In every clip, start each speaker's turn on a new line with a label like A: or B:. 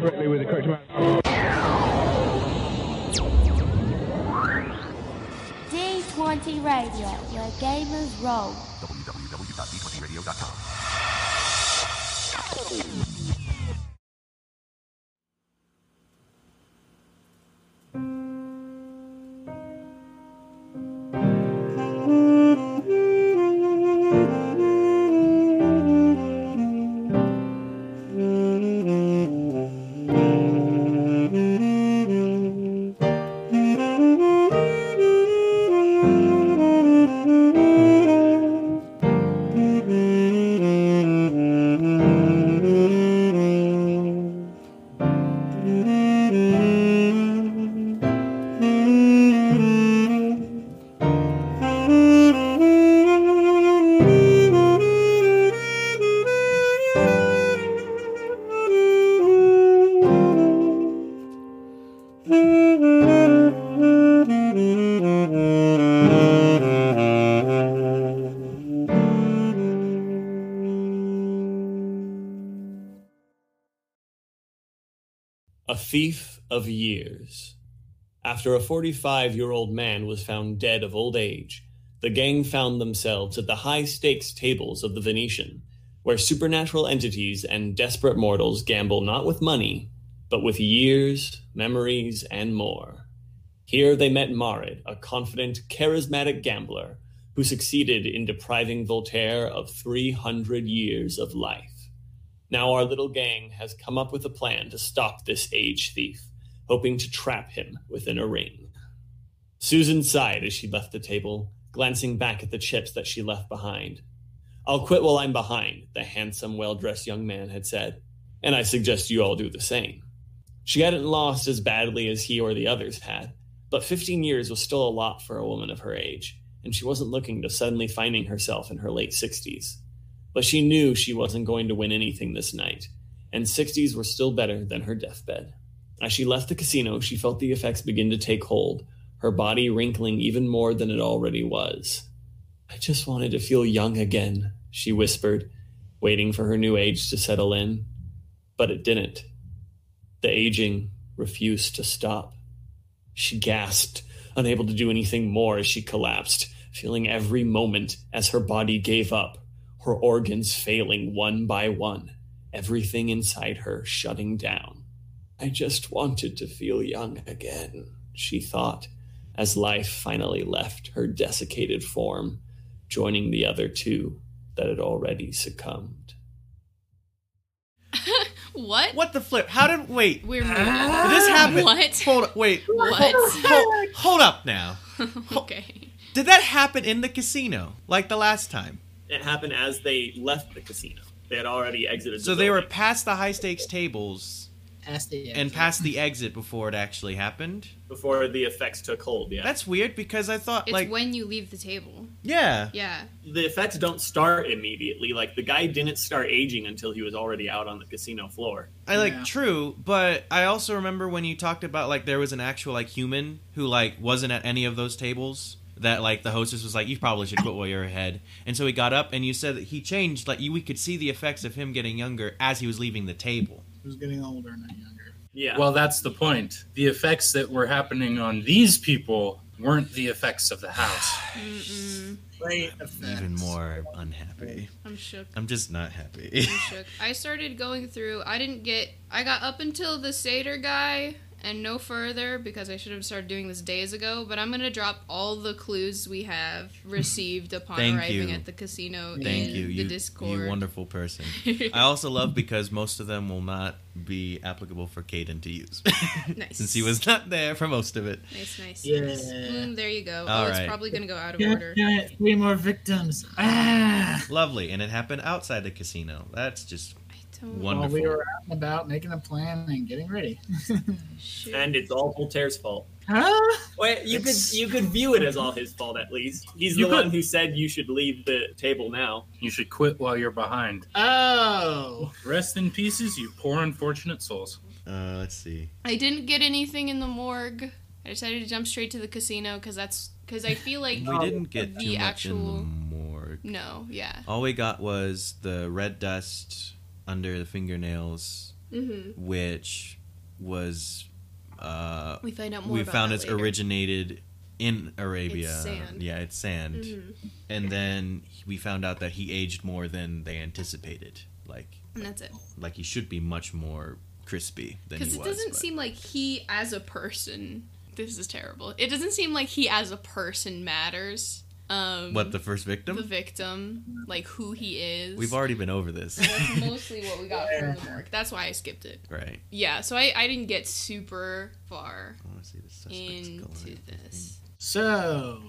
A: correctly with the correct amount.
B: D20 Radio, where gamers roll.
C: www.d20radio.com.
D: A Thief of Years. After a 45 year old man was found dead of old age, the gang found themselves at the high stakes tables of the Venetian, where supernatural entities and desperate mortals gamble not with money, but with years, memories, and more. Here they met Marid, a confident, charismatic gambler who succeeded in depriving Voltaire of 300 years of life. Now our little gang has come up with a plan to stop this age thief, hoping to trap him within a ring. Susan sighed as she left the table, glancing back at the chips that she left behind. I'll quit while I'm behind, the handsome, well dressed young man had said, and I suggest you all do the same. She hadn't lost as badly as he or the others had, but 15 years was still a lot for a woman of her age, and she wasn't looking to suddenly finding herself in her late 60s but she knew she wasn't going to win anything this night, and 60s were still better than her deathbed. As she left the casino, she felt the effects begin to take hold, her body wrinkling even more than it already was. I just wanted to feel young again, she whispered, waiting for her new age to settle in. But it didn't. The aging refused to stop. She gasped, unable to do anything more as she collapsed, feeling every moment as her body gave up, her organs failing one by one, everything inside her shutting down. I just wanted to feel young again, she thought, as life finally left her desiccated form, joining the other two that had already succumbed.
E: What?
F: What the flip? How did wait?
E: We're moving.
F: Did this happened.
E: What?
F: Hold up. Wait.
E: What?
F: Hold, hold up now.
E: okay.
F: Did that happen in the casino like the last time?
D: It happened as they left the casino. They had already exited. the
F: So they were
D: building.
F: past the high stakes tables
G: Past the exit.
F: and past the exit before it actually happened.
D: before the effects took hold. Yeah,
F: That's weird because I thought
E: It's
F: like
E: when you leave the table.
F: yeah.
E: Yeah.
D: the effects don't start immediately. Like the guy didn't start aging until he was already out on the casino floor.
F: I like
G: Yeah.
F: true, but I also remember when you talked about like there was an actual like human who like wasn't at any of those tables that like the hostess was like you probably should quit while you're ahead, and so he got up and you said that he changed like you we could see the effects of him getting younger as he was leaving the table.
G: Who's getting older, not younger?
D: Yeah.
H: Well, that's the point. The effects that were happening on these people weren't the effects of the house.
E: Mm-mm.
G: Great
F: Even more unhappy.
E: I'm shook.
F: I'm just not happy.
E: I'm shook. I started going through. I didn't get. I got up until the Seder guy and no further because I should have started doing this days ago. But I'm gonna drop all the clues we have received upon
F: Thank
E: arriving
F: you.
E: at the casino
F: Thank
E: in
F: you,
E: the
F: you,
E: Discord.
F: you wonderful person. I also love because most of them will not be applicable for Caden to use,
E: nice.
F: since he was not there for most of it.
E: Nice, nice.
G: Yeah.
E: nice. Mm, there you go.
F: All
E: oh, it's
F: right.
E: probably gonna go out of
G: Yeah,
E: order.
G: yeah, three more victims. Ah!
F: Lovely, and it happened outside the casino. That's just
E: I don't.
F: One- Wonderful.
G: While we were out and about making a plan and getting ready.
E: Shoot.
D: and it's all Voltaire's fault.
G: huh?
D: Well, you
G: It's-
D: could you could view it as all his fault at least. He's
H: You
D: the
H: could-
D: one who said you should leave the table now.
H: You should quit while you're behind.
G: Oh.
H: Rest in pieces, you poor unfortunate souls.
F: uh, let's see.
E: I didn't get anything in the morgue. I decided to jump straight to the casino because that's because I feel like
F: We didn't get
E: the
F: too much in the
E: actual-
F: morgue.
E: no, yeah,
F: All we got was the red dust under the fingernails
E: Mm-hmm.
F: which was uh,
E: We find out more.
F: we
E: about
F: found
E: that
F: it's
E: later.
F: originated in Arabia.
E: It's sand.
F: Yeah, it's sand.
E: Mhm.
F: And then we found out that he aged more than they anticipated. Like
E: And that's it.
F: like he should be much more crispy than he was.
E: Because it doesn't
F: but-
E: seem like he as a person. This is terrible. It doesn't seem like he as a person matters. Um,
F: what the first victim?
E: the victim, like who he is.
F: We've already been over this.
E: That's mostly what we got from the morgue. That's why I skipped it.
F: right.
E: Yeah, so I, I didn't get super far
F: I want to see the suspect's
E: into
F: color.
E: this.
A: So,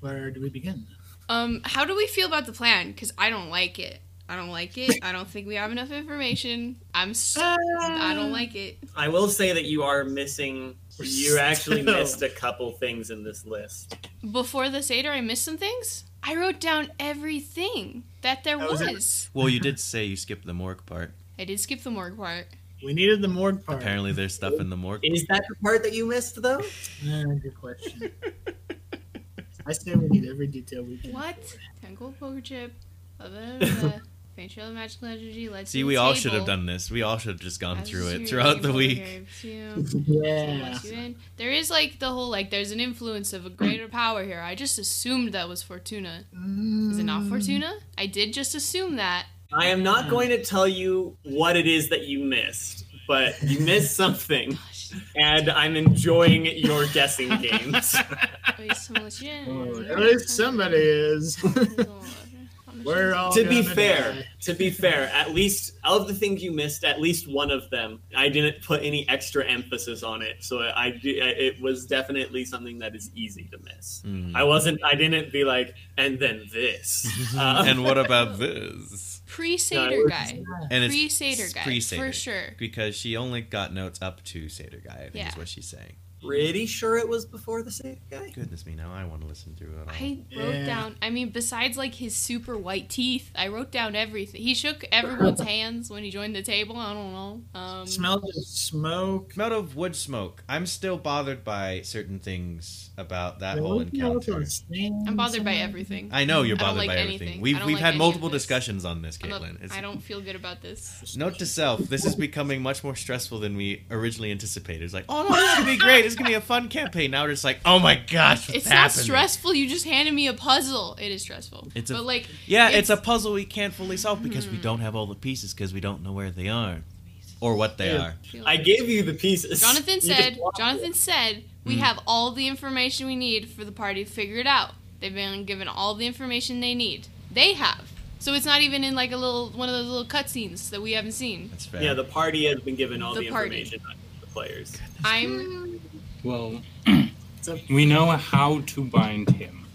A: where do we begin?
E: Um, how do we feel about the plan? Because I don't like it. I don't like it. I don't think we have enough information. I'm. S- I don't like it.
D: I will say that you are missing. You actually missed a couple things in this list.
E: Before the Seder, I missed some things. I wrote down everything that there
A: That
E: was.
A: was it.
F: Well, you did say you skipped the morgue part.
E: I did skip the morgue part.
A: We needed the morgue part.
F: Apparently, there's stuff in the morgue.
D: Is that the part that you missed, though?
A: Ah, good question. I say we need every detail we can.
E: What? Tangled poker chip. Blah, blah, blah, blah. Faint trail of magical energy. Let's
F: See, we all should have done this. We all should have just gone through it throughout the week.
A: Yeah.
E: There is like the whole like there's an influence of a greater power here. I just assumed that was Fortuna.
A: Mm.
E: Is it not Fortuna? I did just assume that.
D: I am not going to tell you what it is that you missed, but you missed something,
E: Gosh,
D: and I'm enjoying your guessing games.
A: Oh, at least somebody is. We're all
D: to be
A: gonna
D: fair,
A: die.
D: to be fair, at least of the things you missed, at least one of them, I didn't put any extra emphasis on it, so I, I do- I- it was definitely something that is easy to miss.
F: Mm.
D: I wasn't. I didn't be like, and then this. Uh,
F: and what about this?
E: Pre
D: No,
E: Seder
D: it
E: guy.
F: And
E: Pre Seder
F: it's
E: guy.
F: pre-Seder.
E: For sure.
F: because she only got notes up to Seder guy. I think
E: Yeah.
F: is what she's saying.
D: pretty sure it was before the same guy.
F: Goodness me, now I want to listen through it all.
E: I wrote
A: Yeah.
E: down. I mean, besides like his super white teeth, I wrote down everything. He shook everyone's hands when he joined the table. I don't know. Um,
A: Smelled of smoke.
F: Come out of wood smoke. I'm still bothered by certain things about that
A: There
F: whole
A: was no
F: encounter.
A: sand
E: I'm bothered by
A: somewhere.
E: everything.
F: I know you're
E: I don't
F: bothered
E: like
F: by
E: anything.
F: everything.
E: I
F: We've
E: don't
F: we've
E: like
F: had
E: any of
F: multiple
E: this.
F: discussions on this,
E: I'm not-
F: Caitlin. It's-
E: I don't feel good about this.
F: Note to self: This is becoming much more stressful than we originally anticipated. It's like, oh no, this is gonna be great. It's gonna be a fun campaign. Now we're just like, oh my gosh, what's
E: It's not
F: happening?
E: stressful. You just handed me a puzzle. It is stressful.
F: It's a-
E: but like
F: Yeah, it's, a puzzle we can't fully solve because
E: Hmm.
F: we don't have all the pieces because we don't know where they are or what they
A: Yeah.
F: are.
D: I gave you the pieces.
E: Jonathan
D: You
E: said.
D: just lost it.
E: Jonathan said we
F: Mm.
E: have all the information we need for the party to figure it out. They've been given all the information they need. They have. So it's not even in like a little one of those little cutscenes that we haven't seen.
F: That's fair.
D: Yeah, the party has been given all
E: The
D: the,
E: party.
D: information on the players.
E: I'm.
I: Well, we know how to bind him.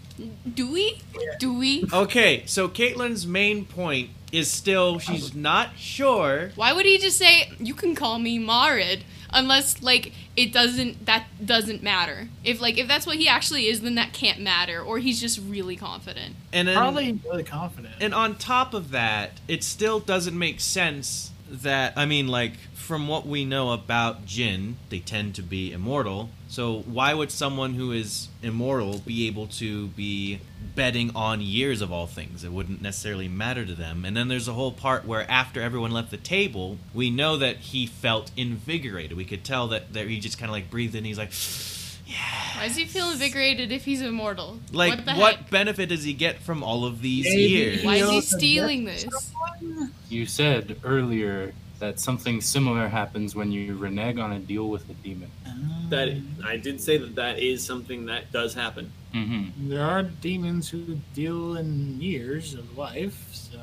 E: Do we? Do we?
F: Okay, so Caitlin's main point is still she's not sure.
E: Why would he just say you can call me Marid? Unless like it doesn't that doesn't matter. If like if that's what he actually is, then that can't matter. Or he's just really confident.
F: And then,
A: Probably really confident.
F: and on top of that, it still doesn't make sense that I mean like from what we know about Jin, they tend to be immortal. So why would someone who is immortal be able to be betting on years of all things? It wouldn't necessarily matter to them. And then there's a whole part where after everyone left the table, we know that he felt invigorated. We could tell that, that he just kind of like breathed in. He's like,
E: Why does he feel invigorated if he's immortal?
F: like
E: the
F: what,
E: heck?
F: benefit does he get from all of these
A: Maybe
F: years?
E: Why is he
A: feels the
E: stealing
A: death of
E: this?
A: someone?
I: You said earlier that something similar happens when you renege on a deal with a demon.
A: Um,
D: That I did say that that is something that does happen.
I: Mm-hmm.
A: there are demons who deal in years of life, so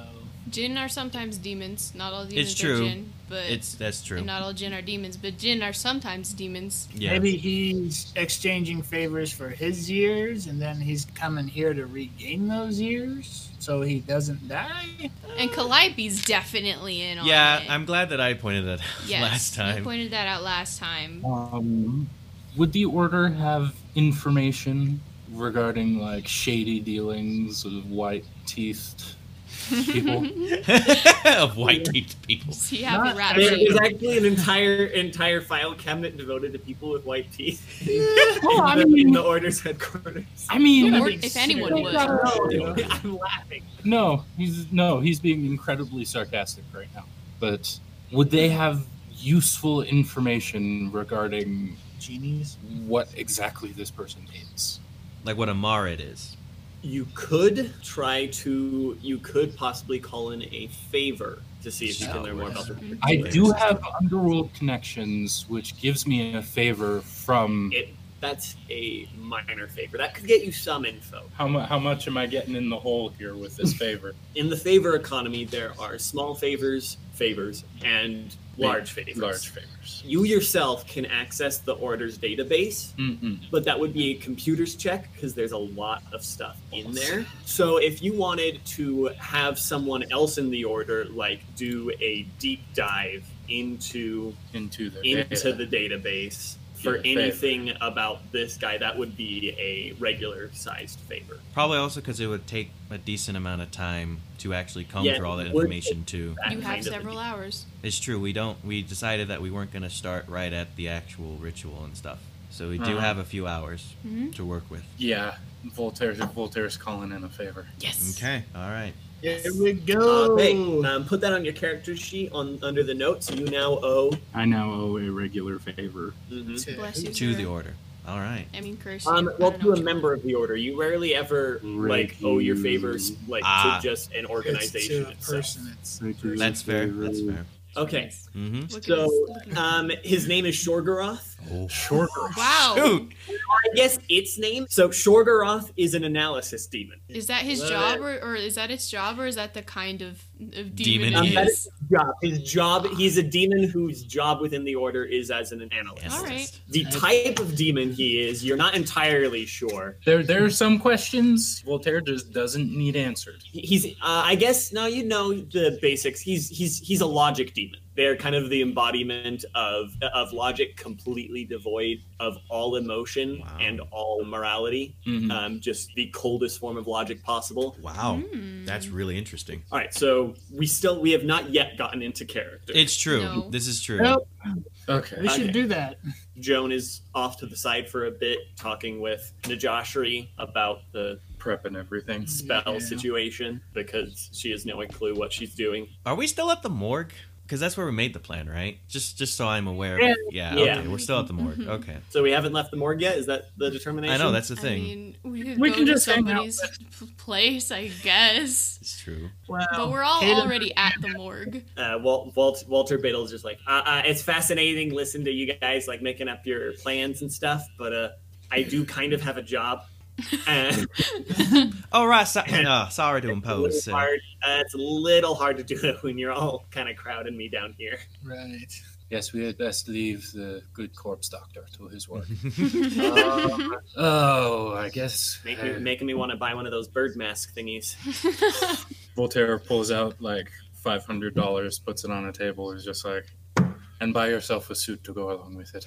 E: Jinn are sometimes demons. Not all demons
F: true.
E: are jinn, but
F: It's that's true.
E: and not all jinn are demons. But jinn are sometimes demons.
F: yeah.
A: maybe he's exchanging favors for his years, and then he's coming here to regain those years, so he doesn't die.
E: And Calliope's definitely in on
F: Yeah,
E: it.
F: I'm glad that I pointed that out
E: yes,
F: last
E: You
F: time.
E: pointed that out last time.
I: Um, would the order have information regarding like shady dealings of white teethed people?
F: of white teeth people.
E: Does he have a
A: Not
E: rap
D: There
E: sheet?
D: is actually an entire entire file cabinet devoted to people with white teeth
I: well,
D: in,
I: I
D: the, in
I: mean,
D: the order's headquarters.
I: I mean,
E: Or if anyone would.
A: Oh,
D: I'm laughing.
I: No, he's no, he's being incredibly sarcastic right now. But would they have useful information regarding
A: Genies.
I: what exactly this person is.
F: Like what a Marid is.
D: You could try to. You could possibly call in a favor to see if you can learn more about
E: Mm-hmm.
D: the.
I: I do have underworld connections, which gives me a favor from.
D: It, that's a minor favor. That could get you some info.
H: How, mu- how much am I getting in the hole here with this favor?
D: In the favor economy, there are small favors, favors, and large favors.
H: Large favors.
D: You yourself can access the orders database,
H: Mm-hmm.
D: but that would be a computer's check because there's a lot of stuff in there. So if you wanted to have someone else in the order, like do a deep dive into
H: Into the
D: into the
H: data.
D: database for
H: Yeah, favor.
D: anything about this guy, that would be a regular sized favor.
F: Probably also because it would take a decent amount of time to actually comb
D: Yeah,
F: through all that
D: it would.
F: information too.
D: That
E: You
D: kind
E: have
D: of a
E: several
D: deal.
E: hours.
F: It's true. We don't. We decided that we weren't going to start right at the actual ritual and stuff. So we do
H: Uh-huh.
F: have a few hours
E: Mhm.
F: to work with.
H: Yeah, Voltaire's Voltaire's calling in a favor.
E: Yes.
F: Okay. All right.
A: Here we
D: Uh,
A: go.
D: hey, um, put that on your character sheet on under the notes. You now owe.
H: I now owe a regular favor.
D: Mhm.
A: To-
E: Bless you.
F: To
E: sir.
F: the order. All right.
E: I mean, curse.
D: Um,
E: you. I
D: well,
E: don't
D: to a
E: know.
D: member of the order, you rarely ever like
H: Right.
D: owe your favors like
F: Ah.
D: to just an
A: It's
D: organization
A: to a
D: itself.
A: person. It's
H: Regular
F: That's fair.
H: favor.
F: That's fair.
D: Okay,
F: Mm-hmm.
E: Look at
D: so
E: this, look at
D: um, his name is Shorgoroth.
F: Oh.
E: this. Wow.
F: Shoot.
D: I guess its name. So Shorgoroth is an analysis demon.
E: Is that his
D: Love
E: job, or, or is that its job, or is that the kind of, of demon,
F: Demon
E: it
D: Um,
E: is?
D: that is his job. His job. He's a demon whose job within the order is as an analyst.
E: All right.
D: The type of demon he is, you're not entirely sure.
H: There, there are some questions Voltaire just doesn't need answered.
D: He's, uh, I guess, now you know the basics. He's he's he's a logic demon. They're kind of the embodiment of of logic, completely devoid of all emotion
F: Wow. Hmm.
D: and all morality.
I: Mm-hmm.
H: Mhm.
D: Um, just the coldest form of logic possible.
F: Wow.
E: Hmm.
F: That's really interesting.
D: All right, so we still we have not yet gotten into character.
F: It's true.
E: No.
F: This is true.
A: Nope.
H: Okay.
A: We should
D: Okay.
A: do that.
D: Joan is off to the side for a bit, talking with Najashri about the
H: Prepping everything.
D: spell
A: Yeah.
D: situation because she has no clue what she's doing.
F: Are we still at the morgue? Because that's where we made the plan, right? Just, just so I'm aware.
A: Yeah.
F: Yeah.
D: Yeah.
F: Okay. We're still at the morgue.
E: Mhm.
F: Okay.
D: So we haven't left the morgue yet. Is that the determination?
F: I know that's the
E: I
F: thing.
E: mean, we could
A: We
E: go
A: can
E: to
A: just hang out
E: somebody's p- place, I guess.
F: it's true.
A: Well,
E: But we're all
A: Hayden-
E: already at the morgue.
D: uh, Walt, Walt, Walter Biddle's just like, uh, uh, it's fascinating to listen to you guys like making up your plans and stuff, but uh, I do kind of have a job. And
F: Oh right. So, uh, sorry to impose.
D: it's, a little
F: So.
D: hard, uh, it's a little hard to do it when you're all kind of crowding me down here.
A: Right.
I: Yes, we had best leave the good corpse doctor to his work.
H: Uh,
I: oh, I guess.
D: Make me, making me want to buy one of those bird mask thingies.
H: Voltaire pulls out like five hundred dollars, puts it on a table, is just like, and buy yourself a suit to go along with it.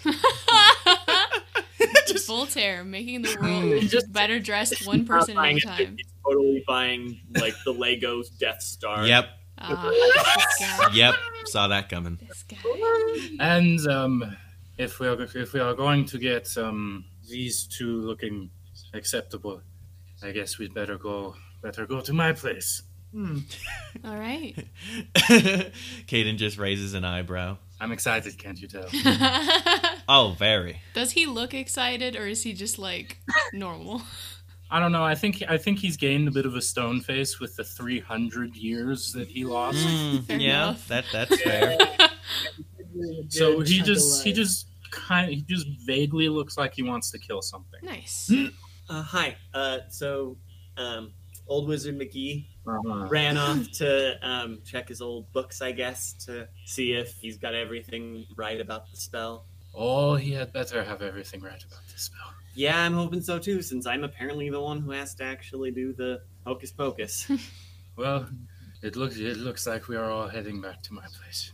E: Voltaire making the world
D: Just-
E: better dressed one
D: Not
E: person at
D: buying
E: a
D: it,
E: time.
D: It's totally buying like the Lego Death Star.
F: Yep.
E: Ah, this guy.
F: Yep. Saw that coming.
E: This guy.
H: And um, if we are if we are going to get um, these two looking acceptable, I guess we'd better go better go to my place.
A: Hmm.
E: All right.
F: Caden just raises an eyebrow.
H: I'm excited, can't you tell?
F: Oh, very.
E: Does he look excited or is he just like normal?
H: I don't know. I think I think he's gained a bit of a stone face with the 300 years that he lost.
A: Mm.
E: Fair
F: Mm, yeah,
E: enough.
F: that that's fair.
H: So he
A: Good
H: just he
A: chunk of
H: just kind he just vaguely looks like he wants to kill something.
E: Nice.
D: Uh, hi. Uh, so, um, old wizard McGee
H: Uh-huh.
D: ran off to um, check his old books, I guess, to see if he's got everything right about the spell.
H: Oh, he had better have everything right about this spell.
D: Yeah, I'm hoping so too, since I'm apparently the one who has to actually do the hocus pocus.
H: Well, it looks it looks like we are all heading back to my place.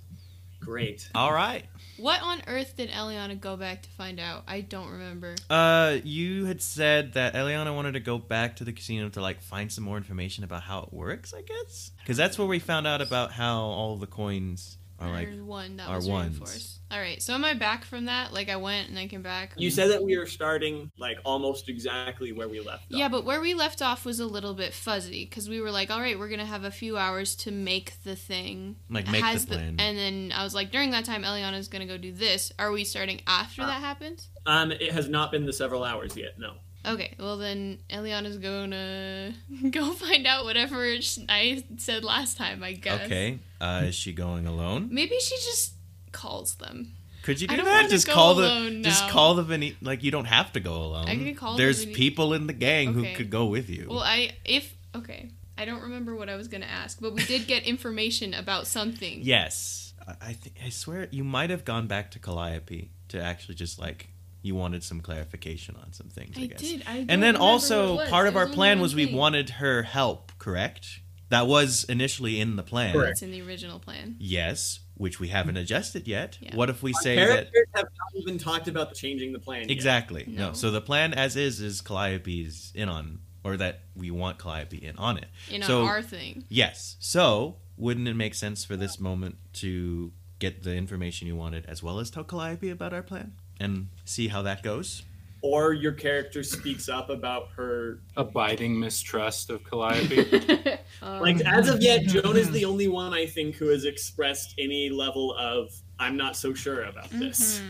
D: Great.
F: All right.
E: What on earth did Eliana go back to find out? I don't remember.
F: Uh, you had said that Eliana wanted to go back to the casino to like find some more information about how it works, I guess, because that's where we found out about how all the coins Or like
E: or one that
F: our
E: was
F: ones.
E: reinforced. All right, so am I back from that? Like I went and I came back.
D: You said that we are starting like almost exactly where we left off.
E: Yeah, but where we left off was a little bit fuzzy because we were like, all right, we're gonna have a few hours to make the thing.
F: Like, make the plan.
E: and then I was like, during that time, Eliana's gonna go do this. Are we starting after
F: Uh.
E: that happens?
D: Um, it has not been the several hours yet. No.
E: Okay, well then Eliana's gonna go find out whatever sh- I said last time. I guess.
F: okay, uh, is she going alone?
E: Maybe she just calls them.
F: Could you
E: I
F: do
E: don't
F: that?
E: want to
F: Just
E: go
F: call the
E: alone
F: just
E: now.
F: call the Vene- like you don't have to go alone.
E: I could call the
F: There's
E: Vene-
F: people in the gang
E: Okay.
F: who could go with you.
E: Well, I if okay, I don't remember what I was gonna ask, but we did get information about something.
F: yes, I I, th- I swear you might have gone back to Calliope to actually just like you wanted some clarification on some things. I,
E: I
F: guess.
E: did. I don't
F: And then
E: remember what
F: also
E: it was.
F: part of
E: It
F: our
E: only
F: plan
E: one
F: was we
E: thing.
F: wanted her help, correct? That was initially in the plan.
E: It's in the original plan.
F: Yes, which we haven't adjusted yet.
E: Yeah.
F: What if we say that
D: Characters have not even talked about changing the plan. yet.
F: Exactly. No.
E: No.
F: So the plan as is is Calliope's in on, or that we want Calliope in on it.
E: In
F: so,
E: our thing.
F: Yes. So wouldn't it make sense for this moment to get the information you wanted as well as tell Calliope about our plan and see how that goes?
D: Or your character speaks up about her.
H: Abiding mistrust of
E: Um,
H: Calliope.
D: Like as of yet, Joan is the only one I think who has expressed any level of I'm not so sure about
E: Mm-hmm.
D: this.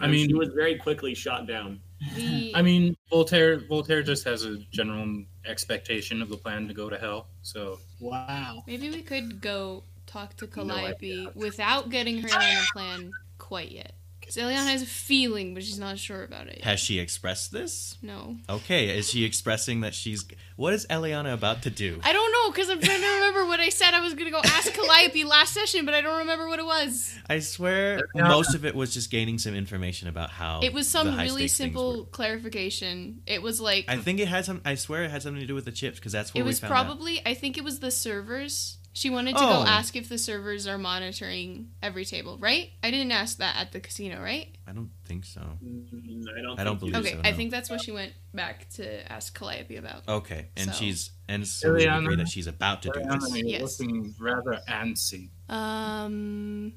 H: I mean,
D: she was very quickly shot down.
E: The,
H: I mean, Voltaire. Voltaire just has a general expectation of the plan to go to hell. So
A: Wow.
E: maybe we could go talk to
H: No idea.
E: Calliope without getting her on the plan quite yet. Because Eliana has a feeling, but she's not sure about it. yet.
F: Has she expressed this?
E: No,
F: Okay. Is she expressing that she's? What is Eliana about to do?
E: I don't know because I'm trying to remember what I said. I was gonna go ask Calliope last session, but I don't remember what it was.
F: I swear,
A: Yeah.
F: most of it was just gaining some information about how
E: It was
F: the
E: some
F: high
E: really
F: stakes things
E: simple
F: work.
E: clarification. It was like
F: I think it had some. I swear, it had something to do with the chips because that's where
E: it
F: we
E: was
F: found out.
E: probably I think it was the servers. She wanted to
F: Oh.
E: go ask if the servers are monitoring every table, right? I didn't ask that at the casino, right?
F: I don't think so.
D: Mm, I don't.
F: I don't
D: think
F: believe
E: Okay,
F: so.
E: I
F: no.
E: think that's what she went back to ask Calliope about.
F: Okay, and
E: So-
F: she's and so we
H: Eliana-
F: agree that she's about to do
H: Ariana,
F: this.
H: you're
E: Yes.
H: looking rather antsy,
E: Um,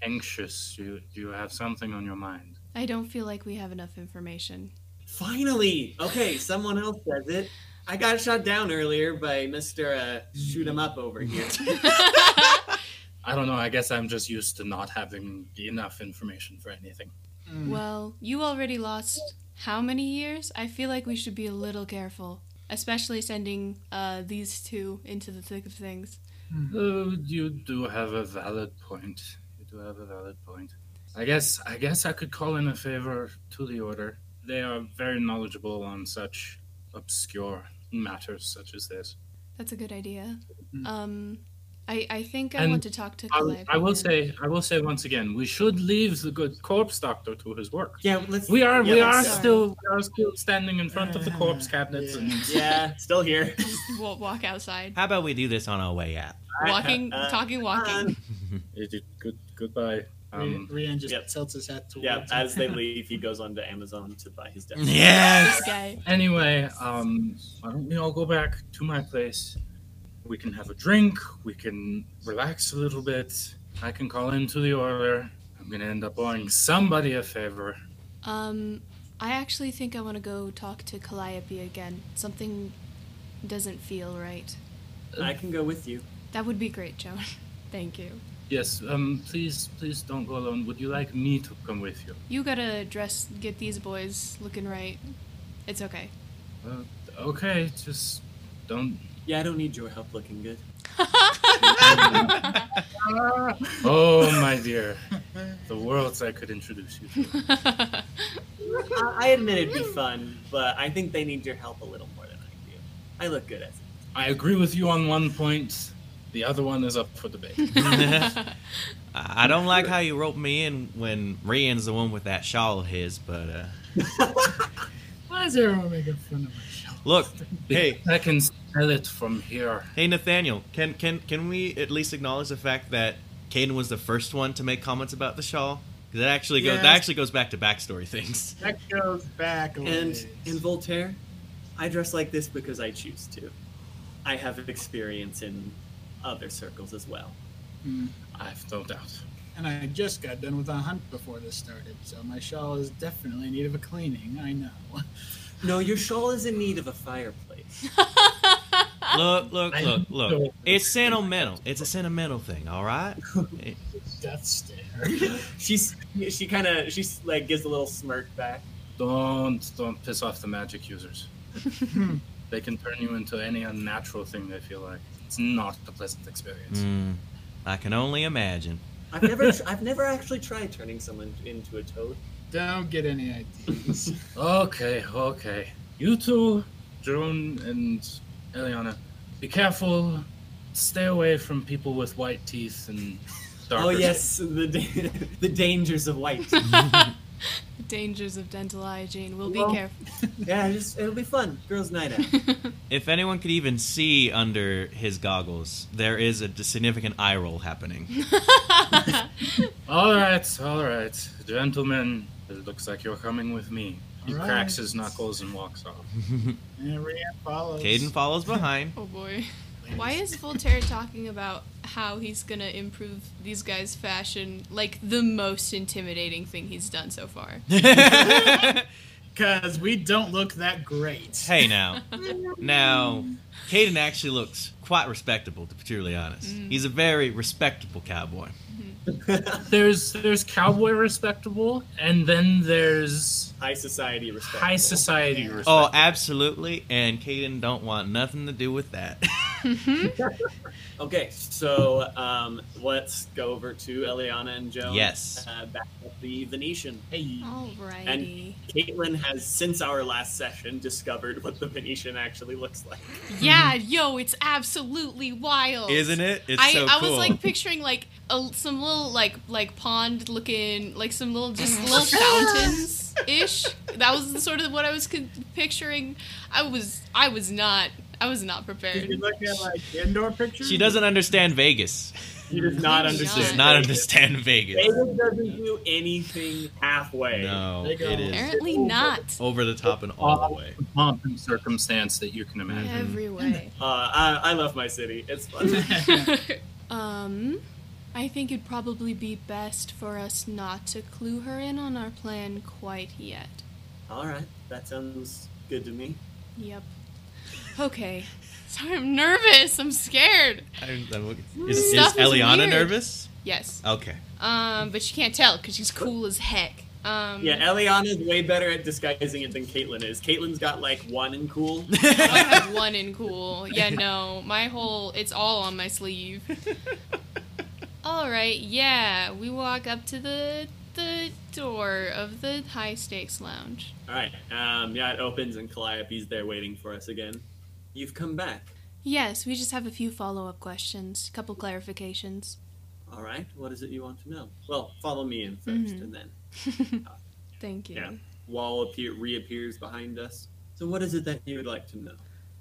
H: anxious. You do you have something on your mind?
E: I don't feel like we have enough information.
D: Finally, okay, someone else says it. I got shot down earlier by Mister uh, Shoot 'em Up over here.
H: I don't know. I guess I'm just used to not having enough information for anything.
F: Mm.
D: Hmm.
E: well, you already lost how many years? I feel like we should be a little careful, especially sending uh, these two into the thick of things.
H: Uh, you do have a valid point. You do have a valid point. I guess I guess I could call in a favor to the order. They are very knowledgeable on such obscure matters such as this.
E: That's a good idea. Um, I I think I
H: Mm. And
E: want to talk to
H: I,
E: Calliope.
H: Um, I will
E: now.
H: say I will say once again, we should leave the good corpse doctor to his work.
D: yeah, let's.
H: We are we
D: Yeah,
H: are
D: sorry.
H: still we are still standing in front of the corpse cabinets and
D: Yeah, still here.
E: we'll walk outside,
F: How about we do this on our way out?
E: walking,
D: uh,
E: talking, walking.
H: It- it- good goodbye.
A: Rian
H: Um,
A: Rian just
D: Yep.
A: tilts his hat towards
D: Yeah,
A: him.
D: as they leave, he goes onto Amazon to buy his death.
F: Yes.
E: This guy.
H: Anyway, um, why don't we all go back to my place? We can have a drink. We can relax a little bit. I can call into the order. I'm gonna end up owing somebody a favor.
E: Um, I actually think I want to go talk to Calliope again. Something doesn't feel right.
D: I can go with you.
E: That would be great, Joan. Thank you.
H: Yes. Um. Please, please don't go alone. Would you like me to come with you?
E: You gotta dress, get these boys looking right. It's okay.
H: Uh, okay. Just don't.
D: Yeah, I don't need your help looking good.
H: Oh my dear, the worlds I could introduce you to.
D: I, I admit it'd be fun, but I think they need your help a little more than I do. I look good as it.
H: I agree with you on one point. The other one is up for debate.
F: I I don't like how you roped me in when Rian's the one with that shawl of his, but uh,
A: Why is everyone making fun of my
F: look, hey,
H: I can smell it from here.
F: hey, Nathaniel, can can can we at least acknowledge the fact that Caden was the first one to make comments about the shawl? 'Cause That actually goes. That
A: Yes.
F: actually goes back to backstory things.
A: That goes back a
D: And
A: ways.
D: and Voltaire, I dress like this because I choose to. I have experience in other circles as well.
I: I've no doubt.
A: And I just got done with a hunt before this started, so my shawl is definitely in need of a cleaning. I know.
D: No, your shawl is in need of a fireplace.
F: Look, look,
I: I
F: look, look.
I: don't-
F: It's sentimental. It's a sentimental thing, all right? It-
A: Death stare.
D: She's she kind of she's like gives a little smirk back.
I: Don't don't piss off the magic users. they can turn you into any unnatural thing they feel like. It's not a pleasant experience.
F: Mm, I can only imagine.
D: I've never I've never actually tried turning someone into a toad.
A: Don't get any ideas.
I: Okay, okay. You two, Drone and Eliana, be careful. Stay away from people with white teeth and dark.
D: Oh yes, the da- the dangers of white.
E: The dangers of dental hygiene. We'll be
D: Well-
E: careful.
D: yeah, just it'll be fun. Girls' night out.
F: If anyone could even see under his goggles, there is a d- significant eye roll happening.
I: All right, all right, gentlemen. It looks like you're coming with me. He
A: All right.
I: cracks his knuckles and walks off.
F: Hmm.
A: and Rhea follows.
F: Caden follows behind.
E: Oh boy. Why is Voltaire talking about how he's gonna improve these guys' fashion like the most intimidating thing he's done so far?
A: Because we don't look that great.
F: Hey now. Now, Caden actually looks quite respectable, to be truly honest.
E: Mm.
F: He's a very respectable cowboy.
I: There's there's cowboy respectable, and then there's
D: High society respect.
I: high society respectable.
F: Oh, absolutely. And Caden don't want nothing to do with that.
E: Mm-hmm.
D: Okay, so um, let's go over to Eliana and Joan.
F: Yes.
D: Uh, back at the Venetian. Hey.
E: Alrighty.
D: Caitlin has, since our last session, discovered what the Venetian actually looks like.
E: Yeah, yo, it's absolutely wild.
F: Isn't it? It's
E: I,
F: so
E: I
F: cool.
E: was like picturing like a, some little like like pond looking like some little just little fountains ish. That was sort of what I was con- picturing. I was I was not I was not
A: Did you
E: prepared.
A: look at like indoor pictures?
F: she doesn't understand Vegas.
D: She does not
E: Clearly
D: understand.
F: Mm-hmm. Does not understand Vegas.
D: David doesn't do anything halfway.
F: No,
A: They
F: it
A: go-
F: is
E: Apparently not.
F: over the top and all the way.
I: pomp and circumstance that you can imagine.
E: Every way.
D: Uh, I, I love my city. It's fun.
E: um, I think it'd probably be best for us not to clue her in on our plan quite yet.
D: All right, that sounds good to me.
E: Yep. Okay. Sorry, I'm nervous. I'm scared.
F: I'm- I'm looking- Is, is
E: Stuff is
F: Eliana
E: weird.
F: nervous?
E: Yes.
F: Okay.
E: Um, but she can't tell because she's cool as heck.
F: Mm-hmm.
E: Um,
D: Yeah, Eliana's way better at disguising it than Caitlin is. Caitlin's got like one and cool.
E: I have one in cool. Yeah, no, my whole it's all on my sleeve. all right, yeah, we walk up to the the door of the high stakes lounge.
D: All right, um, yeah, it opens and Calliope's there waiting for us again. You've come back.
E: Yes, we just have a few follow up questions, a couple clarifications.
D: All right, what is it you want to know? Well, follow me in 1st
F: Mm-hmm.
D: and then
E: Thank you.
D: Yeah. wall appear reappears behind us. So, what is it that you would like to know?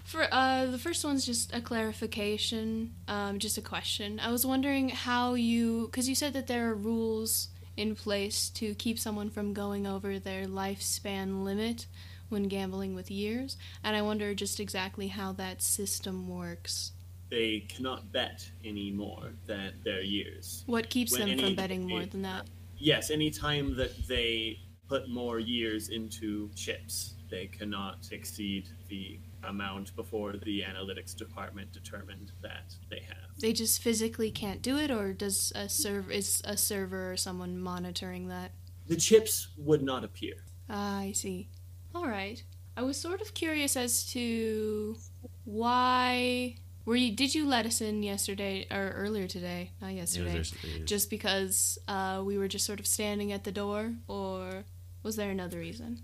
E: For uh, the first one's just a clarification, um, just a question. I was wondering how you, because you said that there are rules in place to keep someone from going over their lifespan limit when gambling with years, and I wonder just exactly how that system works.
D: They cannot bet any more than their years.
E: What keeps
D: When
E: them from
D: any-
E: betting more than that?
D: Yes, any time that they put more years into chips, they cannot exceed the amount before the analytics department determined that they have.
E: They just physically can't do it, or does a serv is a server or someone monitoring that?
D: The chips would not appear.
E: Ah, I see. All right. I was sort of curious as to why were you did you let us in yesterday or earlier today? Not yesterday. just because uh, we were just sort of standing at the door, or was there another reason?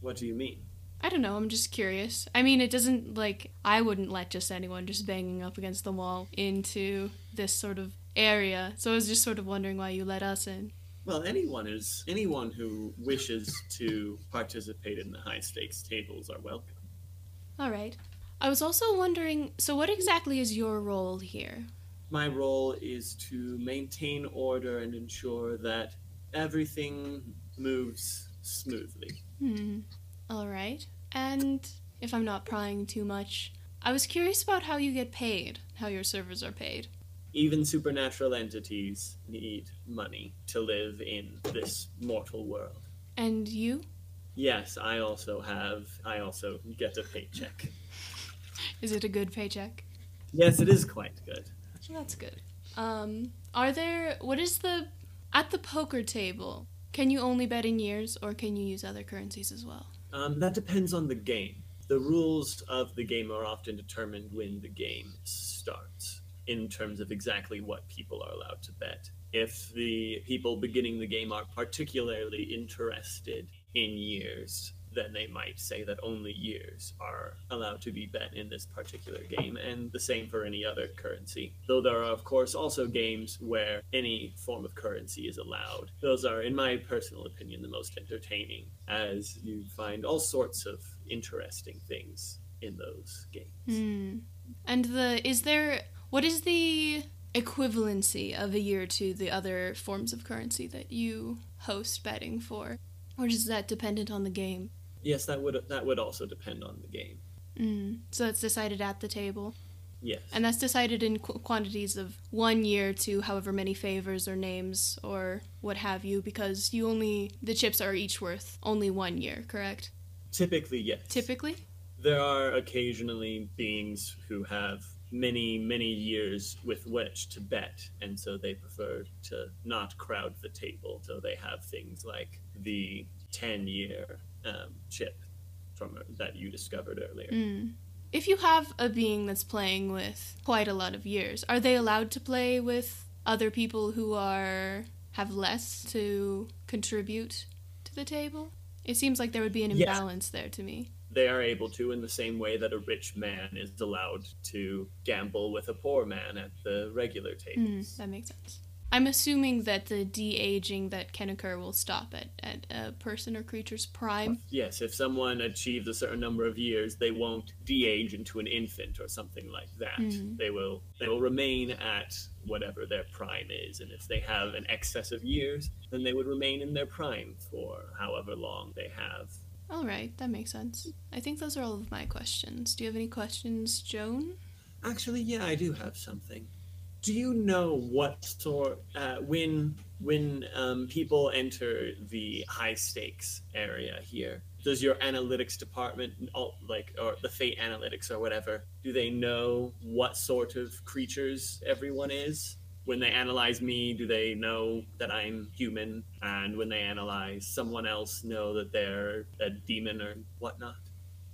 D: What do you mean?
E: I don't know. I'm just curious. I mean, it doesn't like I wouldn't let just anyone just banging up against the wall into this sort of area. So I was just sort of wondering why you let us in.
D: Well, anyone is anyone who wishes to participate in the high stakes tables are welcome.
E: All right. I was also wondering. So what exactly is your role here?
D: My role is to maintain order and ensure that everything moves smoothly.
E: Hmm. All right. And if I'm not prying too much, I was curious about how you get paid, how your servers are paid.
D: Even supernatural entities need money to live in this mortal world.
E: And you?
D: Yes, I also have. I also get a paycheck.
E: Is it a good paycheck?
D: Yes, it is quite good.
E: So that's good. Um, are there? What is the at the poker table? Can you only bet in years, or can you use other currencies as well?
D: Um, that depends on the game. The rules of the game are often determined when the game starts, in terms of exactly what people are allowed to bet. If the people beginning the game are particularly interested in years, then they might say that only years are allowed to be bet in this particular game, and the same for any other currency. Though there are, of course, also games where any form of currency is allowed. Those are, in my personal opinion, the most entertaining, as you find all sorts of interesting things in those games.
E: Hmm. And the is there? What is the equivalency of a year to the other forms of currency that you host betting for, or is that dependent on the game?
D: Yes, that would that would also depend on the game.
E: Mm. So it's decided at the table,
D: Yes.
E: and that's decided in qu- quantities of one year to however many favors or names or what have you, because you only the chips are each worth only one year, correct?
D: Typically, yes.
E: Typically.
D: There are occasionally beings who have many, many years with which to bet, and so they prefer to not crowd the table. So they have things like the 10 year um, chip from uh, that you discovered earlier.
E: Mm. If you have a being that's playing with quite a lot of years, are they allowed to play with other people who are have less to contribute to the table? It seems like there would be an
D: Yeah.
E: imbalance there to me.
D: They are able to, in the same way that a rich man is allowed to gamble with a poor man at the regular tables.
E: Mm, That makes sense. I'm assuming that the de aging that can occur will stop at, at a person or creature's prime.
D: Yes, if someone achieves a certain number of years, they won't de-age into an infant or something like that. They will they will remain at whatever their prime is, and if they have an excess of years, then they would remain in their prime for however long they have.
E: All right, that makes sense. I think those are all of my questions. Do you have any questions, Joan?
D: Actually, yeah, I do have something. Do you know what sort uh, when when um, people enter the high stakes area here? Does your analytics department, all- like or the fate analytics or whatever, do they know what sort of creatures everyone is? When they analyze me, do they know that I'm human? And when they analyze someone else, know that they're a demon or whatnot?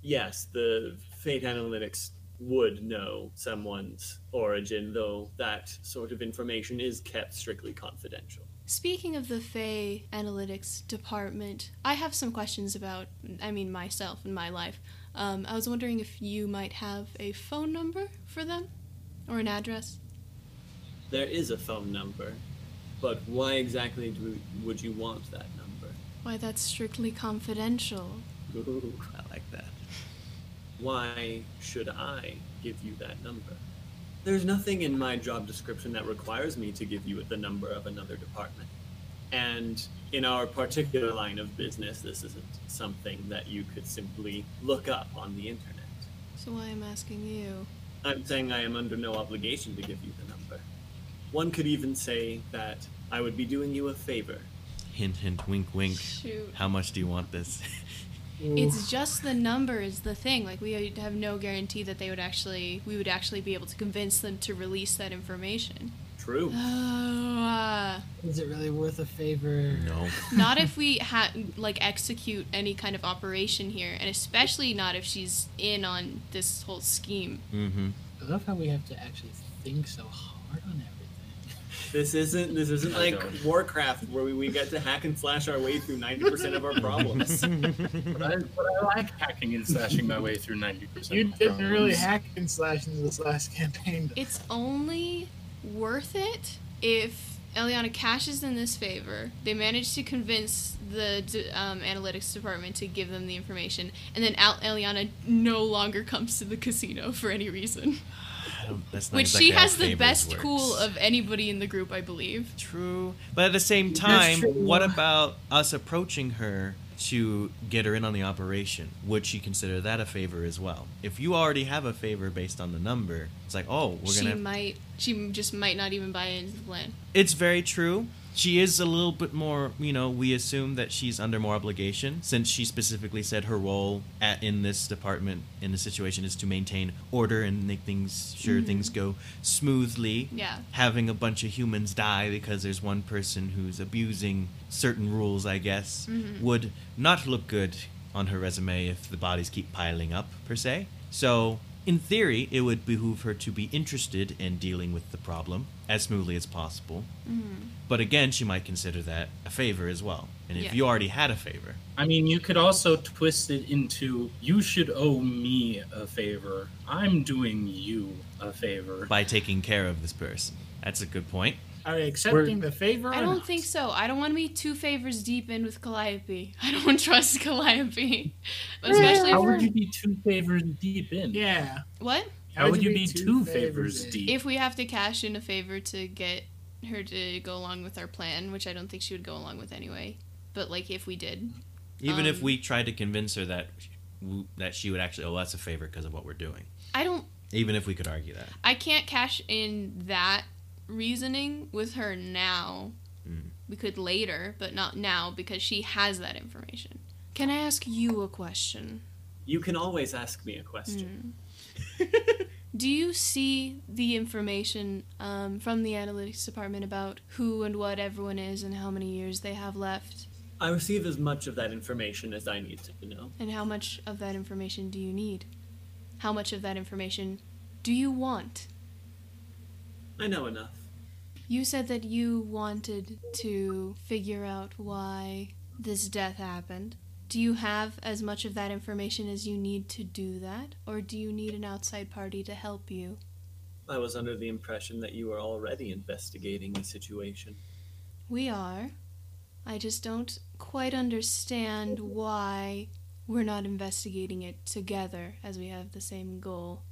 D: Yes, the Fate Analytics would know someone's origin, though that sort of information is kept strictly confidential.
E: Speaking of the Fey Analytics Department, I have some questions about, I mean, myself and my life. Um, I was wondering if you might have a phone number for them or an address.
D: There is a phone number, but why exactly do, would you want that number?
E: Why, that's strictly confidential.
D: Ooh.
F: I like that.
D: Why should I give you that number? There's nothing in my job description that requires me to give you the number of another department. And in our particular line of business, this isn't something that you could simply look up on the internet.
E: So, why I'm asking you.
D: I'm saying I am under no obligation to give you the number. One could even say that I would be doing you a favor.
F: Hint, hint, wink, wink.
E: Shoot.
F: How much do you want this?
E: It's just the number is the thing. Like, we have no guarantee that they would actually, we would actually be able to convince them to release that information.
D: True.
E: Oh, uh,
A: Is it really worth a favor?
F: no.
E: not if we ha- like execute any kind of operation here and especially not if she's in on this whole scheme
F: Mm-hmm.
A: I love how we have to actually think so hard on everything.
D: This isn't this isn't
I: I
D: like
I: don't.
D: Warcraft where we, we get to hack and slash our way through ninety percent of our problems.
I: But I, but I like hacking and slashing my way through 90%.
A: You
I: of
A: didn't really
I: problems.
A: hack and slash into this last campaign. though.
E: it's only worth it if eliana cashes in this favor they manage to convince the d- um, analytics department to give them the information and then Al- eliana no longer comes to the casino for any reason
F: That's not
E: which
F: exactly
E: she
F: how
E: has the
F: favors
E: best
F: works.
E: cool of anybody in the group i believe
F: True, but at the same time,
A: true.
F: what about us approaching her to get her in on the operation, would she consider that a favor as well? If you already have a favor based on the number, it's like, oh, we're
E: she
F: gonna.
E: might. She just might not even buy into the plan.
F: It's very true. She is a little bit more, you know, we assume that she's under more obligation since she specifically said her role at, in this department in the situation is to maintain order and make things sure things go smoothly.
E: Mm-hmm. Yeah.
F: Having a bunch of humans die because there's one person who's abusing certain rules, I guess,
E: Mm-hmm.
F: would not look good on her resume if the bodies keep piling up, per se. So, in theory, it would behoove her to be interested in dealing with the problem as smoothly as possible.
E: Mm-hmm.
F: But again, she might consider that a favor as well. And if
E: Yeah.
F: you already had a favor,
I: I mean, you could also twist it into you should owe me a favor. I'm doing you a favor.
F: by taking care of this person, that's a good point.
A: Are we accepting the favor?
E: I
A: or
E: don't
A: not?
E: think so. I don't want to be two favors deep in with Calliope. I don't trust Calliope, especially
I: How
E: if we're,
I: would you be two favors deep in?
A: Yeah.
E: what
I: How would you be two favors deep?
E: if we have to cash in a favor to get her to go along with our plan, which I don't think she would go along with anyway. But like if we did,
F: Even if
E: Um,
F: we tried to convince her that w- that she would actually owe us a favor because of what we're doing,
E: I don't
F: even if we could argue that.
E: I can't cash in that reasoning with her now. We could later, but not now because she has that information. Can I ask you a question?
D: You can always ask me a question.
E: Do you see the information um, from the analytics department about who and what everyone is and how many years they have left?
D: I receive as much of that information as I need to know.
E: And how much of that information do you need? How much of that information do you want?
D: I know enough.
E: You said that you wanted to figure out why this death happened. Do you have as much of that information as you need to do that? Or do you need an outside party to help you?
D: I was under the impression that you were already investigating the situation.
E: We are. I just don't quite understand why we're not investigating it together as we have the same goal.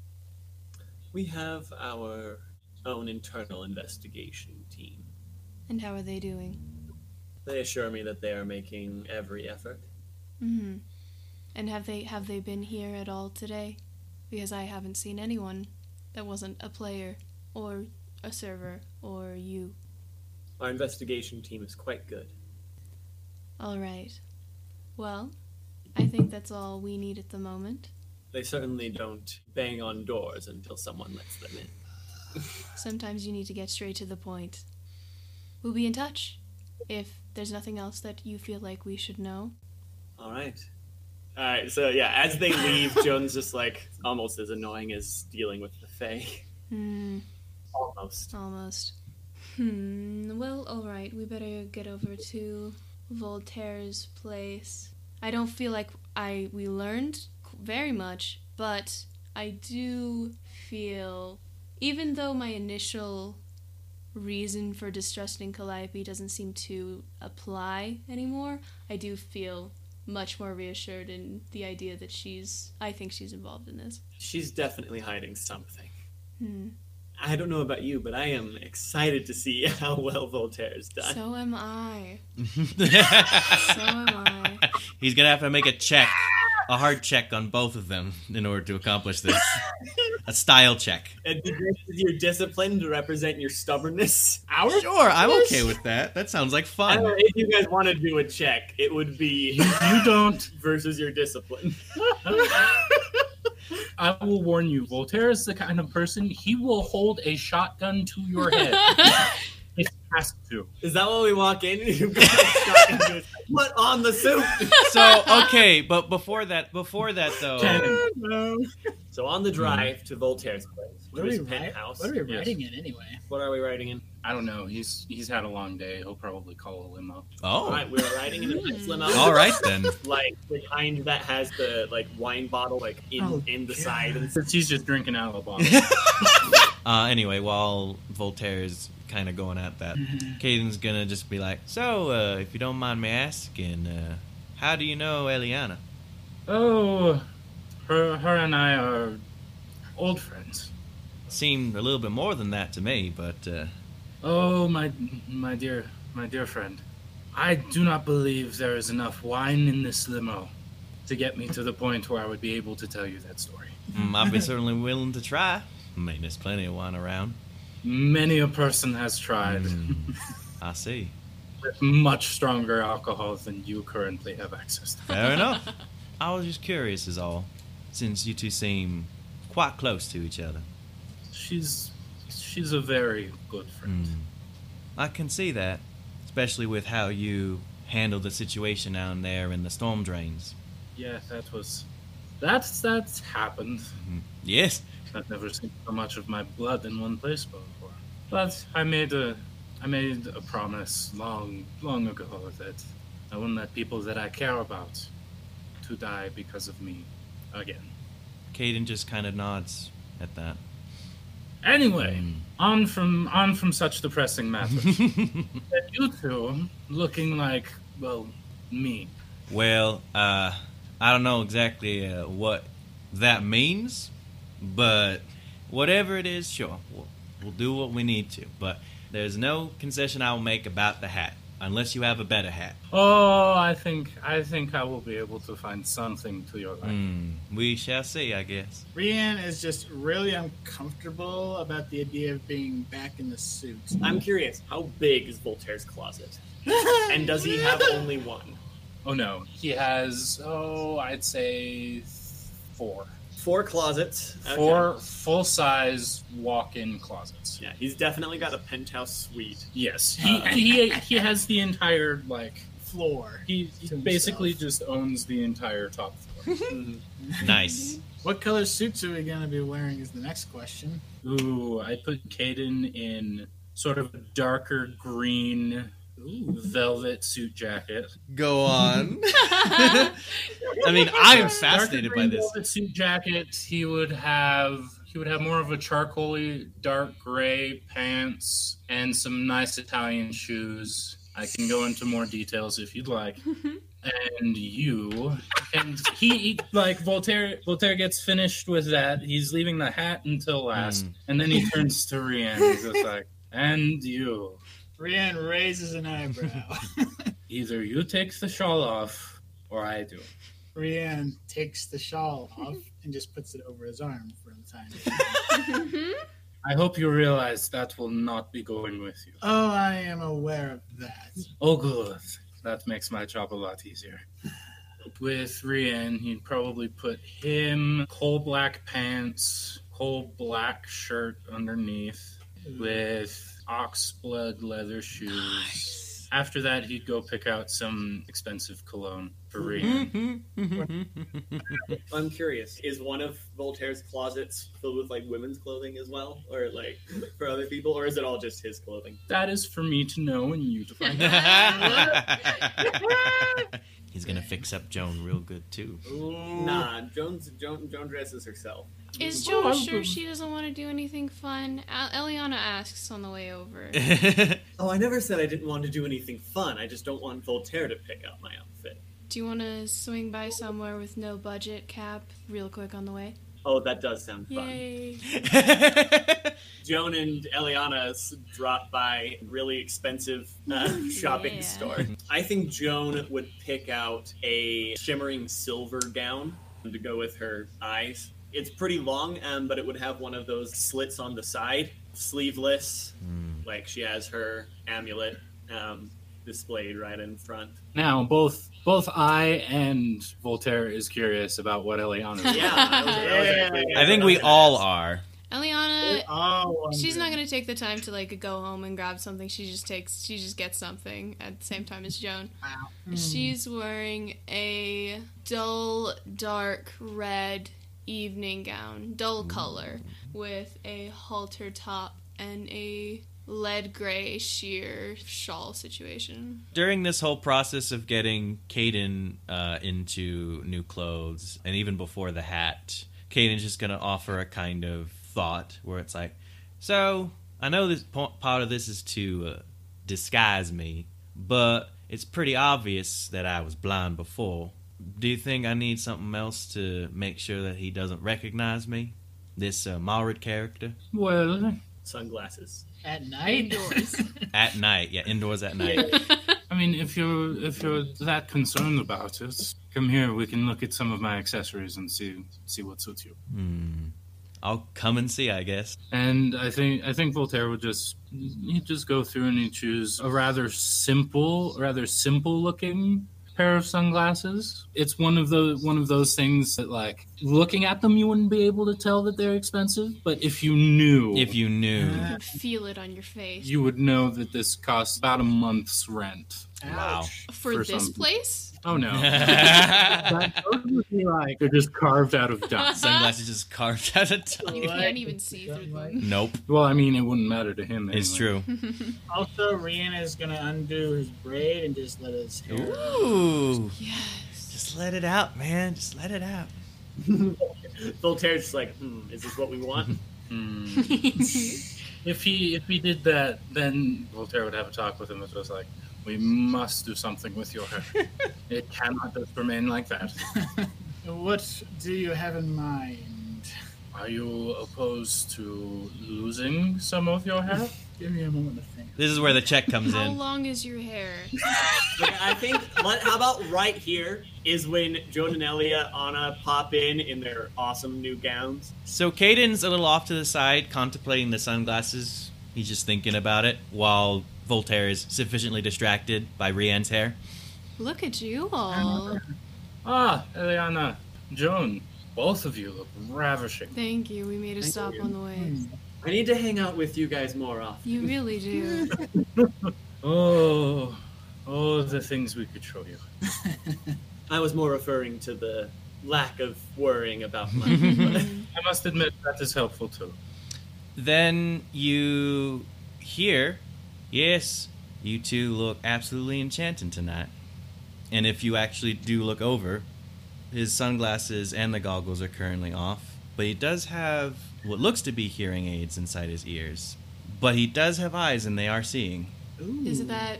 D: We have our own internal investigation team.
E: And how are they doing?
D: They assure me that they are making every effort.
E: hmm And have they have they been here at all today? Because I haven't seen anyone that wasn't a player or a server or you.
D: Our investigation team is quite good.
E: All right. Well, I think that's all we need at the moment.
D: They certainly don't bang on doors until someone lets them in.
E: Sometimes you need to get straight to the point. We'll be in touch if there's nothing else that you feel like we should know.
D: All right. All right. So yeah, as they leave, Joan's just like almost as annoying as dealing with the Fae.
E: Hmm,
D: Almost.
E: almost. Hmm, well, alright, we better get over to Voltaire's place. I don't feel like I we learned qu- very much, but I do feel even though my initial reason for distrusting Calliope doesn't seem to apply anymore, I do feel much more reassured in the idea that she's I think she's involved in this.
D: She's definitely hiding something.
E: Hmm.
D: I don't know about you, but I am excited to see how well Voltaire's done.
E: So am I. So am I.
F: He's gonna have to make a check, a hard check on both of them in order to accomplish this. a style check.
D: and this is your discipline to represent your stubbornness. Our
F: Sure, I'm okay with that. That sounds like
D: I don't know,
F: fun.
D: if you guys want to do a check, it would be
I: you don't.
D: versus your discipline.
I: I will warn you, Voltaire is the kind of person he will hold a shotgun to your head if he has to.
D: Is that what we walk in? You've got a shotgun to his- Put on the soup.
F: So okay, but before that, before that though,
I: Cannon.
D: So on the drive to Voltaire's place,
A: What
D: to
A: are, we
D: his
A: write,
D: penthouse.
A: what are we
I: Yes.
A: writing in anyway?
D: What are we writing in?
I: I don't know. He's he's had a long day. He'll probably call a limo.
D: All
F: oh,
D: right, we were riding in a nice limo.
F: all right then.
D: Like the kind that has the like wine bottle like in
A: Oh,
D: in the side and
I: Since he's just drinking out of a bottle.
F: Uh, anyway, while Voltaire's kind of going at that, Caden's gonna just be like, "So, uh, if you don't mind me asking, uh, how do you know Eliana?"
I: oh, her her and I are old friends.
F: Seemed a little bit more than that to me, but uh,
I: Oh my my dear my dear friend,
H: I do not believe there is enough wine in this limo to get me to the point where I would be able to tell you that story.
F: Mm, I'd be certainly willing to try. I mean, there's plenty of wine around.
H: Many a person has tried
F: Mm, I see.
H: with much stronger alcohol than you currently have access to.
F: Fair enough. I was just curious, is all, since you two seem quite close to each other.
H: She's she's a very good friend.
F: Mm. I can see that, especially with how you handle the situation down there in the storm drains.
H: Yeah, that was that's that's happened.
F: Yes.
H: I've never seen so much of my blood in one place before. But I made a I made a promise long long ago that I wouldn't let people that I care about to die because of me again.
F: Caden just kind of nods at that.
H: Anyway, on from on from such depressing matters. that you two looking like well me.
F: Well, uh, I don't know exactly uh, what that means, but whatever it is, sure, we'll, we'll do what we need to. But there's no concession I will make about the hat, unless you have a better hat.
H: Oh, I think I think I will be able to find something to your life.
F: Hmm, we shall see, I guess.
A: Rian is just really uncomfortable about the idea of being back in the suit.
D: I'm curious, how big is Voltaire's closet? And does he have only one?
H: Oh no, he has oh I'd say four.
D: Four closets. Okay.
H: Four full size walk in closets.
D: Yeah, he's definitely got a penthouse suite.
H: Yes. He, he he has the entire like
A: floor?
H: he, he basically just owns the entire top floor.
D: Hmm.
F: Nice.
A: What color suits are we gonna be wearing? Is the next question.
H: Ooh, I put Caden in sort of a darker green velvet suit jacket.
F: Go on. I mean, I am fascinated
H: Darker
F: by
H: green
F: this.
H: velvet suit jacket. He would have he would have more of a charcoaly dark gray pants and some nice Italian shoes. I can go into more details if you'd like. and you and he he- like Voltaire Voltaire gets finished with that. He's leaving the hat until last.
F: Mm.
H: And then he turns to Rian. He's just like, and you.
A: Rian raises an eyebrow.
H: Either you take the shawl off or I do.
A: Rian takes the shawl off and just puts it over his arm for the time. being.
H: I hope you realize that will not be going with you.
A: oh, I am aware of that.
H: Oh, good. That makes my job a lot easier. With Rian, he'd probably put him coal black pants, coal black shirt underneath, with ox blood leather shoes. After that, he'd go pick out some expensive cologne for Rian.
D: I'm curious, is one of Voltaire's closets filled with like women's clothing as well, or like for other people, or is it all just his clothing?
H: That is for me to know and you to find out.
F: He's gonna fix up Joan real good too.
D: Nah, Jones Joan Joan dresses herself.
E: Is Joan sure she doesn't want to do anything fun? Al- Eliana asks on the way over.
D: Oh, I never said I didn't want to do anything fun. I just don't want Voltaire to pick out my outfit.
E: Do you want to swing by somewhere with no budget cap real quick on the way?
D: Oh, that does sound fun.
E: Yay.
D: Joan and Eliana s- dropped by a really expensive uh, shopping
E: Yeah.
D: store. I think Joan would pick out a shimmering silver gown to go with her eyes. It's pretty long, um, but it would have one of those slits on the side, sleeveless, like she has her amulet um, displayed right in front.
H: Now, both both I and Voltaire is curious about what Eliana
D: Yeah, that was- that was actually-
F: I think we all are.
E: Eliana,
A: Oh,
E: she's not going to take the time to like go home and grab something. She just takes, she just gets something at the same time as Joan. She's wearing a dull, dark red evening gown, dull color, with a halter top and a lead gray sheer shawl situation.
F: During this whole process of getting Caden uh, into new clothes, and even before the hat, Caden's just gonna offer a kind of thought where it's like, "So I know this po- part of this is to uh, disguise me, but it's pretty obvious that I was blind before. Do you think I need something else to make sure that he doesn't recognize me? This uh, Maurid character."
H: Well,
D: sunglasses.
A: at night.
F: at night. Yeah, indoors at night.
H: I mean, if you're if you're that concerned about it, come here. We can look at some of my accessories and see see what suits you.
F: Hmm. I'll come and see, I guess.
H: And I think I think Voltaire would just he'd just go through and he'd choose a rather simple, rather simple looking pair of sunglasses. It's one of the one of those things that like looking at them you wouldn't be able to tell that they're expensive, but if you knew
F: If you
A: Uh,
F: knew.
A: Ah.
E: You could feel it on your face.
H: you would know that this costs about a month's rent.
F: Wow.
E: for,
H: for
E: this
H: some-
E: place?
H: Oh no.
A: That those would be like
H: They're just carved out of dust.
F: Sunglasses just carved out of time.
E: You can't even see through them.
F: Nope.
H: Well, I mean, it wouldn't matter to him.
F: It's
H: anyway.
F: true.
A: Also, Rihanna is gonna undo his braid and just let his hair.
F: Ooh.
E: Yes.
F: Just let it out, man. Just let it out.
D: Voltaire's just like, hmm, is this what we want?
H: Hmm. If he if he did that, then Voltaire would have a talk with him. It was like, we must do something with your hair. it cannot just remain like that.
A: What do you have in mind?
H: Are you opposed to losing some of your hair?
A: Give me a moment to think.
F: This is where the check comes
E: How
F: in.
E: long is your hair?
D: Like, I think, let, how about right here is when Joan and Elia, Anna pop in in their awesome new gowns.
F: So Caden's a little off to the side, contemplating the sunglasses. He's just thinking about it while Voltaire is sufficiently distracted by Rianne's hair.
E: Look at you all.
H: Ah, Eliana, Joan, both of you look ravishing.
E: Thank you. We made a
D: Thank
E: stop
D: you. Hmm.
E: on the way.
D: I need to hang out with you guys more often.
E: You really do.
H: Oh, oh, the things we could show you.
D: I was more referring to the lack of worrying about money.
H: I must admit that is helpful too.
F: Then you hear, yes, you two look absolutely enchanting tonight. And if you actually do look over, his sunglasses and the goggles are currently off, but he does have what looks to be hearing aids inside his ears. But he does have eyes and they are seeing.
E: Is that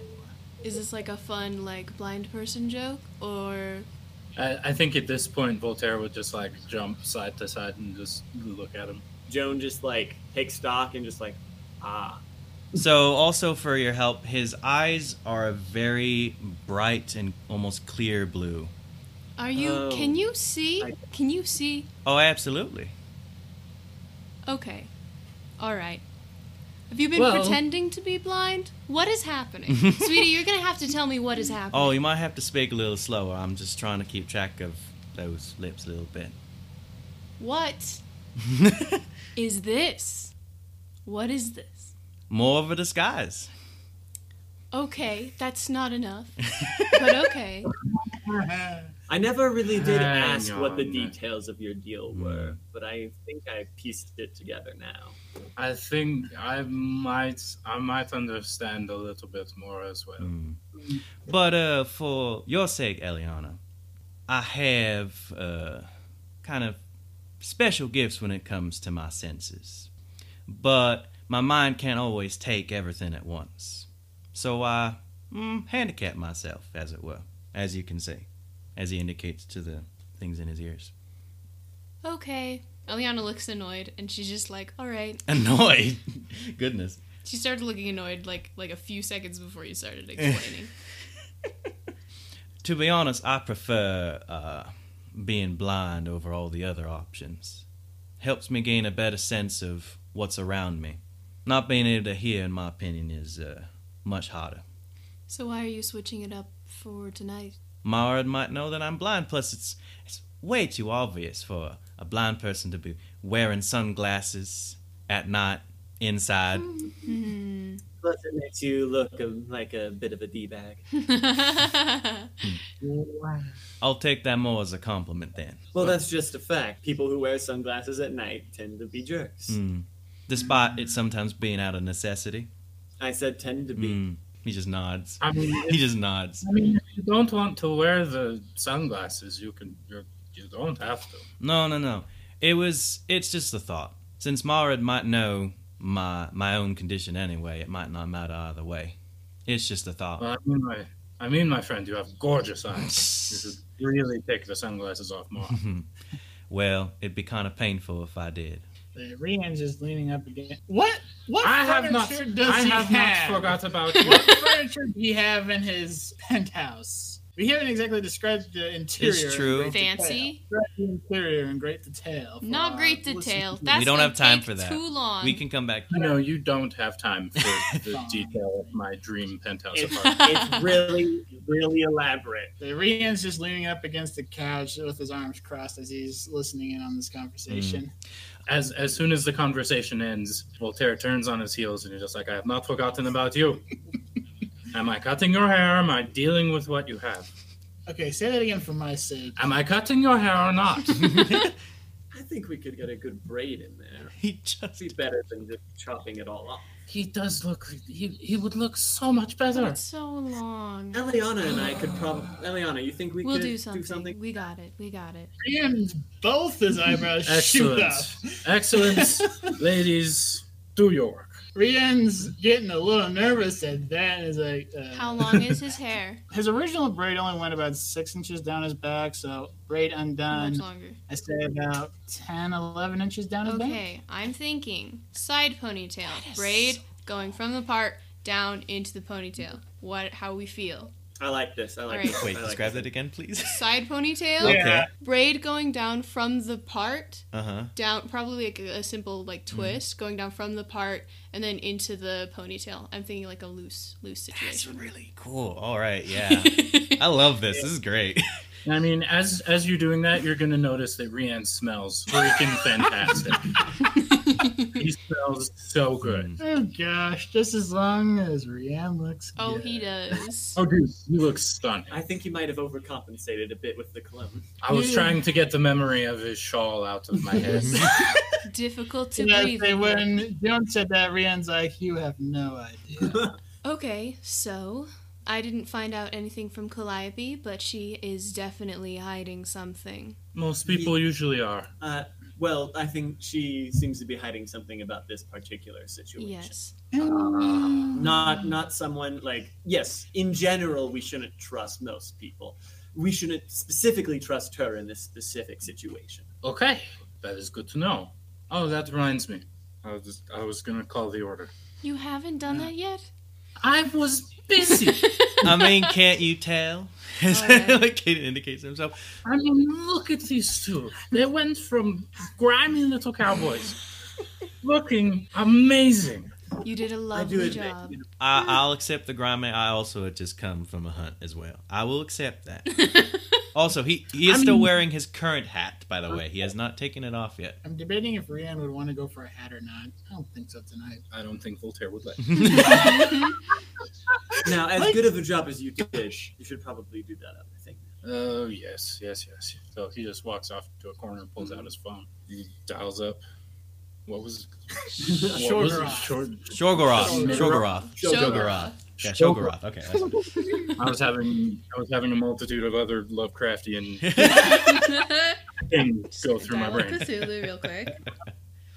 E: is this like a fun like blind person joke or
H: I, I think at this point Voltaire would just like jump side to side and just look at him.
D: Joan just like takes stock and just like, ah,
F: So, also for your help, his eyes are a very bright and almost clear blue.
E: are you
D: Oh.
E: can you see?
D: I-
E: Can you see?
F: Oh, absolutely.
E: Okay. All right. Have you been
H: Well-
E: pretending to be blind? What is happening? Sweetie, you're going to have to tell me what is happening.
F: Oh, you might have to speak a little slower. I'm just trying to keep track of those lips a little bit.
D: Oh.
E: What is this? What is this?
F: More of a disguise.
E: Okay, that's not enough. but okay.
A: Uh,
D: I never really did
H: Hang
D: ask what the
H: on. Hmm.
D: details of your deal were, but I think I pieced it together now.
H: I think I might I might understand a little bit more as well.
F: But uh, for your sake, Eliana, I have uh, kind of special gifts when it comes to my senses. But my mind can't always take everything at once. So I mm, handicap myself, as it were, as you can see, as he indicates to the things in his ears.
E: Okay. Eliana looks annoyed and she's just like, "All right."
F: Annoyed. Goodness.
E: She started looking annoyed like like a few seconds before you started explaining.
F: To be honest, I prefer uh, being blind over all the other options. Helps me gain a better sense of what's around me. Not being able to hear, in my opinion, is uh, much harder.
E: so why are you switching it up for tonight?
F: Mara might know that I'm blind, plus, it's, it's way too obvious for a blind person to be wearing sunglasses at night inside.
E: Hmm.
D: Plus, it makes you look a, like a bit of a d bag.
F: I'll take that more as a compliment then.
D: Well, that's just a fact. People who wear sunglasses at night tend to be jerks.
F: Despite it sometimes being out of necessity.
D: I said tend to be.
F: Mm. He just nods.
H: I mean,
F: He just nods.
H: I mean, if you don't want to wear the sunglasses, you can. You're, you don't have to.
F: No, no, no. It was. It's just a thought. Since Marad might know my my own condition anyway, it might not matter either way. It's just a thought.
H: Well, I mean, my, I mean, my friend, you have gorgeous eyes. You should really take the sunglasses off more.
F: Well, it'd be kind of painful if I did.
A: The Rian's is leaning up again. What? What
H: I have
A: furniture
H: not.
A: does
H: I
A: he
H: have
A: have?
H: not forgot about you.
A: what furniture do you have in his penthouse? We haven't exactly described the interior. in
F: true.
A: great detail.
E: Fancy.
A: Describe The interior in great detail. for
E: Not
A: our
E: great
A: listeners.
E: detail. That's
F: don't
E: gonna
F: have time
E: take
F: for that.
E: Too long.
F: We can come back.
H: No, you don't have time for the detail of my dream penthouse
D: It's,
H: apartment.
D: it's really, really elaborate.
A: The Rian's just leaning up against the couch with his arms crossed as he's listening in on this conversation.
H: As as soon as the conversation ends, Voltaire turns on his heels and he's just like, "I have not forgotten about you." Am I cutting your hair? Am I dealing with what you have?
A: Okay, say that again for my sake.
H: Am I cutting your hair or not?
D: I think we could get a good braid in there.
F: He just
D: It'd be better than just chopping it all up.
H: he does look. He he would look so much better.
E: It's so long.
D: Eliana and I could probably. Eliana, you think we
E: We'll
D: could
E: do something. We got it. We got it.
A: Rian's both his eyebrows shoot
H: Excellent,
A: up.
H: excellent, ladies. Do your work.
A: Rian's getting a little nervous at that. And is like, uh,
E: How long is his hair?
A: his original braid only went about six inches down his back, so braid
E: How
A: undone,
E: much longer?
A: I say about 10, 11 inches down his back.
E: Okay, I'm thinking side ponytail, braid going from the part down into the ponytail. What? How we feel?
D: I like this. I like
E: Alright.
D: this.
F: wait.
D: I like
F: Describe
D: this.
F: that again, please.
E: Side ponytail,
F: Okay.
E: braid going down from the part
F: Uh huh.
E: down, probably like a, a simple like twist going down from the part and then into the ponytail. I'm thinking like a loose, loose
F: It's
E: situation.
F: really cool. All right. Yeah. I love this. This is great.
H: I mean, as as you're doing that, you're gonna notice that Rianne smells freaking fantastic. he smells so good.
A: Oh gosh, just as long as Rian looks.
E: oh,
A: good.
E: he does.
H: Oh, dude, you look stunning.
D: I think you might have overcompensated a bit with the cologne.
H: I was trying to get the memory of his shawl out of my head.
E: Difficult to
A: And I
E: breathe.
A: say when John said that, Rian's like, "You have no idea."
E: Okay, so I didn't find out anything from Calliope, but she is definitely hiding something.
H: Most people usually are.
D: Uh, well, I think she seems to be hiding something about this particular situation.
E: Yes.
D: Not not someone like yes. In general, we shouldn't trust most people. We shouldn't specifically trust her in this specific situation.
H: Okay, that is good to know. Oh, that reminds me. I was just, I was gonna call the order.
E: You haven't done that yet?
H: I was busy.
F: I mean, can't you tell?
E: Alright.
F: like Caden indicates to himself.
H: I mean, look at these two. They went from grimy little cowboys, looking amazing.
E: You did a
D: I do
E: lovely
D: admit,
E: job.
D: you know,
F: I, I'll accept the grime. I also had just come from a hunt as well. I will accept that. also, he, he is still wearing his current hat, by the way. He has not taken it off yet.
A: I'm debating if Rian would want to go for a hat or not. I don't think so tonight.
H: I don't think Voltaire would let.
D: now, as good of a job as you did, you should probably do that other thing.
H: Oh yes, yes, yes. So he just walks off to a corner, pulls out his phone, he dials up. What was? what was it?
A: Shorgoroth.
H: Short.
F: Shogoroth. Shogoroth.
E: Shogoroth.
F: Yeah, Shogoroth. Okay. that's it.
H: I was having I was having a multitude of other Lovecraftian things go through my brain.
E: Cthulhu real quick.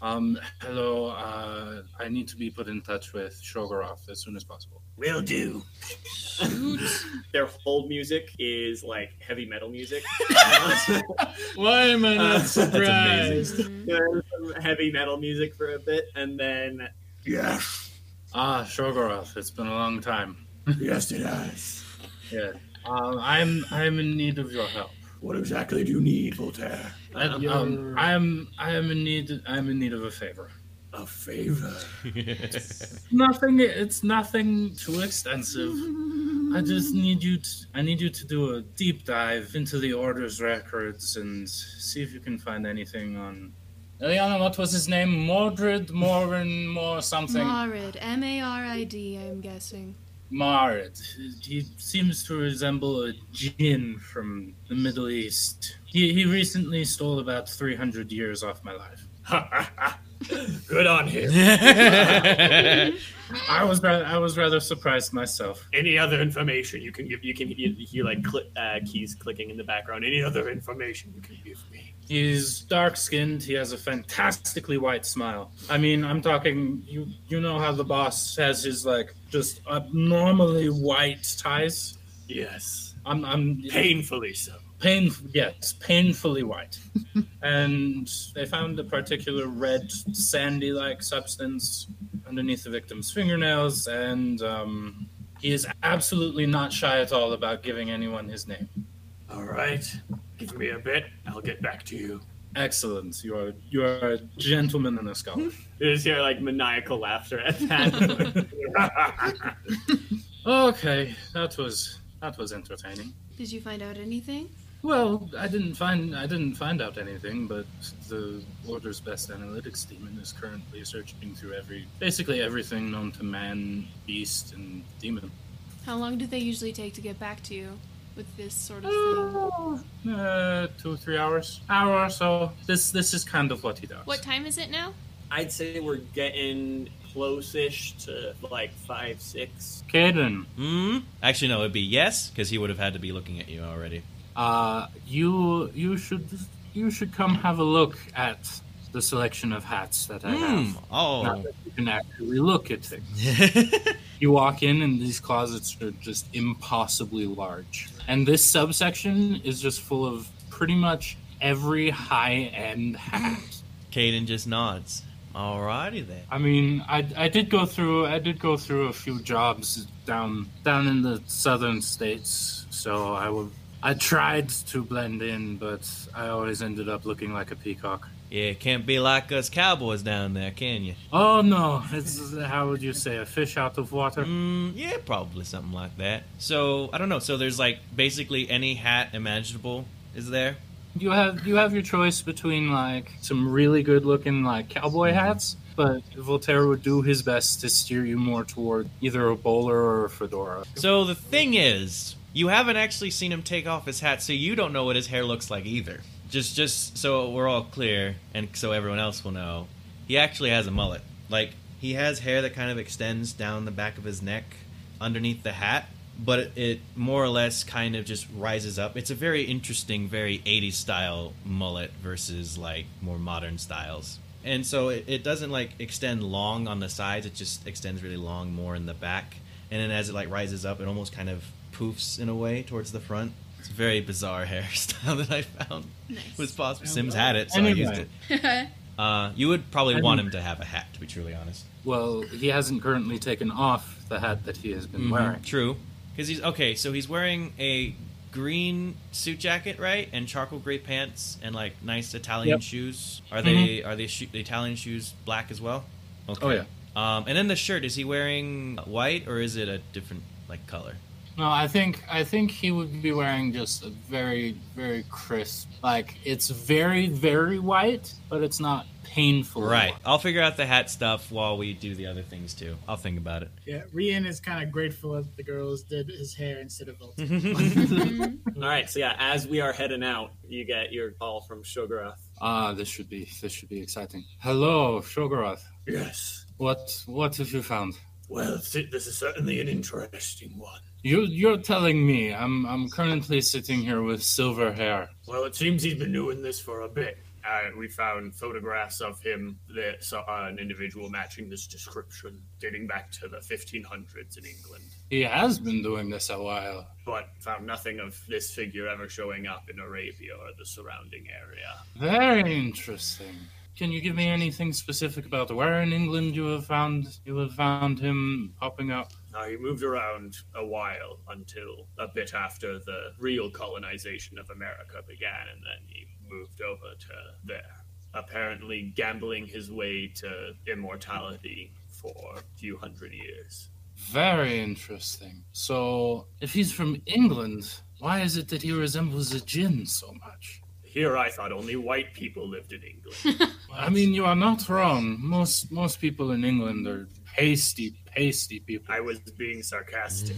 H: Um, hello. Uh, I need to be put in touch with Shogoroth as soon as possible.
D: Will do. Their whole music is like heavy metal music.
A: Why am I
D: Uh,
A: not
D: that's
A: surprised?
D: There's some heavy metal music for a bit, and then
H: Ah, Shogoroth. It's been a long time.
G: Yes, it has.
H: Yeah. Um, I'm I'm in need of your help.
G: What exactly do you need, Voltaire?
H: I, um, I'm I'm in need I'm in need of a favor.
G: A favor.
H: Nothing. It's nothing too extensive. I just need you. To, I need you to do a deep dive into the order's records and see if you can find anything on. Eliana, what was his name? Mordred, Morin, more something.
E: Marid. M A R I D, I'm guessing.
H: Marid. He seems to resemble a jinn from the Middle East. He he recently stole about three hundred years off my life.
G: Good on him.
H: I was rather, I was rather surprised myself.
G: Any other information you can
D: you, you can you, you hear like cli uh, keys clicking in the background. Any other information you can give me?
H: He's dark skinned. He has a fantastically white smile. I mean, I'm talking. You you know how the boss has his like just abnormally white ties.
J: Yes.
H: I'm, I'm
J: Painfully so.
H: pain yes painfully white and they found a particular red sandy like substance underneath the victim's fingernails and um, he is absolutely not shy at all about giving anyone his name
J: All right. Give me a bit. I'll get back to you.
H: excellent you are you are a gentleman and a scholar
D: You just hear like maniacal laughter at that.
H: okay that was that was entertaining
E: Did you find out anything?
H: well i didn't find i didn't find out anything but the order's best analytics team is currently searching through every basically everything known to man beast and demon
E: How long do they usually take to get back to you with this sort of thing?
H: Uh, two or three hours. Hour or so. This this is kind of what he does.
E: What time is it now?
D: I'd say we're getting close-ish to like five, six.
H: Caden,
F: Hmm. Actually, no. It'd be yes because he would have had to be looking at you already.
H: uh, you you should you should come have a look at the selection of hats that I
F: Hmm.
H: have. Now
F: Oh.
H: that you can actually look at things. You walk in, and these closets are just impossibly large. And this subsection is just full of pretty much every high end hat.
F: Caden just nods. Alrighty then.
H: I mean, I, I did go through I did go through a few jobs down down in the southern states, so I will. I tried to blend in, but I always ended up looking like a peacock.
F: Yeah, can't be like us cowboys down there, can you?
H: Oh no! It's how would you say a fish out of water?
F: Mm, yeah, probably something like that. So I don't know. So there's like basically any hat imaginable is there.
H: You have you have your choice between like some really good looking like cowboy hats, but Voltaire would do his best to steer you more toward either a bowler or a fedora.
F: So the thing is, you haven't actually seen him take off his hat, so you don't know what his hair looks like either. Just just so we're all clear and so everyone else will know, he actually has a mullet. Like he has hair that kind of extends down the back of his neck underneath the hat, but it, it more or less kind of just rises up. It's a very interesting, very 80s style mullet versus like more modern styles. And so it, it doesn't like extend long on the sides, it just extends really long more in the back and then as it like rises up, it almost kind of poofs in a way towards the front. It's a very bizarre hairstyle that I found. It was possible. Sims had it, so I used
H: Anyway.
F: it. Uh, you would probably want him to have a hat, to be truly honest.
H: Well, he hasn't currently taken off the hat that he has been
F: Mhm,
H: wearing.
F: True, because he's okay. So he's wearing a green suit jacket, right, and charcoal gray pants, and like nice Italian
H: Yep.
F: shoes. Are they are they sho- the Italian shoes black as well? Okay.
H: Oh yeah.
F: Um, and then the shirt is he wearing white or is it a different like color?
H: No, I think I think he would be wearing just a very very crisp. Like it's very very white, but it's not painful.
F: Right. I'll figure out the hat stuff while we do the other things too. I'll think about it.
A: Yeah, Rian is kind of grateful that the girls did his hair instead of Voltaire.
F: Hmm.
E: Mm-hmm.
J: Mm-hmm.
D: All right, so yeah, as we are heading out, you get your call from Sugaroth.
H: Ah, this should be this should be exciting. Hello, Shogoroth.
J: Yes.
H: What what have you found?
J: Well, si- this is certainly an interesting one.
H: You you're telling me I'm I'm currently sitting here with silver hair.
J: Well, it seems he's been doing this for a bit. Uh, we found photographs of him that saw uh, an individual matching this description dating back to the 1500s in England,
H: He has been doing this a while.
J: but found nothing of this figure ever showing up in Arabia or the surrounding area.
H: Very interesting. Can you give me anything specific about where in England you have found you have found him popping up?
J: Now, he moved around a while until a bit after the real colonization of America began, and then he moved over to there. Apparently, gambling his way to immortality for a few hundred years.
H: Very interesting. So, if he's from England, why is it that he resembles a djinn so much?
J: Here, I thought only white people lived in England.
H: I mean, you are not wrong. Most most people in England are pasty, pasty people.
J: I was being
F: Mm-hmm.
J: sarcastic.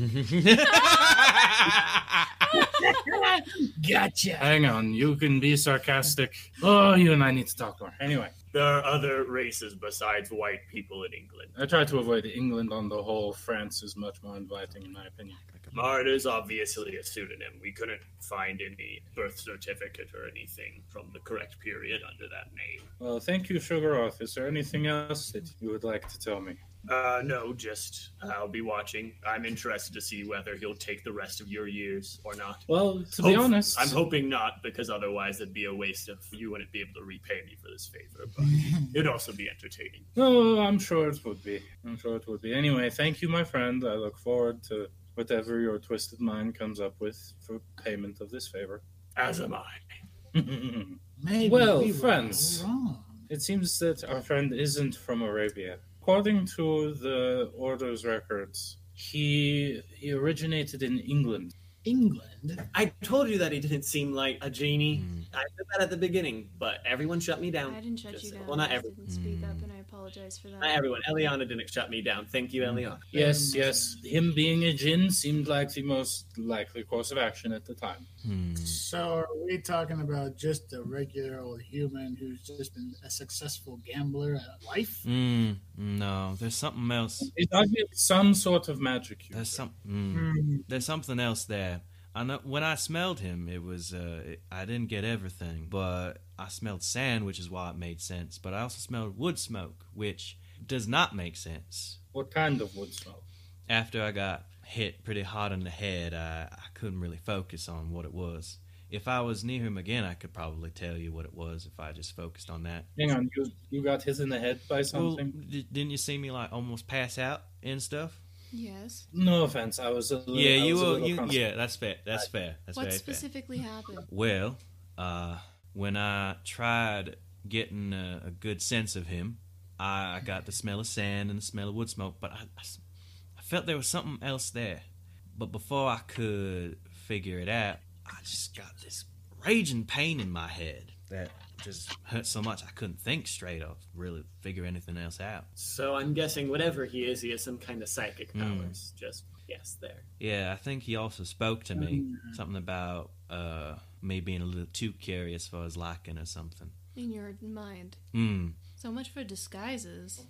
A: Gotcha.
H: Hang on, you can be sarcastic. Oh, you and I need to talk more. Anyway,
J: there are other races besides white people in England.
I: I try to avoid England on the whole. France is much more inviting, in my opinion.
J: Martyrs obviously a pseudonym. We couldn't find any birth certificate or anything from the correct period under that name.
I: Well, thank you, Sugaroth. Is there anything else that you would like to tell me?
J: Uh, no, just I'll be watching. I'm interested to see whether he'll take the rest of your years or not.
H: Well, to be
J: Hope-
H: honest,
J: I'm hoping not, because otherwise it'd be a waste of you wouldn't be able to repay me for this favor, but it'd also be entertaining.
H: No, I'm sure it would be. I'm sure it would be. Anyway, thank you, my friend. I look forward to whatever your twisted mind comes up with for payment of this favor.
J: As am I.
H: it
A: Maybe
H: Well,
A: we were
H: friends.
A: wrong.
H: seems that our friend isn't from Arabia. According to the order's records, he he originated in England.
A: England.
D: I told you that he didn't seem like a genie. I said that at the beginning, but everyone shut me
E: I
D: down.
E: didn't shut
D: Just-
E: you down.
D: well, not
E: I
D: every-
E: didn't speak up, and I apologize for that.
D: Not everyone. Eliana didn't shut me down. Thank you, Eliana.
H: Yes,
A: Um,
H: yes. Him being a jinn seemed like the most likely course of action at the time.
A: So are we talking about just a regular old human who's just been a successful gambler at life?
F: Mm, no, there's something else.
H: It's obvious some sort of magic. you
F: There's some. Mm.
A: Hmm.
F: There's something else there. I know when I smelled him, it was uh, it, I didn't get everything, but I smelled sand, which is why it made sense. But I also smelled wood smoke, which does not make sense.
H: What kind of wood smoke?
F: After I got hit pretty hard in the head, I, I couldn't really focus on what it was. If I was near him again, I could probably tell you what it was if I just focused on that.
H: Hang on, you you got hit in the head by
F: Well,
H: something?
F: d- didn't you see me like almost pass out and stuff?
E: Yes.
H: no offense, I was a little.
F: yeah,
H: I
F: you
H: was a
F: were.
H: little
F: You,
H: conscious.
F: yeah, that's fair. That's fair. That's
E: What
F: very fair.
E: specifically happened?
F: Well, uh, when I tried getting a, a good sense of him, I, I got the smell of sand and the smell of wood smoke, but I, I s- I felt there was something else there. But before I could figure it out, I just got this raging pain in my head that just hurt so much I couldn't think straight or really figure anything else out.
D: So I'm guessing whatever he is, he has some kind of psychic
F: Mm.
D: powers. Just yes, there.
F: Yeah, I think he also spoke to me something about uh, me being a little too curious for his liking or something.
E: In your mind.
F: Hmm.
E: So much for disguises.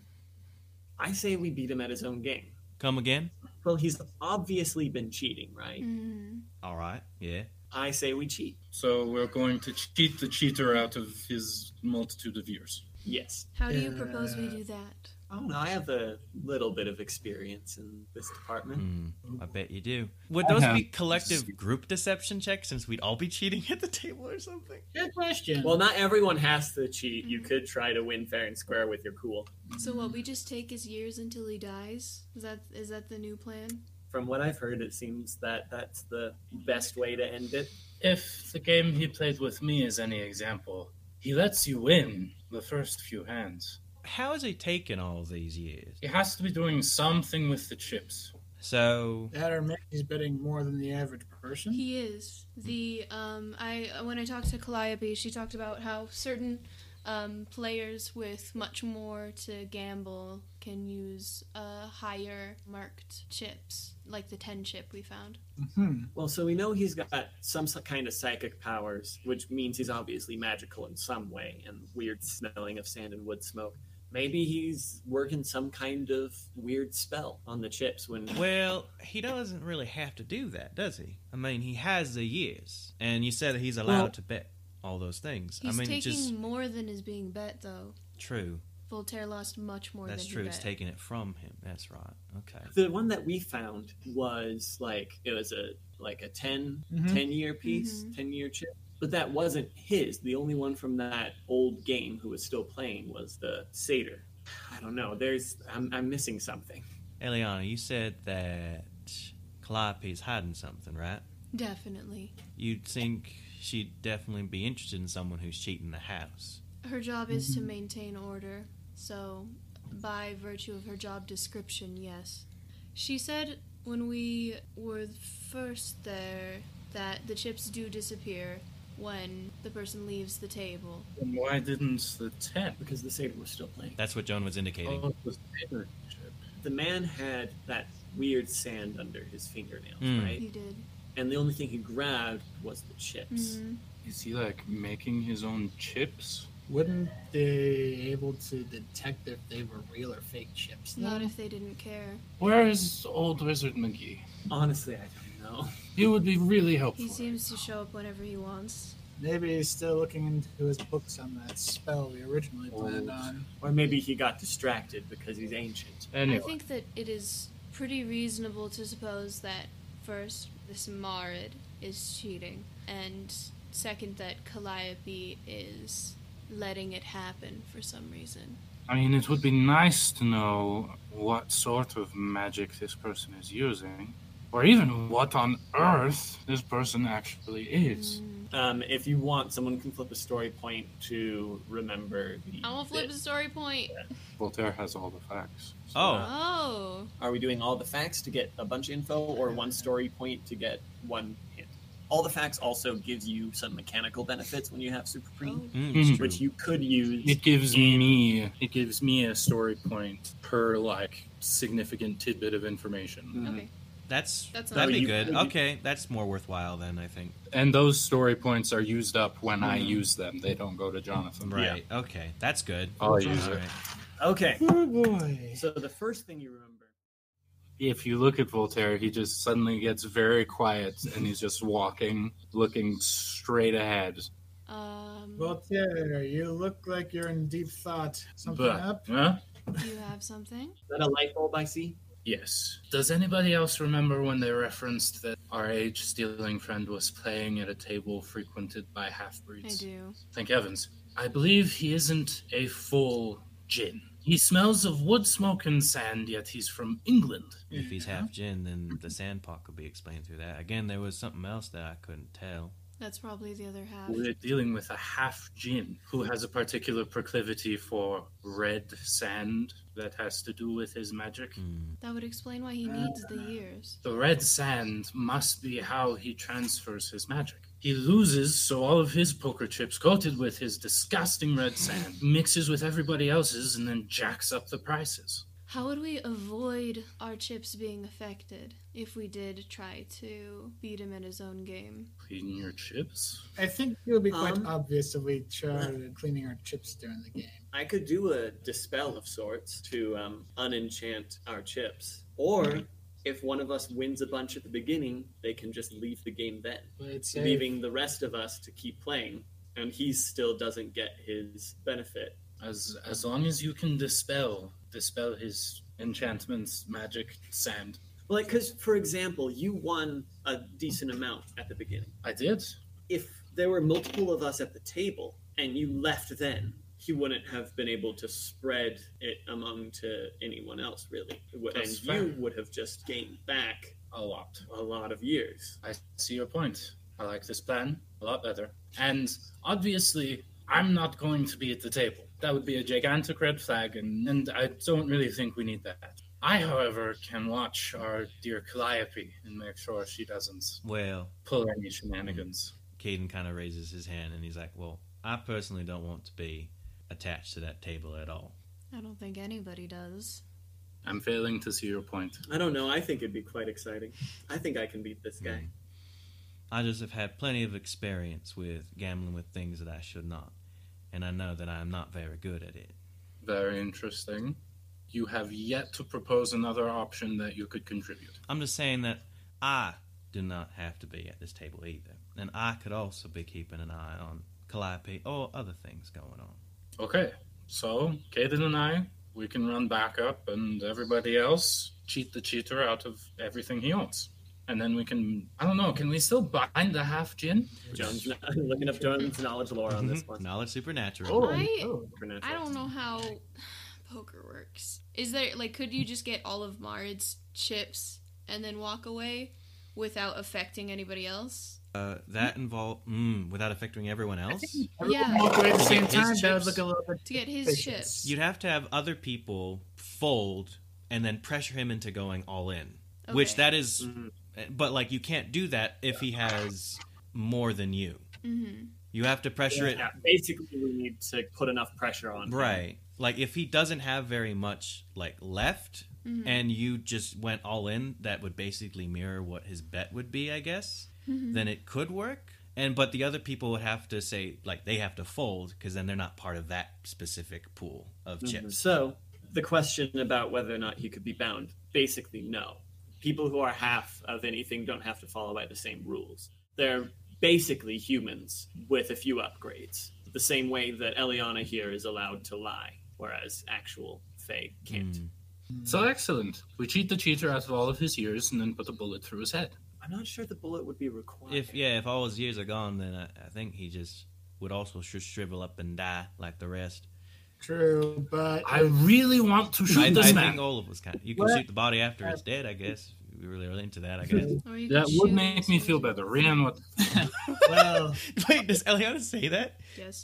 D: I say we beat him at his own game.
F: Come again?
D: Well, he's obviously been cheating, right?
E: Mm.
F: All right. Yeah.
D: I say we cheat.
H: So we're going to cheat the cheater out of his multitude of years.
D: Yes.
E: How do you propose we do that?
D: Oh no, I have a little bit of experience in this department.
F: Mm, I bet you do. Would those
H: have-
F: be collective group deception checks since we'd all be cheating at the table or something?
A: Good question.
D: Well, not everyone has to cheat. You could try to win fair and square with your cool.
E: So what? We just take his years until he dies. Is that is that the new plan?
D: From what I've heard, it seems that that's the best way to end it.
H: If the game he played with me is any example, he lets you win the first few hands.
F: How has he taken all these years?
H: He has to be doing something with the chips.
F: So,
A: that or maybe he's betting more than the average person.
E: He is the um. I when I talked to Calliope, she talked about how certain um, players with much more to gamble can use uh, higher marked chips, like the ten chip we found.
A: hmm
D: Well, so we know he's got some s- kind of psychic powers, which means he's obviously magical in some way, and weird smelling of sand and wood smoke. Maybe he's working some kind of weird spell on the chips when.
F: well, he doesn't really have to do that, does he? I mean, he has the years, and you said that he's allowed
D: Well-
F: to bet all those things.
E: He's
F: I mean,
E: taking
F: just
E: more than is being bet, though.
F: true.
E: Voltaire lost much more
F: That's
E: than
F: true.
E: he
F: He's
E: bet.
F: taking it from him. That's right. Okay.
D: The one that we found was like it was a like a 10,
A: Mhm.
D: 10 year piece,
E: Mhm.
D: ten year chip. But that wasn't his. The only one from that old game who was still playing was the satyr. I don't know. There's I'm, I'm missing something.
F: Eliana, you said that Calliope's hiding something, right?
E: Definitely.
F: You'd think she'd definitely be interested in someone who's cheating the house.
E: Her job is to maintain order, so by virtue of her job description, yes. She said when we were first there that the chips do disappear when the person leaves the table.
H: And why didn't the ten?
D: Because the satyr was still playing.
F: That's what Joan was indicating.
H: Oh, the satyr chip.
D: The man had that weird sand under his fingernails,
F: Mm.
D: right?
E: You did.
D: And the only thing he grabbed was the chips.
E: Mm-hmm.
H: Is he like making his own chips?
A: Wouldn't they able to detect if they were real or fake chips? though?
E: Not if they didn't care.
H: Where is old wizard McGee?
D: Honestly, I don't know.
H: He would be really helpful.
E: He seems to show up whenever he wants.
A: Maybe he's still looking into his books on that spell we originally planned on.
D: Or maybe he got distracted because he's ancient.
E: I
H: Anyway,
E: think that it is pretty reasonable to suppose that first, this Marid is cheating, and second, that Calliope is letting it happen for some reason.
H: I mean, it would be nice to know what sort of magic this person is using, or even what on earth this person actually is.
D: Um, if you want, someone can flip a story point to remember the.
E: I won't flip
D: bit.
E: the story point.
H: Voltaire has all the facts. so-
F: Oh,
E: Oh,
D: Are we doing all the facts to get a bunch of info, or one story point to get one hint? All the facts also gives you some mechanical benefits when you have
E: Oh.
D: Supreme,
F: mm, it's
D: which
F: true.
D: you could use.
H: It gives me it gives me a story point per like significant tidbit of information.
E: oh, okay.
F: That's
E: That's
F: that'd
E: not-
F: be
D: you-
F: good.
D: you-
F: Okay, that's more worthwhile then I think.
H: And those story points are used up when I use them. They don't go to Jonathan.
F: Right. Okay, that's good.
H: I'll use it.
F: Alright.
D: Mm-hmm. Okay,
A: Oh boy.
D: so the first thing you remember.
H: If you look at Voltaire, he just suddenly gets very quiet and he's just walking, looking straight ahead.
E: Um,
A: Voltaire, you look like you're in deep thought. Something
H: But,
A: up?
H: huh?
E: do you have something?
D: Is that a light bulb I see?
H: Yes. Does anybody else remember when they referenced that our age stealing friend was playing at a table frequented by half
E: I
H: breeds?
E: do.
H: Thank heavens. I believe he isn't a full gin. He smells of wood smoke and sand, yet he's from England.
F: If he's half gin, then the sand pot could be explained through that. Again, there was something else that I couldn't tell.
E: That's probably the other half.
H: We're dealing with a half gin who has a particular proclivity for red sand that has to do with his magic.
E: That would explain why he needs the years.
H: The red sand must be how he transfers his magic. He loses, so all of his poker chips coated with his disgusting red sand mixes with everybody else's and then jacks up the prices.
E: How would we avoid our chips being affected if we did try to beat him at his own game?
H: Clean your chips?
A: I think it would be quite
D: Um,
A: obvious if we tried cleaning our chips during the game.
D: I could do a dispel of sorts to um, unenchant our chips,
E: Mm-hmm.
D: or if one of us wins a bunch at the beginning, they can just leave the game then.
A: But it's
D: leaving the rest of us to keep playing, and he still doesn't get his benefit.
H: As as long as you can dispel dispel his enchantments, magic, sand.
D: Like, because for example, you won a decent amount at the beginning.
H: I did.
D: If there were multiple of us at the table and you left then, he wouldn't have been able to spread it among to anyone else really, It would- and
H: That's fair.
D: you would have just gained back
H: A lot.
D: a lot of years.
H: I see your point. I like this plan a lot better. And obviously, I'm not going to be at the table. That would be a gigantic red flag, and, and I don't really think we need that. I, however, can watch our dear Calliope and make sure she doesn't
F: Well,
H: pull any shenanigans.
F: Caden kind of raises his hand and he's like, "Well, I personally don't want to be attached to that table at all."
E: I don't think anybody does.
H: I'm failing to see your point.
D: I don't know. I think it'd be quite exciting. I think I can beat this guy.
F: I just have had plenty of experience with gambling with things that I should not, and I know that I am not very good at it.
H: Very interesting. You have yet to propose another option that you could contribute.
F: I'm just saying that I do not have to be at this table either, and I could also be keeping an eye on Calliope or other things going on.
H: Okay, so Caden and I, we can run back up, and everybody else cheat the cheater out of everything he owns. And then we can, I don't know, can we still bind the half gin?
D: Jones, I'm looking up Jones' knowledge lore on this one.
F: Knowledge supernatural.
E: I
A: oh.
E: I don't know how poker works. Is there like could you just get all of Marid's chips and then walk away without affecting anybody else?
F: Uh, that involved mm, without affecting everyone else.
A: Everyone
E: Yeah.
A: walk away at the same
F: His
A: time, that would
F: chips.
A: look a little bit
E: To get his
A: suspicious.
E: chips.
F: You'd have to have other people fold and then pressure him into going all in, which
E: Okay.
F: that is-
D: Mm.
F: But like, you can't do that if he has more than you.
E: Mhm.
F: You have to pressure it
D: Yeah, basically, we need to put enough pressure on. him.
F: right. Like if he doesn't have very much like left,
E: Mhm.
F: and you just went all in, that would basically mirror what his bet would be, I guess.
E: Mm-hmm.
F: Then it could work. And but the other people would have to say like they have to fold because then they're not part of that specific pool of chips.
D: Mm-hmm. So, the question about whether or not he could be bound basically, no. People who are half of anything don't have to follow by the same rules. They're basically humans with a few upgrades. The same way that Eliana here is allowed to lie, whereas actual Fae can't.
F: Hmm.
H: So excellent. We cheat the cheater out of all of his ears and then put a bullet through his head.
D: I'm not sure the bullet would be required.
F: If yeah, if all his years are gone, then I, I think he just would also sh- shrivel up and die like the rest.
A: True, but
H: I really want to shoot
F: I,
H: this
F: I
H: man.
F: think all of us kind of. You can
A: What?
F: shoot the body after it's dead, I guess. If you're really, really into that, I guess.
E: Or you
H: that
E: could
H: would
E: shoot
H: make me feel better. Rian, what?
A: well,
F: Wait, does Eliana say that?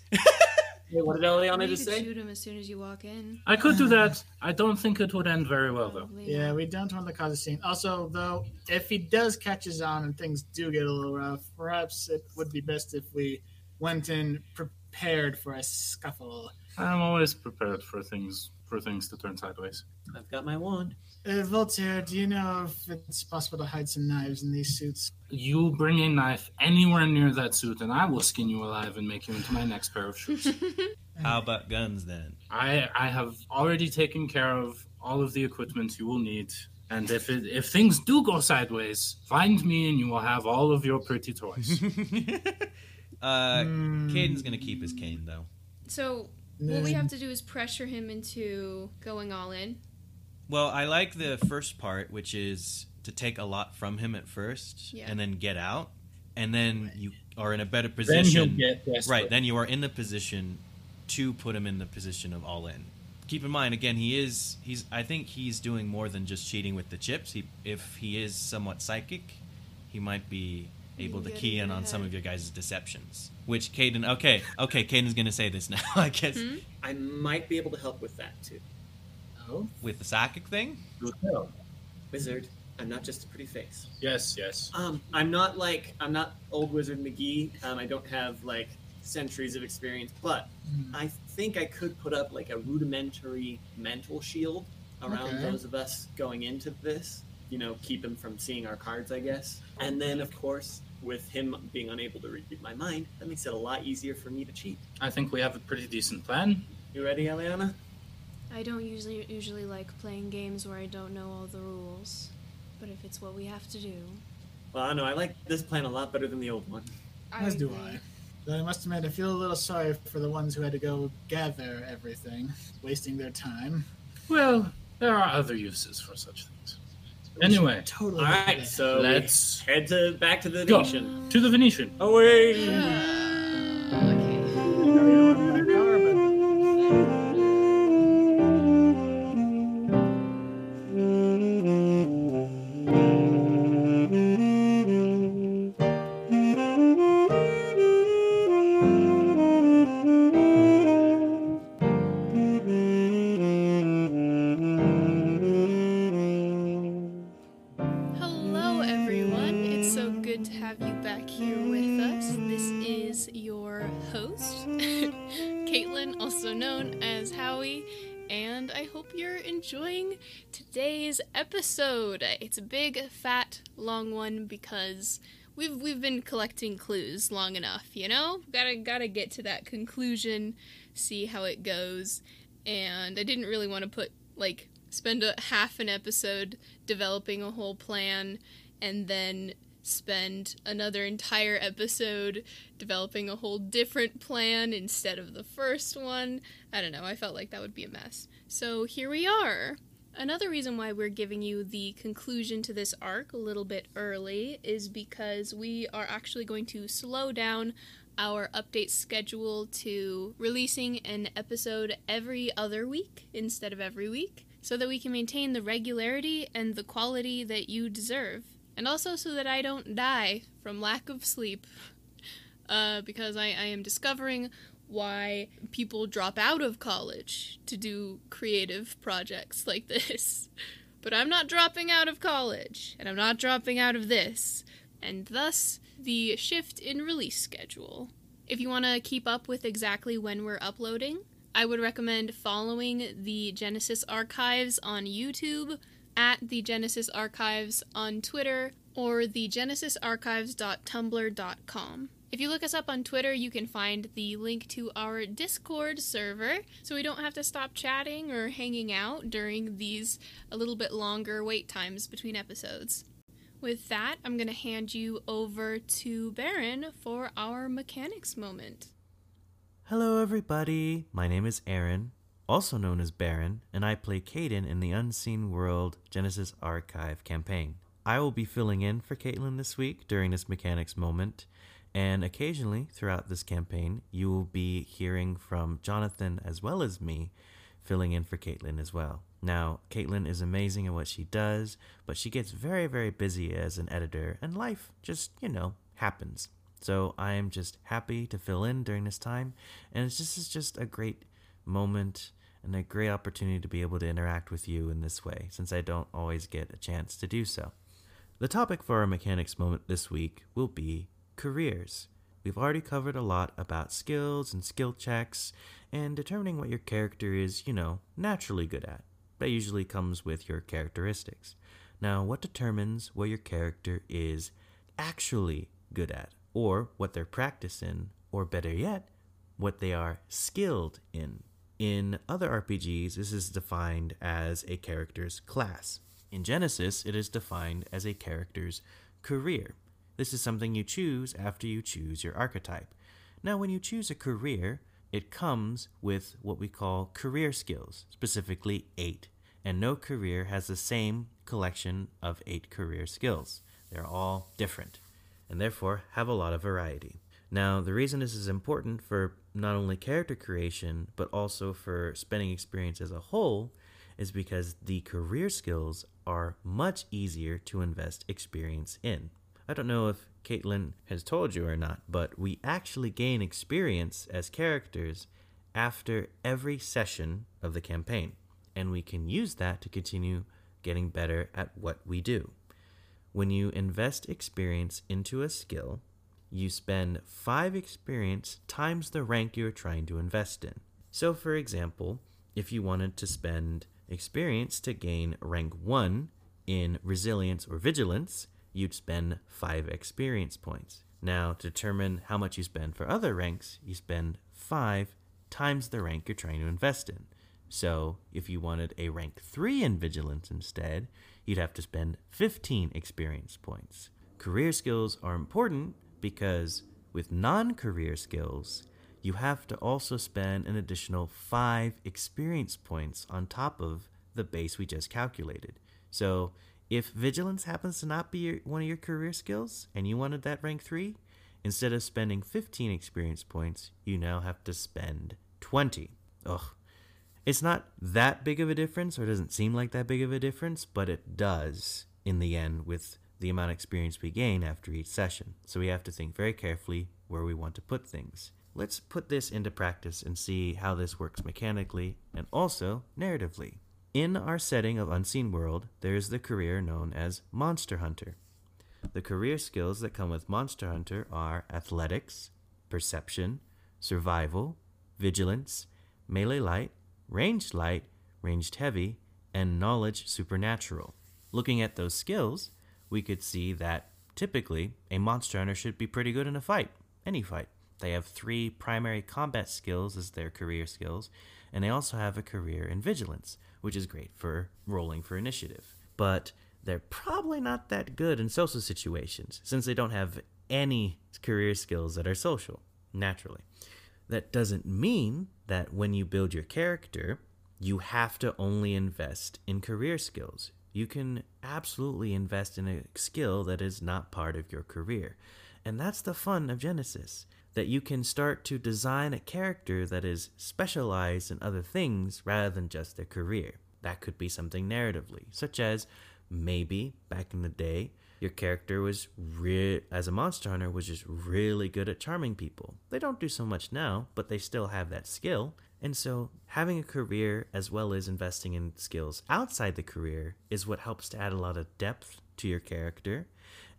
E: Yes.
D: what did Eliana
E: Or you
D: just
E: could
D: say?
E: shoot him as soon as you walk in.
H: I could do that. I don't think it would end very well, though.
E: Probably
A: yeah,
E: not.
A: we don't want to cause a scene. Also, though, if he does catches on and things do get a little rough, perhaps it would be best if we went in prepared for a scuffle.
H: I'm always prepared for things for things to turn sideways.
D: I've got my wand.
A: Uh, Voltaire, do you know if it's possible to hide some knives in these suits?
H: You bring a knife anywhere near that suit, and I will skin you alive and make you into my next pair of shoes.
F: How about guns then?
H: I I have already taken care of all of the equipment you will need. And if it, if things do go sideways, find me and you will have all of your pretty toys.
F: uh, Caden's gonna keep his cane though.
E: So what we have to do is pressure him into going all in.
F: Well, I like the first part, which is to take a lot from him at first,
E: Yeah.
F: and then get out, and then you are in a better
H: then you'll
F: position.
H: get desperate.
F: right, then you are in the position to put him in the position of all in. Keep in mind, again, he is he's. I think he's doing more than just cheating with the chips. He, if he is somewhat psychic, he might be able to
E: can get
F: key
E: it in
F: in on
E: the
F: some
E: head.
F: of your guys' deceptions. Which Caden, okay, okay, Caden's gonna say this now, I guess,
E: Hmm?
D: I might be able to help with that too.
H: Oh,
F: with the psychic thing.
H: you will.
D: Wizard, I'm not just a pretty face.
H: Yes, yes.
D: Um, I'm not like I'm not old wizard McGee. Um, I don't have like centuries of experience, but I think I could put up like a rudimentary mental shield around
A: Okay.
D: those of us going into this. You know, keep him from seeing our cards, I guess. And then, of course, with him being unable to read my mind, that makes it a lot easier for me to cheat.
H: I think we have a pretty decent plan.
D: You ready, Eliana?
E: I don't usually usually like playing games where I don't know all the rules, but if it's what we have to do,
D: Well, I know I like this plan a lot better than the old one.
A: As do I. Though I must admit, I feel a little sorry for the ones who had to go gather everything, wasting their time.
H: Well, there are other uses for such things. Anyway,
A: Totally.
D: All right, so Uh, we
H: let's
D: head to back to the
H: Go.
D: nation.
H: to the Venetian.
D: Away.
E: Okay. Hello, everyone. It's so good to have you back here with us. This is your host, Caitlin, also known as Howie, and I hope you're enjoying today's episode. It's a big, fat, long one because we've we've been collecting clues long enough. You know, gotta gotta get to that conclusion, see how it goes, and I didn't really want to put like spend a half an episode developing a whole plan and then spend another entire episode developing a whole different plan instead of the first one. I don't know, I felt like that would be a mess. So here we are. Another reason why we're giving you the conclusion to this arc a little bit early is because we are actually going to slow down our update schedule to releasing an episode every other week instead of every week so that we can maintain the regularity and the quality that you deserve. And also so that I don't die from lack of sleep. Uh, because I, I am discovering why people drop out of college to do creative projects like this. But I'm not dropping out of college, and I'm not dropping out of this, and thus the shift in release schedule. If you want to keep up with exactly when we're uploading, I would recommend following the Genesis Archives on YouTube, at the Genesis Archives on Twitter, or the genesisarchives.tumblr.com. If you look us up on Twitter, you can find the link to our Discord server so we don't have to stop chatting or hanging out during these a little bit longer wait times between episodes. With that, I'm going to hand you over to Baron for our mechanics moment.
F: Hello, everybody. My name is Aaron, also known as Baron, and I play Caden in the Unseen World Genesis Archive campaign. I will be filling in for Caitlin this week during this mechanics moment, and occasionally throughout this campaign, you will be hearing from Jonathan as well as me filling in for Caitlin as well. Now, Caitlin is amazing at what she does, but she gets very, very busy as an editor, and life just, you know, happens. So I am just happy to fill in during this time, and it's just, it's just a great moment and a great opportunity to be able to interact with you in this way, since I don't always get a chance to do so. The topic for our mechanics moment this week will be careers. We've already covered a lot about skills and skill checks and determining what your character is, you know, naturally good at. That usually comes with your characteristics. Now, what determines what your character is actually good at, or what they're practiced in, or better yet, what they are skilled in? In other RPGs, this is defined as a character's class. In Genesis, it is defined as a character's career. This is something you choose after you choose your archetype. Now, when you choose a career, it comes with what we call career skills, specifically eight. And no career has the same collection of eight career skills. They're all different and therefore have a lot of variety. Now, the reason this is important for not only character creation, but also for spending experience as a whole, is because the career skills are much easier to invest experience in. I don't know if Caitlin has told you or not, but we actually gain experience as characters after every session of the campaign, and we can use that to continue getting better at what we do. When you invest experience into a skill, you spend 5 experience times the rank you're trying to invest in. So, for example, if you wanted to spend experience to gain rank 1 in resilience or vigilance, you'd spend 5 experience points. Now, to determine how much you spend for other ranks, you spend 5 times the rank you're trying to invest in. So, if you wanted a rank 3 in vigilance instead, you'd have to spend 15 experience points. Career skills are important because with non career skills, you have to also spend an additional 5 experience points on top of the base we just calculated. So, if vigilance happens to not be your, one of your career skills and you wanted that rank 3, instead of spending 15 experience points, you now have to spend 20. Ugh, it's not that big of a difference, or it doesn't seem like that big of a difference, but it does in the end with the amount of experience we gain after each session. So we have to think very carefully where we want to put things. Let's put this into practice and see how this works mechanically and also narratively. In our setting of Unseen World, there is the career known as Monster Hunter. The career skills that come with Monster Hunter are athletics, perception, survival, vigilance, melee light, ranged light, ranged heavy, and knowledge supernatural. Looking at those skills, we could see that typically a monster hunter should be pretty good in a fight, any fight. They have three primary combat skills as their career skills, and they also have a career in vigilance, which is great for rolling for initiative. But they're probably not that good in social situations, since they don't have any career skills that are social, naturally. That doesn't mean that when you build your character, you have to only invest in career skills. You can absolutely invest in a skill that is not part of your career. And that's the fun of Genesis that you can start to design a character that is specialized in other things rather than just their career. That could be something narratively, such as maybe back in the day, your character was re- as a monster hunter was just really good at charming people. They don't do so much now, but they still have that skill. And so, having a career as well as investing in skills outside the career is what helps to add a lot of depth to your character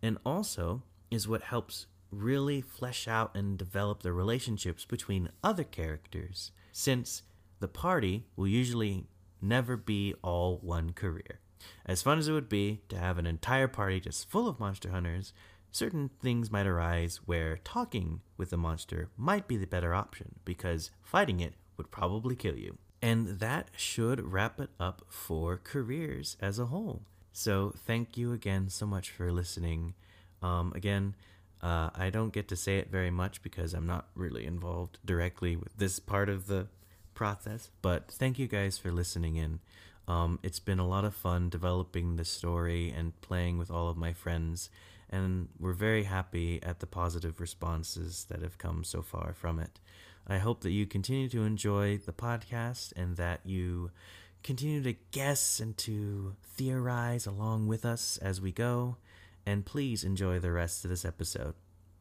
F: and also is what helps really flesh out and develop the relationships between other characters since the party will usually never be all one career. As fun as it would be to have an entire party just full of monster hunters, certain things might arise where talking with the monster might be the better option because fighting it would probably kill you. And that should wrap it up for careers as a whole. So thank you again so much for listening. Um, again, uh, I don't get to say it very much because I'm not really involved directly with this part of the process. But thank you guys for listening in. Um, it's been a lot of fun developing this story and playing with all of my friends, and we're very happy at the positive responses that have come so far from it. I hope that you continue to enjoy the podcast and that you continue to guess and to theorize along with us as we go. And please enjoy the rest of this episode.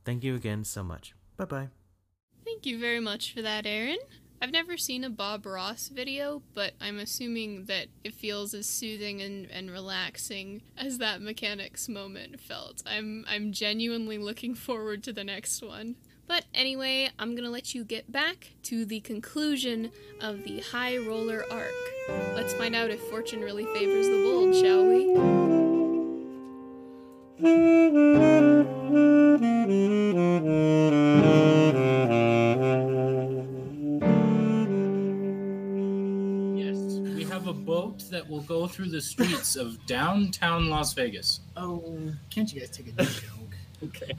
F: Thank you again so much. Bye bye.
E: Thank you very much for that, Aaron. I've never seen a Bob Ross video, but I'm assuming that it feels as soothing and, and relaxing as that mechanics moment felt. I'm I'm genuinely looking forward to the next one. But anyway, I'm gonna let you get back to the conclusion of the high roller arc. Let's find out if fortune really favors the bold, shall we?
I: Yes, we have a boat that will go through the streets of downtown Las Vegas.
A: Oh, can't you guys take a joke?
D: Okay.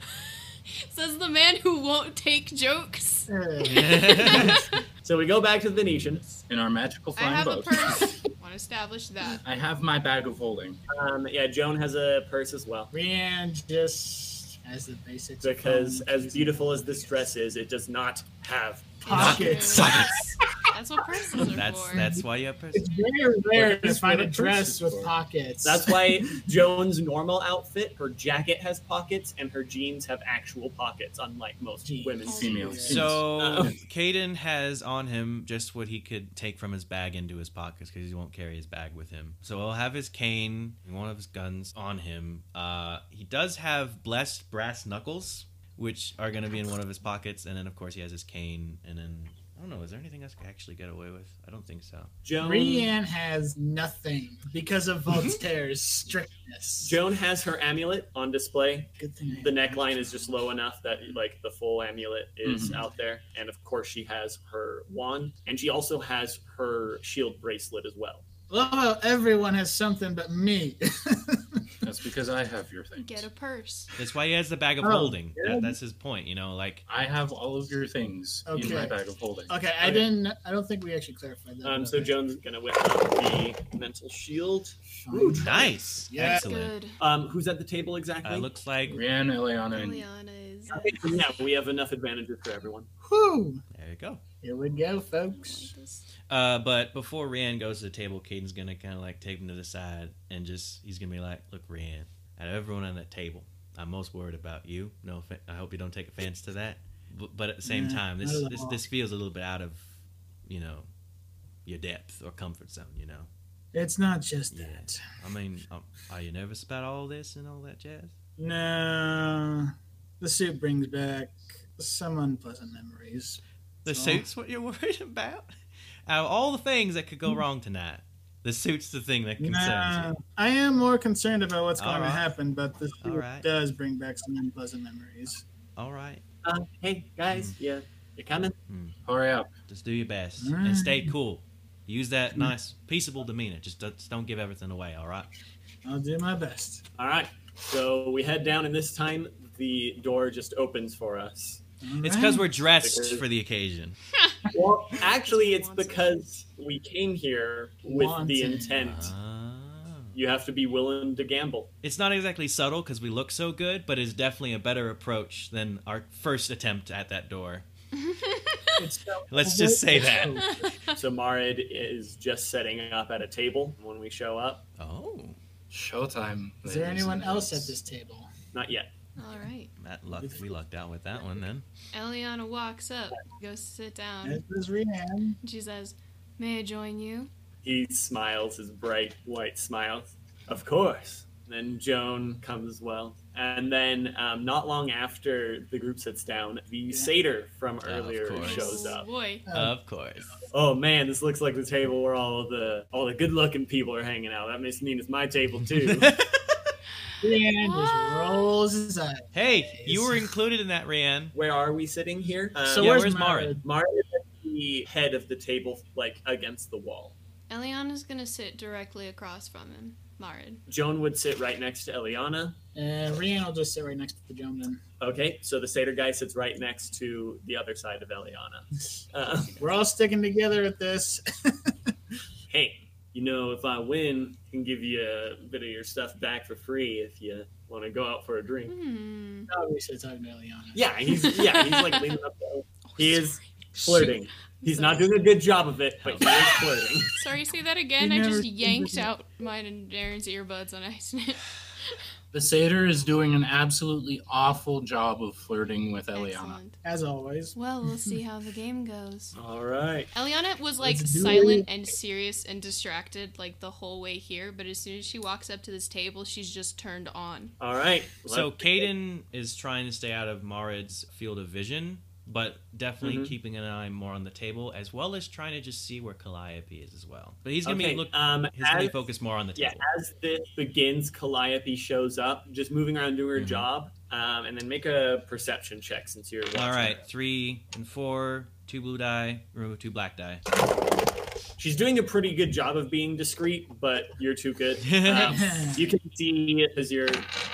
E: Says the man who won't take jokes.
A: Eh,
D: So we go back to the Venetian.
I: in our magical
E: I
I: flying
E: have a
I: boat.
E: purse. Want to establish that?
I: I have my bag of holding.
E: Oh,
D: Um, yeah, Joan has a purse as well.
A: Rianne just has the basics. of
D: Because
A: phone
D: as
A: keys.
D: beautiful as this dress is, it does not have
A: Pockets.
E: Pockets. That's what purses are
F: That's
E: for.
F: that's why you have person.
A: It's very rare to
I: That's
A: find
I: what a
A: a
I: purse
A: dress
I: is
A: with
I: for.
A: pockets.
D: That's why Joan's normal outfit, her jacket has pockets and her jeans have actual pockets, unlike most
A: Jeans.
D: women's
I: Female.
D: jeans.
F: So
D: Oh.
A: uh,
F: Caden has on him just what he could take from his bag into his pockets because he won't carry his bag with him. So he'll have his cane and one of his guns on him. Uh, he does have blessed brass knuckles, which are going to be in one of his pockets, and then of course he has his cane. And then I don't know, is there anything else I could actually get away with? I don't think so.
D: Joan,
A: Rianne has nothing because of Voltaire's strictness.
D: Joan has her amulet on display.
A: Good thing I-
D: The neckline is just low enough that like the full amulet is out there, and of course she has her wand, and she also has her shield bracelet as well.
A: Love how everyone has something but me.
I: That's because I have your things.
E: Get a purse.
F: That's why he has the bag of
A: Oh,
F: holding.
A: yeah.
F: That, that's his point, you know. Like
I: I have all of your things in my
A: Okay.
I: bag of holding.
A: okay, I
D: Okay.
A: didn't. I don't think we actually clarified that.
D: Um, so Joan's gonna whip up the mental shield. Ooh,
A: Fine.
F: nice,
A: Yeah.
F: excellent.
E: Good.
D: Um, who's at the table exactly?
F: Uh, looks like
I: Rianne, Eliana, and
E: Eliana is.
D: Okay, yeah, we have enough advantages for everyone.
A: Whew.
F: there you go.
A: Here we go, folks.
F: Uh, but before Rand goes to the table, Caden's gonna kind of like take him to the side and just he's gonna be like, "Look, Rand, out of everyone on that table, I'm most worried about you. No, offe- I hope you don't take offense to that. But, but at the same
A: Nah,
F: time,
A: not
F: this
A: at
F: this
A: all.
F: this feels a little bit out of, you know, your depth or comfort zone. You know,
A: It's not just
F: Yeah.
A: that.
F: I mean, um, are you nervous about all this and all that jazz?
A: No, the suit brings back some unpleasant memories.
F: The
A: Oh.
F: suit's what you're worried about. Out of all the things that could go wrong tonight, the suit's the thing that concerns
A: Hmm. Nah,
F: you.
A: I am more concerned about what's
F: All
A: going
F: right.
A: to happen, but the
F: All
A: suit
F: right.
A: does bring back some unpleasant memories.
F: All right,
D: Uh, hey guys, yeah, you're coming.
I: hurry up.
F: Just do your best
A: All
F: and
A: right.
F: stay cool. Use that nice, peaceable demeanor. Just, don't- just don't give everything away, all right?
A: I'll do my best.
D: All right, so we head down, and this time the door just opens for us.
A: All
F: It's because
A: right.
F: we're dressed for the occasion.
D: Well, actually, it's
E: Wanted.
D: because we came here with the
A: Wanted.
D: intent.
F: Ah.
D: You have to be willing to gamble.
F: It's not exactly subtle because we look so good, but it's definitely a better approach than our first attempt at that door.
A: It's so-
F: Let's just say that.
D: So Marid is just setting up at a table when we show up.
F: Oh,
I: Showtime.
A: Is there
I: ladies
A: anyone
I: and
A: else at
I: gents.
A: this table?
D: Not yet.
E: All right.
F: that lucked, we lucked out with that one then.
E: Eliana walks up, goes to sit down.
D: Um,
A: This is Rianne.
E: She says, "May I join you?"
D: He smiles his bright white smile. Of course. Then Joan comes well. And then, um, not long after the group sits down, the satyr from
F: of
D: earlier
F: course.
D: shows
E: Oh,
D: up.
E: boy.
A: Uh,
F: Of course.
D: Oh man, this looks like the table where all the all the good-looking people are hanging out. That must mean it's my table too.
A: Rianne just
E: What?
A: rolls his eyes.
F: hey, you were included in that, Rianne.
D: where are we sitting here? Uh,
A: So
F: yeah,
A: where's,
F: where's
A: Mara?
D: Mara is at the head of the table, like against the wall.
E: Eliana's gonna sit directly across from him. Marin.
D: Joan would sit right next to Eliana.
A: And Rian will just sit right next to Joan then.
D: Okay, so the satyr guy sits right next to the other side of Eliana. Uh,
A: We're all sticking together at this.
D: hey, you know, if I win, I can give you a bit of your stuff back for free if you want to go out for a drink.
E: Hmm.
A: Obviously, talking to Eliana.
D: Yeah, he's yeah, he's like leaning up. to- He is
E: Shoot.
D: flirting. He's not doing a good job of it, but he is flirting.
E: Sorry, say that again.
A: You
E: I
A: never
E: just
A: see
E: yanked
A: the-
E: out mine and Darren's earbuds on accident.
H: The satyr is doing an absolutely awful job of flirting with Eliana.
E: Excellent.
A: As always.
E: Well, we'll see how the game goes.
D: All right.
E: Eliana was like
A: Let's do
E: silent and serious and distracted like the whole way here, but as soon as she walks up to this table, she's just turned on.
D: All right.
F: So
D: Let-
F: Caden is trying to stay out of Marid's field of vision, but definitely
D: Mhm.
F: keeping an eye more on the table, as well as trying to just see where Calliope is as well. But he's gonna
D: Okay,
F: be look.
D: um,
F: he's gonna be
D: as-
F: focused more on the
D: yeah,
F: table.
D: as this begins, Calliope shows up, just moving around doing her
F: Mhm.
D: job, um, and then make a perception check since you're watching
F: All right,
D: her.
F: three and four, two blue die, remove two black die.
D: She's doing a pretty good job of being discreet, but you're too good. Um, you can see as you're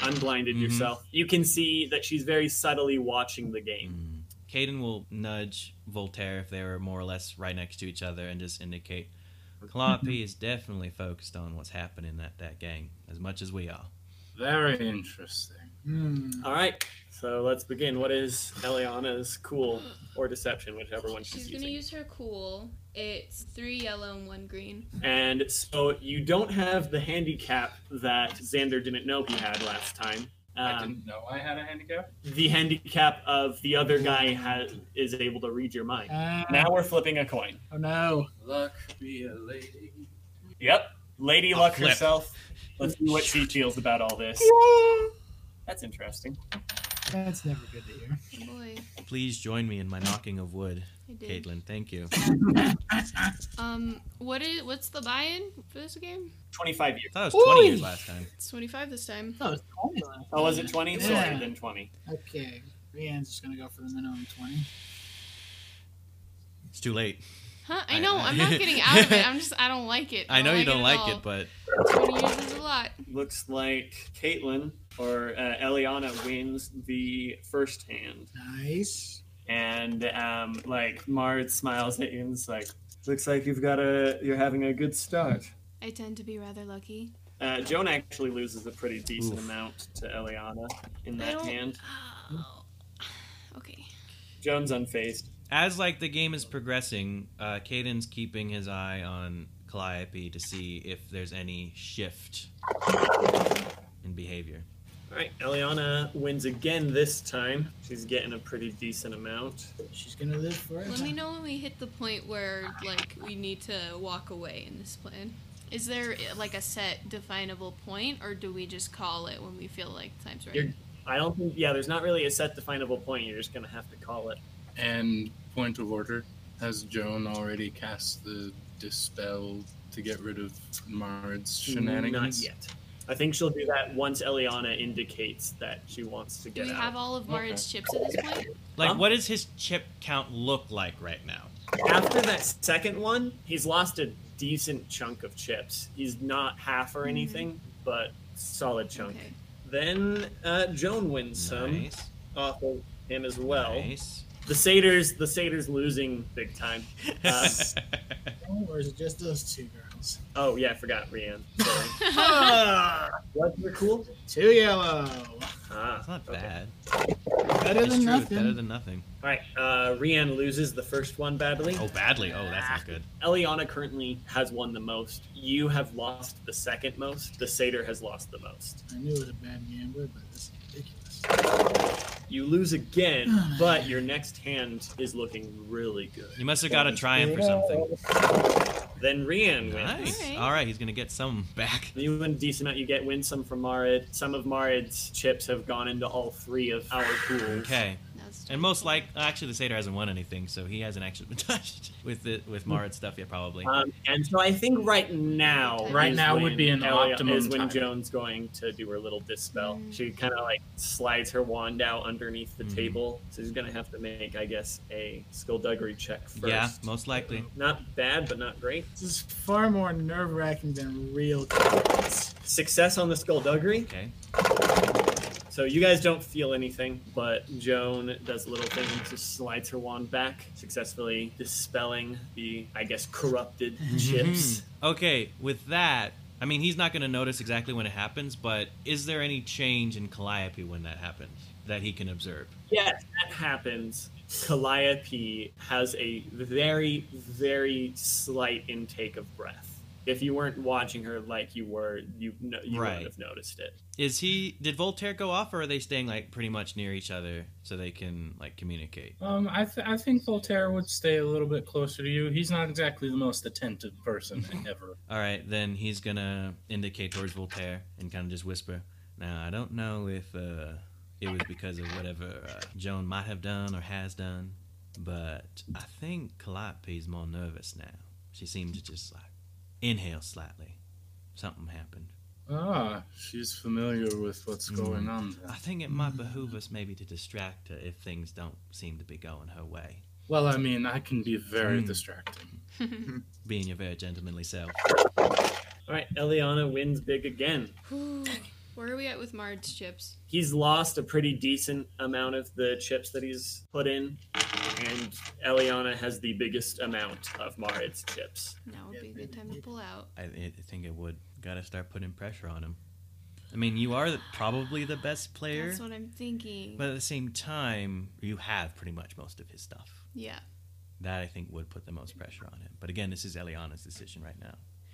D: unblinded
F: Mhm.
D: yourself. You can see that she's very subtly watching the game.
F: Caden will nudge Voltaire if they were more or less right next to each other and just indicate Calliope is definitely focused on what's happening at that game as much as we are.
H: Very interesting.
A: Hmm.
D: All right. So let's begin. What is Eliana's cool or deception, whichever one she's,
E: She's gonna
D: using?
E: use her cool. It's three yellow and one green.
D: and so you don't have the handicap that Xander didn't know he had last time.
H: I
D: Um,
H: didn't know I had a handicap.
D: the handicap of the other guy has, is able to read your mind.
A: Ah,
D: Now we're flipping a coin.
A: oh no.
H: Luck be a lady.
D: Yep. Lady Luck
F: flip.
D: herself. Let's see what she feels about all this. That's interesting.
A: That's never good to hear.
E: Oh boy,
F: Please join me in my knocking of wood,
E: I did.
F: Caitlin. Thank you.
E: Um, what is what's the buy-in for this game?
D: 25 years.
F: I thought it was 20
A: Oi.
F: years last time.
E: It's twenty-five this time.
A: Oh, it's 20 left.
D: Oh, was it 20? Sorry,
A: Yeah.
D: then 20.
A: Okay. Rian's just going to go for the minimum 20.
F: It's too late.
E: Huh? I
F: I-
E: know. I'm not getting out of it. I'm just. I don't like it.
F: Oh, I know you don't like it,
E: but
F: but
E: twenty years is a lot.
D: Looks like Caitlin or uh, Eliana wins the first hand.
A: Nice.
D: and um, like Mard smiles at you and is like, "Looks like you've got a you're having a good start."
E: I tend to be rather lucky.
D: Uh, Joan actually loses a pretty decent
F: Oof.
D: amount to Eliana in
E: I
D: that
E: don't.
D: hand.
E: Oh. Okay.
D: Joan's unfazed.
F: as like the game is progressing, uh, Caden's keeping his eye on Calliope to see if there's any shift in behavior.
D: All right, Eliana wins again this time. She's getting a pretty decent amount.
A: She's going to live forever.
E: Let me know when we hit the point where like we need to walk away in this plan. Is there like a set definable point, or do we just call it when we feel like the time's right?
D: You're- I don't think. Yeah, there's not really a set definable point. You're just gonna have to call it.
H: And point of order, has Joan already cast the dispel to get rid of Mard's shenanigans?
D: Not yet. I think she'll do that once Eliana indicates that she wants to
E: do
D: get
E: we
D: out.
E: have all of Marin's chips at this point?
F: Like,
D: Huh?
F: what does his chip count look like right now?
D: After that second one, he's lost a decent chunk of chips. He's not half or anything, but solid chunk.
E: Mm-hmm. Okay.
D: Then uh, Joan wins some
F: Nice.
D: off of him as well.
F: Nice.
D: The satyrs, the satyrs losing big time. Uh,
A: Or is it just those two girls?
D: oh yeah, I forgot Rianne. Sorry.
F: Ah.
D: Ah! What's your cool?
A: Two yellow.
D: Ah,
F: That's not
D: okay.
F: bad.
A: Better
F: It's
A: than
F: true.
A: nothing.
F: Better than nothing.
D: All right, uh, Rianne loses the first one badly.
F: Oh, badly. Oh, that's not good.
D: Eliana currently has won the most. You have lost the second most. The satyr has lost the most.
A: I knew it was a bad gambler, but it's ridiculous.
D: You lose
F: Oh
D: again, but your next hand is looking really good.
F: You must have got a triumph or something.
D: Then Rian wins.
F: Nice.
E: Alright.
F: All right, he's gonna get some back.
D: You win a decent amount. You get win some from Marid. Some of Marid's chips have gone into all three of our pools.
F: Okay.
E: Now that's
F: And most like actually, the satyr hasn't won anything, so he hasn't actually been touched with the with Marit's stuff yet, probably.
D: Um, and so I think right now,
I: Right
D: is
I: now
D: when
I: would be an
D: Elliot-
I: optimum
D: is when
I: time.
D: Joan's going to do her little dispel. She kind of like slides her wand out underneath the
F: Mhm.
D: table, so she's gonna have to make, I guess, a skullduggery check first.
F: yeah, most likely.
D: Not bad, but not great.
A: This is far more nerve wracking than real.
D: Success on the skullduggery.
F: Okay.
D: So you guys don't feel anything, but Joan does a little thing and just slides her wand back, successfully dispelling the, I guess, corrupted
F: Mm-hmm.
D: chips.
F: Hmm. Okay, with that, I mean, he's not going to notice exactly when it happens, but is there any change in Calliope when that happens that he can observe?
D: Yes, that happens. Calliope has a very, very slight intake of breath. If you weren't watching her like you were, you no, you
F: Right.
D: would have noticed it.
F: Is he did Voltaire go off, or are they staying like pretty much near each other so they can like communicate?
I: Um, I, th- I think Voltaire would stay a little bit closer to you. He's not exactly the most attentive person ever.
F: All right, then he's gonna indicate towards Voltaire and kind of just whisper. Now I don't know if uh, it was because of whatever uh, Joan might have done or has done, but I think Calliope's more nervous now. She seemed to just like inhale slightly. Something happened.
I: Ah, she's familiar with what's
D: Hmm.
I: going on. Then.
F: I think it might behoove us maybe to distract her if things don't seem to be going her way.
I: Well, I mean, I can be
D: Hmm.
I: very distracting.
F: Being your very gentlemanly self.
D: All right, Eliana wins big again.
E: Ooh, Where are we at with Mard's chips?
D: He's lost a pretty decent amount of the chips that he's put in, and Eliana has the biggest amount of Marid's chips.
E: Now would be a good time to pull out.
F: I, I think it would. Gotta start putting pressure on him. I mean, you are the, probably the best player,
E: That's what I'm thinking.
F: but at the same time, you have pretty much most of his stuff.
E: yeah.
F: That I think would put the most pressure on him. But again, this is Eliana's decision right now.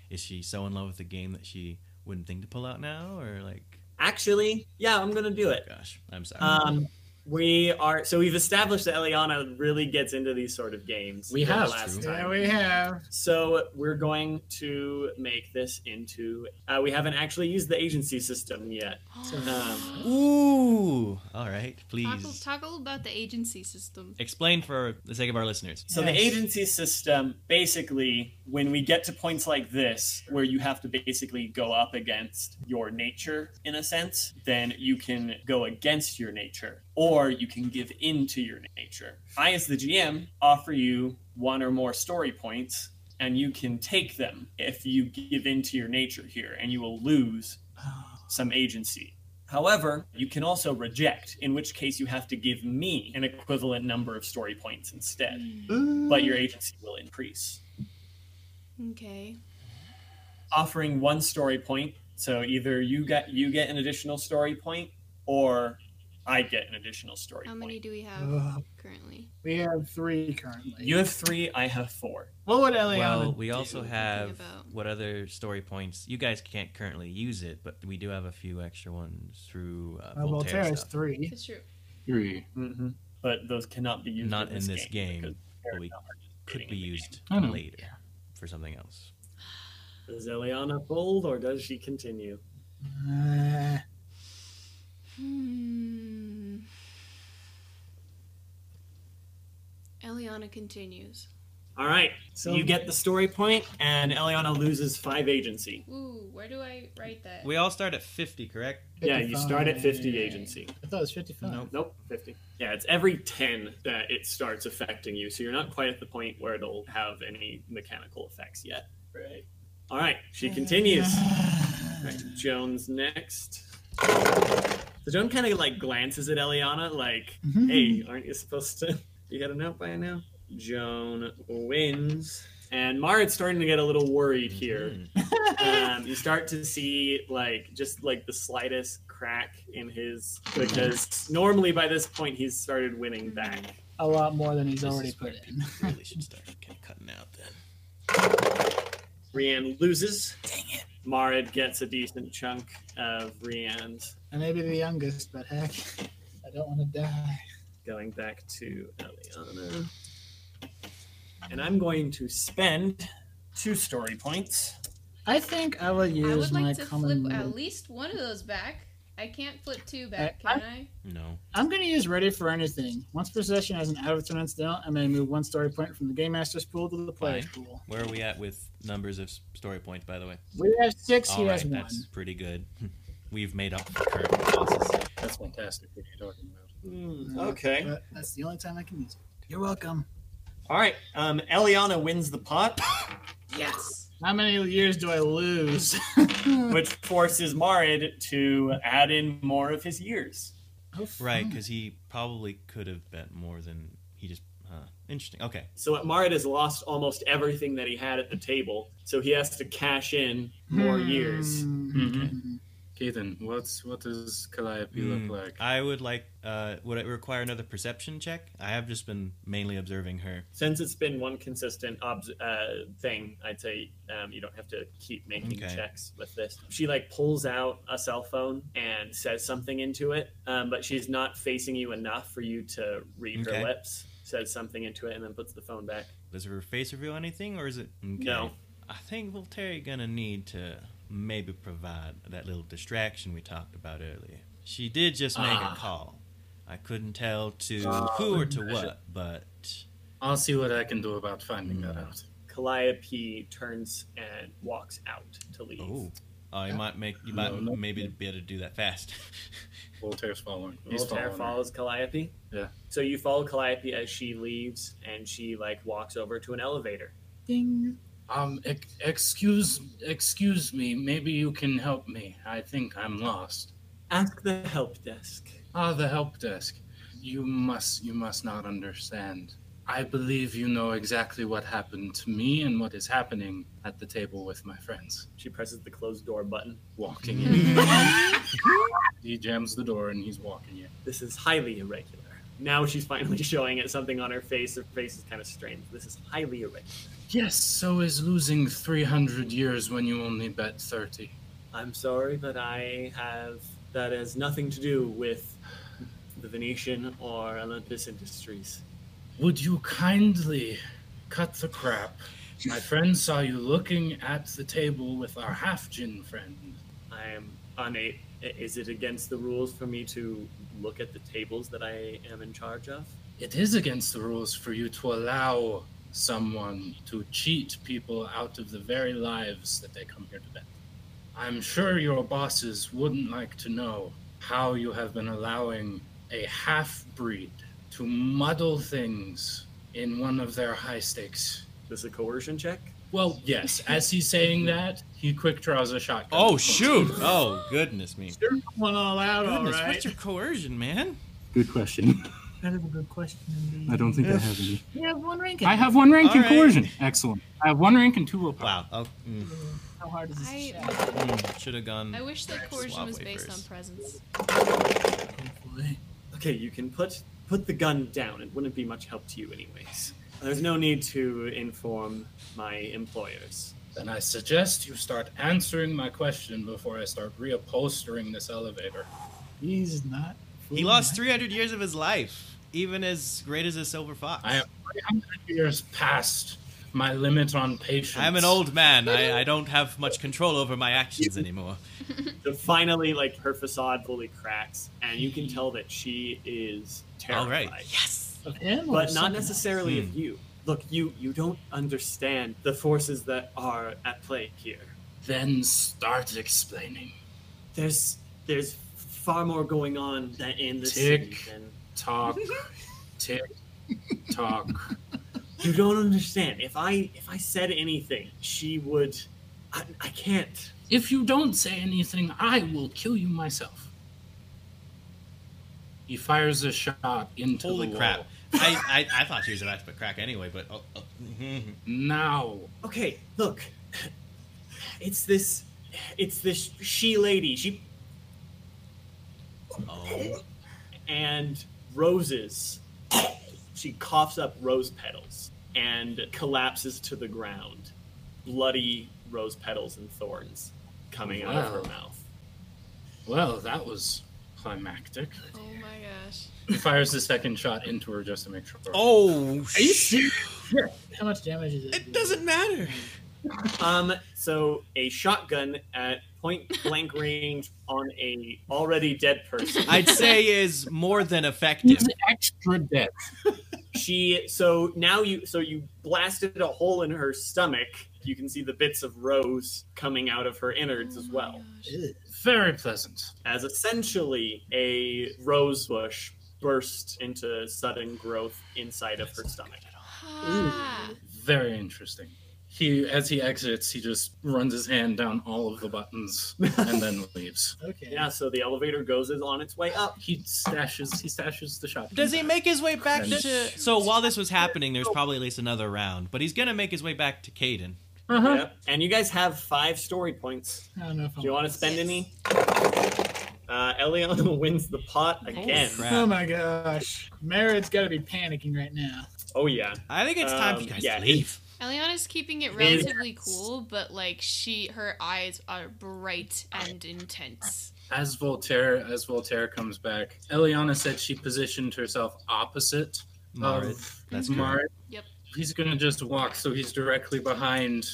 F: Is she so in love with the game that she wouldn't think to pull out now, or like,
D: Actually, yeah, I'm gonna do it.
F: gosh, I'm sorry.
D: Um, we are so we've established that Eliana really gets into these sort of games.
I: We
D: the
I: have.
D: last time.
A: There we have.
D: So we're going to make this into. Uh, we haven't actually used the agency system yet. Um,
F: Ooh, all right,
E: Talk, a-
F: please
E: talk a little about the agency system.
F: explain for the sake of our listeners.
D: so the agency system basically, when we get to points like this, where you have to basically go up against your nature in a sense, then you can go against your nature, or you can give in to your nature. I, as the GM, offer you one or more story points. And you can take them if you give in to your nature here, and you will lose some agency. However, you can also reject, in which case you have to give me an equivalent number of story points instead. But your agency will increase.
E: Okay.
D: Offering one story point, so either you get you get an additional story point or I get an additional story
E: How
D: point.
E: many do we have
A: Ugh.
E: currently?
A: We have three currently.
D: You have 3, I have 4.
A: What would Eliana?
F: Well, we
A: do?
F: also
E: thinking
F: have
E: about.
F: what other story points? You guys can't currently use it, but we do have a few extra ones through uh,
A: Uh,
F: Voltaire,
A: Voltaire is
F: stuff.
A: three.
E: It's true.
I: Three.
D: Mm-hmm. But those cannot be used
F: Not
D: in this,
F: game,
D: because
F: but we
D: they're
F: could be used
I: I know.
F: later for something else.
D: Does Eliana fold or does she continue?
A: Uh,
E: Hmm. Eliana continues.
D: All right. So you get the story point and Eliana loses 5 agency.
E: Ooh, where do I write that?
F: We all start at fifty, correct?
D: Yeah, you start at 50
A: 55.
D: agency.
A: I thought it was fifty-five.
F: Nope.
D: Nope, 50. Yeah, it's every 10 that it starts affecting you, so you're not quite at the point where it'll have any mechanical effects yet. Right. All right, she continues. Right, Joan's next. So Joan kind of like glances at Eliana, like, Mm-hmm. hey, aren't you supposed to? You got a note by now? Joan wins. And Marit's starting to get a little worried
F: Mm-hmm.
D: here
F: Hmm.
D: um, you start to see like just like the slightest crack in his because normally by this point he's started winning back.
A: A lot more than he's already
F: is
A: put
F: where
A: in.
F: We really should start kind of cutting out then.
D: Rianne loses. Dang it. Marid gets a decent chunk of Rianne's
A: I may be the youngest, but heck, I don't want to die.
D: going back to Eliana. And I'm going to spend two story points.
A: I think I will
E: I
A: use
E: would
A: my
E: like to flip
A: common.
E: at least one of those back. I can't flip two back,
A: I-
E: can I?
F: No.
A: I'm going to use ready for anything. Once per session has an average turn down, I may move one story point from the game master's pool to the player's
F: Fine.
A: pool.
F: Where are we at with numbers of s- story points, by the way?
A: We have six.
F: All
A: he
F: right,
A: has one.
F: that's pretty good. We've made up for current losses.
H: That's fantastic. What are you talking about?
D: Hmm.
G: Okay.
A: But that's the only time I can use it. You're welcome.
G: All right. Um, Eliana wins the pot,
E: Yes.
A: How many years do I lose?
B: Hmm.
G: which forces Marid to add in more of his years.
A: Hmm.
F: Right, because he probably could have bet more than he just. Huh. Interesting. Okay.
D: So Marit has lost almost everything that he had at the table, so he has to cash in more
F: Hmm.
D: years.
A: Hmm.
F: Mm-hmm.
H: Keaton, what's what does Calliope
F: Hmm.
H: look like?
F: I would like. Uh, would it require another perception check? I have just been mainly observing her.
D: Since it's been one consistent obs- uh, thing, I'd say um, you don't have to keep making
F: Okay.
D: checks with this. She like pulls out a cell phone and says something into it, um, but she's not facing you enough for you to read
F: Okay.
D: her lips. Says something into it and then puts the phone back.
F: Does her face reveal anything, or is it okay.
D: No.
F: I think well, Terry gonna need to maybe provide that little distraction we talked about earlier. She did just make a call. I couldn't tell to who or to what, but
H: I'll see what I can do about finding
D: Hmm.
H: that out.
D: Calliope turns and walks out to leave.
F: oh, oh, you might make you might
H: no.
F: maybe be able to do that fast.
H: Voltaire's following. He's
D: Voltaire
H: following. her.
D: follows Calliope.
H: Yeah.
D: So you follow Calliope as she leaves, and she like walks over to an elevator.
A: Ding.
H: Um, ex- excuse, excuse me. Maybe you can help me. I think I'm lost.
D: Ask the help desk.
H: Ah, the help desk. You must, you must not understand. I believe you know exactly what happened to me and what is happening at the table with my friends.
D: She presses the closed door button.
H: Walking in. he jams the door and he's walking in.
D: This is highly irregular. Now she's finally showing it something on her face. Her face is kind of strained. This is highly irregular.
H: Yes, so is losing 300 years when you only bet 30.
D: I'm sorry, but I have that has nothing to do with the Venetian or Olympus Industries.
H: Would you kindly cut the crap? My friend saw you looking at the table with our half gin friend.
D: I am unable. Is it against the rules for me to look at the tables that I am in charge of?
H: It is against the rules for you to allow someone to cheat people out of the very lives that they come here to bet. I'm sure your bosses wouldn't like to know how you have been allowing a half breed to muddle things in one of their high stakes.
D: This a coercion check?
H: Well, yes, as he's saying that, he quick draws a shotgun.
F: oh shoot! Oh goodness me!
A: You're going all out,
F: Goodness,
A: all right.
F: what's your coercion, man?
K: Good question.
A: That is a good question. Indeed.
K: I don't think I have any.
A: You have one rank.
K: I have one rank in
F: All right.
K: coercion. Excellent. I have one rank and two willpower.
F: Wow. Oh, mm,
A: How hard is this?
E: I-
A: check?
F: should have gone.
E: I wish that coercion
F: Swab
E: was based
F: wafers.
E: on presence.
A: Hopefully.
D: Okay, you can put put the gun down. It wouldn't be much help to you, anyways. There's no need to inform my employers.
H: Then I suggest you start answering my question before I start reupholstering this elevator.
A: He's not.
F: He lost 300 years of his life, even as great as a silver fox.
H: I am 300 years past my limit on patience.
F: I'm an old man. I, I don't have much control over my actions anymore.
D: So finally, like her facade fully cracks, and you can tell that she is
F: All
D: terrified.
F: right.
A: of him, or
D: but not
A: something else?
D: necessarily of
F: Hmm.
D: you. Look, you you don't understand the forces that are at play here.
H: Then start explaining.
D: There's there's far more going on than in this
H: Tick.
D: city than
H: Talk, tick, talk.
D: You don't understand. If I if I said anything, she would. I, I can't.
H: If you don't say anything, I will kill you myself. He fires a shot into
F: Holy
H: the wall.
F: crap. I, I, I thought she was about to put crack anyway, but. Oh, oh, mhm.
H: Now,
D: Okay, look. It's this. It's this she lady. She Mm-hmm.
F: oh.
D: and roses. She coughs up rose petals and collapses to the ground. Bloody rose petals and thorns coming out of her
H: Wow.
D: mouth.
H: well, that was climactic.
E: Oh my gosh.
H: He fires the second shot into her just to make sure.
F: Oh, sh-
A: How much damage is it?
F: It doesn't matter.
D: Um, so a shotgun at point blank range on a already dead person.
F: I'd say is more than effective.
K: extra dead.
D: she so now you so you blasted a hole in her stomach. You can see the bits of rose coming out of her innards
E: Oh
D: as well.
H: Very pleasant.
D: As essentially a rose bush burst into sudden growth inside of her stomach.
E: Ah.
H: Very interesting. He, as he exits, he just runs his hand down all of the buttons and then leaves.
A: Okay.
D: Yeah, so the elevator goes is on its way up.
H: He stashes. He stashes the shotgun.
F: Does he
H: back.
F: make his way back
H: Crunch.
F: to? So while this was happening, there's probably at least another round, but he's gonna make his way back to Caden.
H: Uh-huh.
D: Yep. And you guys have five story points.
A: I don't know if
D: Do you want to spend
E: Yes.
D: any? Uh, Eliana wins the pot again.
F: crap.
A: Oh my gosh, Merritt's got to be panicking right now.
D: Oh yeah.
F: I think it's time for
D: Um,
F: you guys
D: yeah,
F: to leave.
E: Eliana's keeping it
D: Is-
E: relatively cool, but like she, her eyes are bright and intense.
H: As Voltaire, as Voltaire comes back, Eliana said she positioned herself opposite
F: Marit.
H: of
F: That's correct.
H: Marit.
E: Yep.
H: He's gonna just walk, so he's directly behind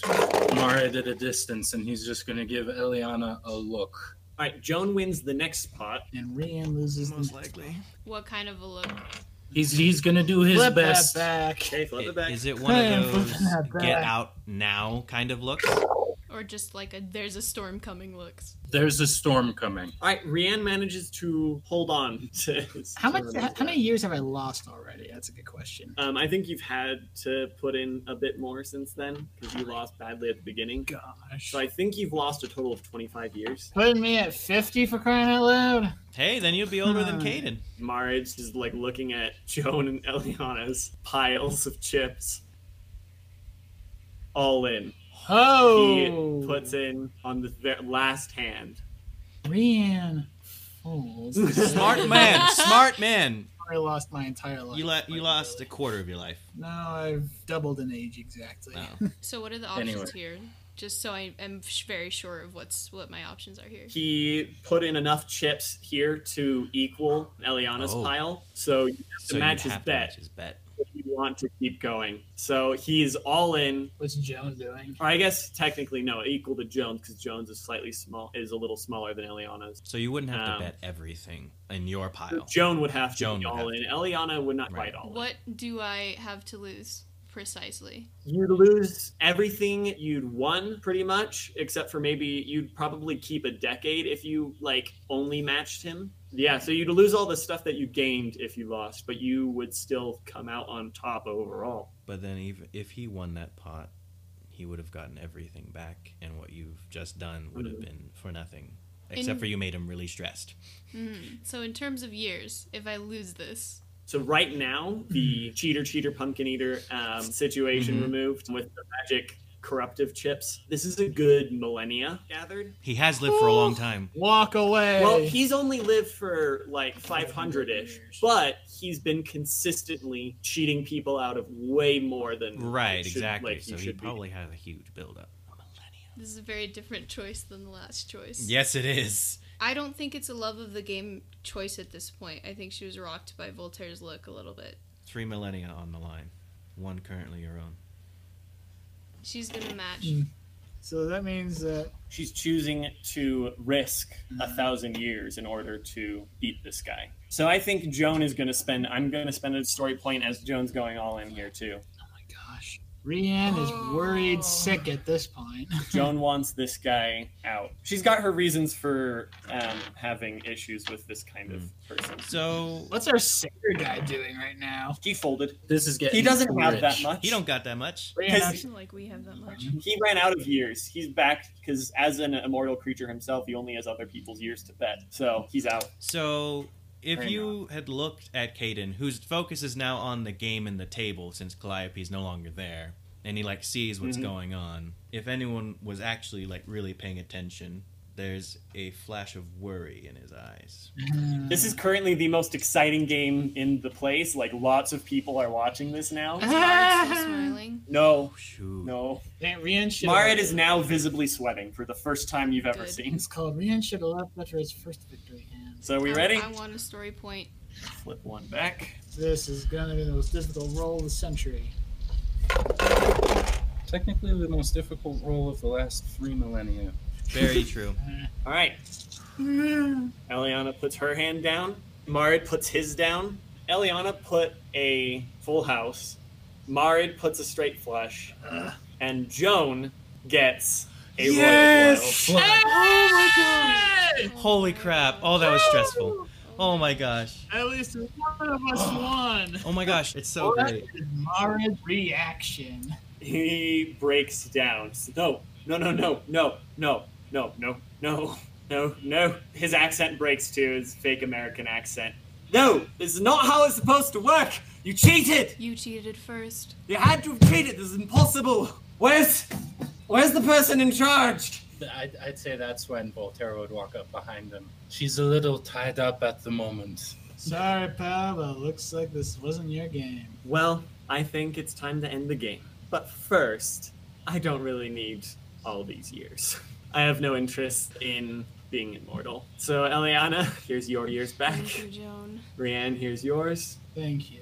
H: Marit at a distance, and he's just gonna give Eliana a look.
D: All right, Joan wins the next pot.
A: And Rian loses. the-
F: likely.
E: What kind of a look?
H: He's he's gonna do his
A: Flip
H: best.
A: that back.
D: Okay, flip it back.
F: Is it one
A: I am
F: of those
A: flipping that
F: get
A: back.
F: out now kind of looks?
E: Or just like a there's a storm coming looks.
H: There's a storm coming.
D: All right, Rianne manages to hold on to.
A: How
D: to
A: much?
D: remember
A: How, how
D: that.
A: many years have I lost already? That's a good question.
D: Um, I think you've had to put in a bit more since then because you lost badly at the beginning.
A: Gosh,
D: So I think you've lost a total of 25 years.
A: putting me at fifty for crying out loud.
F: Hey, then you'll be older than
A: Hmm.
F: Caden.
D: Marge is like looking at Joan and Eliana's piles of chips. All in.
A: Oh,
D: He puts in on the ver- last hand.
A: Rian. Fools.
F: Smart man, smart man.
A: I lost my entire life.
F: You, la- you
A: Like,
F: lost a
A: really.
F: quarter of your life.
A: Now I've doubled in age exactly.
F: Wow.
E: So what are the options
H: Anyway.
E: here? Just so I am sh- very sure of what's what my options are here.
D: He put in enough chips here to equal Eliana's
F: Oh.
D: pile. So you have to
F: So you
D: match his
F: have to
D: bet
F: match his bet.
D: if you want to keep going. So he's all in
A: What's Joan doing?
D: Or I guess technically no, equal to Jones because Jones is slightly small, is a little smaller than Eliana's.
F: So you wouldn't have
D: Um,
F: to bet everything in your pile.
D: Joan would have to
F: Joan
D: be
F: would
D: all
F: have
D: in. Eliana would not
F: Right.
D: quite all in.
E: What do I have to lose precisely?
D: You'd lose everything you'd won pretty much, except for maybe you'd probably keep a decade if you like only matched him. Yeah, so you'd lose all the stuff that you gained if you lost, but you would still come out on top overall.
F: But then even if he won that pot, he would have gotten everything back, and what you've just done would
D: Mm-hmm.
F: have been for nothing. Except
E: In-
F: for you made him really stressed.
E: Mhm. So in terms of years, if I lose this,
D: So right now, the
F: Mm-hmm.
D: cheater, cheater, pumpkin eater um, situation
F: Mhm.
D: removed with the magic corruptive chips. This is a good millennia gathered.
F: He has lived for a long time.
A: Walk away.
D: Well, he's only lived for like 500 ish, but he's been consistently cheating people out of way more than
F: Right,
D: should-
F: exactly.
D: like,
F: so he
D: should be.
F: probably had a huge buildup.
E: this is a very different choice than the last choice.
F: Yes, it is.
E: I don't think it's a love of the game choice at this point. I think she was rocked by Voltaire's look a little bit.
F: Three millennia on the line. One currently your own.
E: She's gonna match.
A: Mm. So that means that oh
D: She's choosing to risk a
F: Mm-hmm.
D: thousand years in order to beat this guy. So I think Joan is going to spend. I'm going to spend a story point as Joan's going all in here too.
A: my gosh. Rianne is worried sick at this point.
D: Joan wants this guy out. She's got her reasons for um, having issues with this kind of person.
F: So
A: What's our singer guy doing right now?
D: He folded.
H: This is getting.
D: He doesn't have
H: rich.
D: that much.
F: he don't got that much.
A: Rianne,
D: Has-
E: I feel like we have that much.
D: He ran out of years. He's back because as an immortal creature himself, he only has other people's years to bet. So he's out.
F: So if
D: Fair
F: you had looked at Caden, whose focus is now on the game and the table since Calliope's no longer there, and he like sees what's
D: Mhm.
F: going on, if anyone was actually like really paying attention, there's a flash of worry in his eyes.
D: This is currently the most exciting game in the place. Like lots of people are watching this now.
E: Is Mara still smiling?
D: No,
F: Shoot.
D: no.
A: Man, Rian should.
D: Marit is now visibly sweating for the first time you've ever
E: Good.
D: seen.
A: It's called Rian should have left after his first victory hand.
D: So are we
E: Um, I-
D: ready?
E: I want a story point.
D: Flip one back.
A: This is gonna be the most difficult roll of the century.
H: Technically, the most difficult role of the last three millennia.
F: Very true.
D: All right. Eliana puts her hand down. Marid puts his down. Eliana put a full house. Marid puts a straight flush. And Joan gets a
F: Yes!
D: royal blow.
F: Holy crap. Oh, that was stressful. Oh my gosh.
A: At least one of us won.
F: Oh my gosh. It's so
A: What
F: great.
A: is Mara's reaction?
D: He breaks down. No, no, no, no, no, no, no, no, no, no, no. His accent breaks too, his fake American accent. No, this is not how it's supposed to work. You cheated.
E: You cheated first.
D: You had to have cheated. This is impossible. Where's, where's the person in charge?
H: I'd, I'd say that's when Volterra would walk up behind them. She's a little tied up at the moment.
A: Sorry, pal, but looks like this wasn't your game.
D: Well, I think it's time to end the game. But first, I don't really need all these years. I have no interest in being immortal. So, Eliana, here's your years back.
E: Thank you, Joan.
D: Rianne, here's yours.
A: Thank you.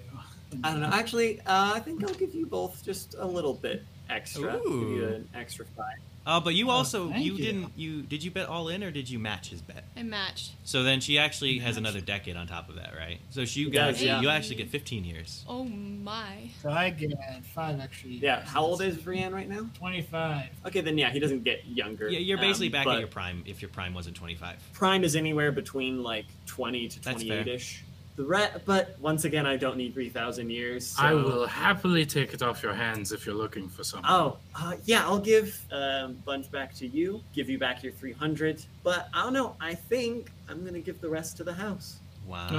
D: I don't know. Actually, uh, I think I'll give you both just a little bit extra. Give you
F: Ooh.
D: an extra five.
F: Uh, but you also
A: thank
F: you
A: you.
F: didn't you did you bet all in or did you match his bet?
E: I matched.
F: So then she actually has another decade on top of that, right? So she you
D: does,
F: actually
D: yeah.
F: you actually get 15 years.
E: Oh my.
A: So I get five extra years.
D: Yeah. How old is Rianne right now?
A: 25.
D: Okay, then yeah, he doesn't get younger.
F: Yeah, you're basically
D: um,
F: back
D: but
F: at your prime if your prime wasn't 25.
D: prime is anywhere between like 20 to
F: That's fair.
D: 28 ish. The re- but once again, I don't need 3,000 years. So.
H: I will happily take it off your hands if you're looking for something.
D: Oh, uh, yeah, I'll give um, Bunch back to you, give you back your 300, but I don't know, I think I'm going to give the rest to the house.
F: Wow.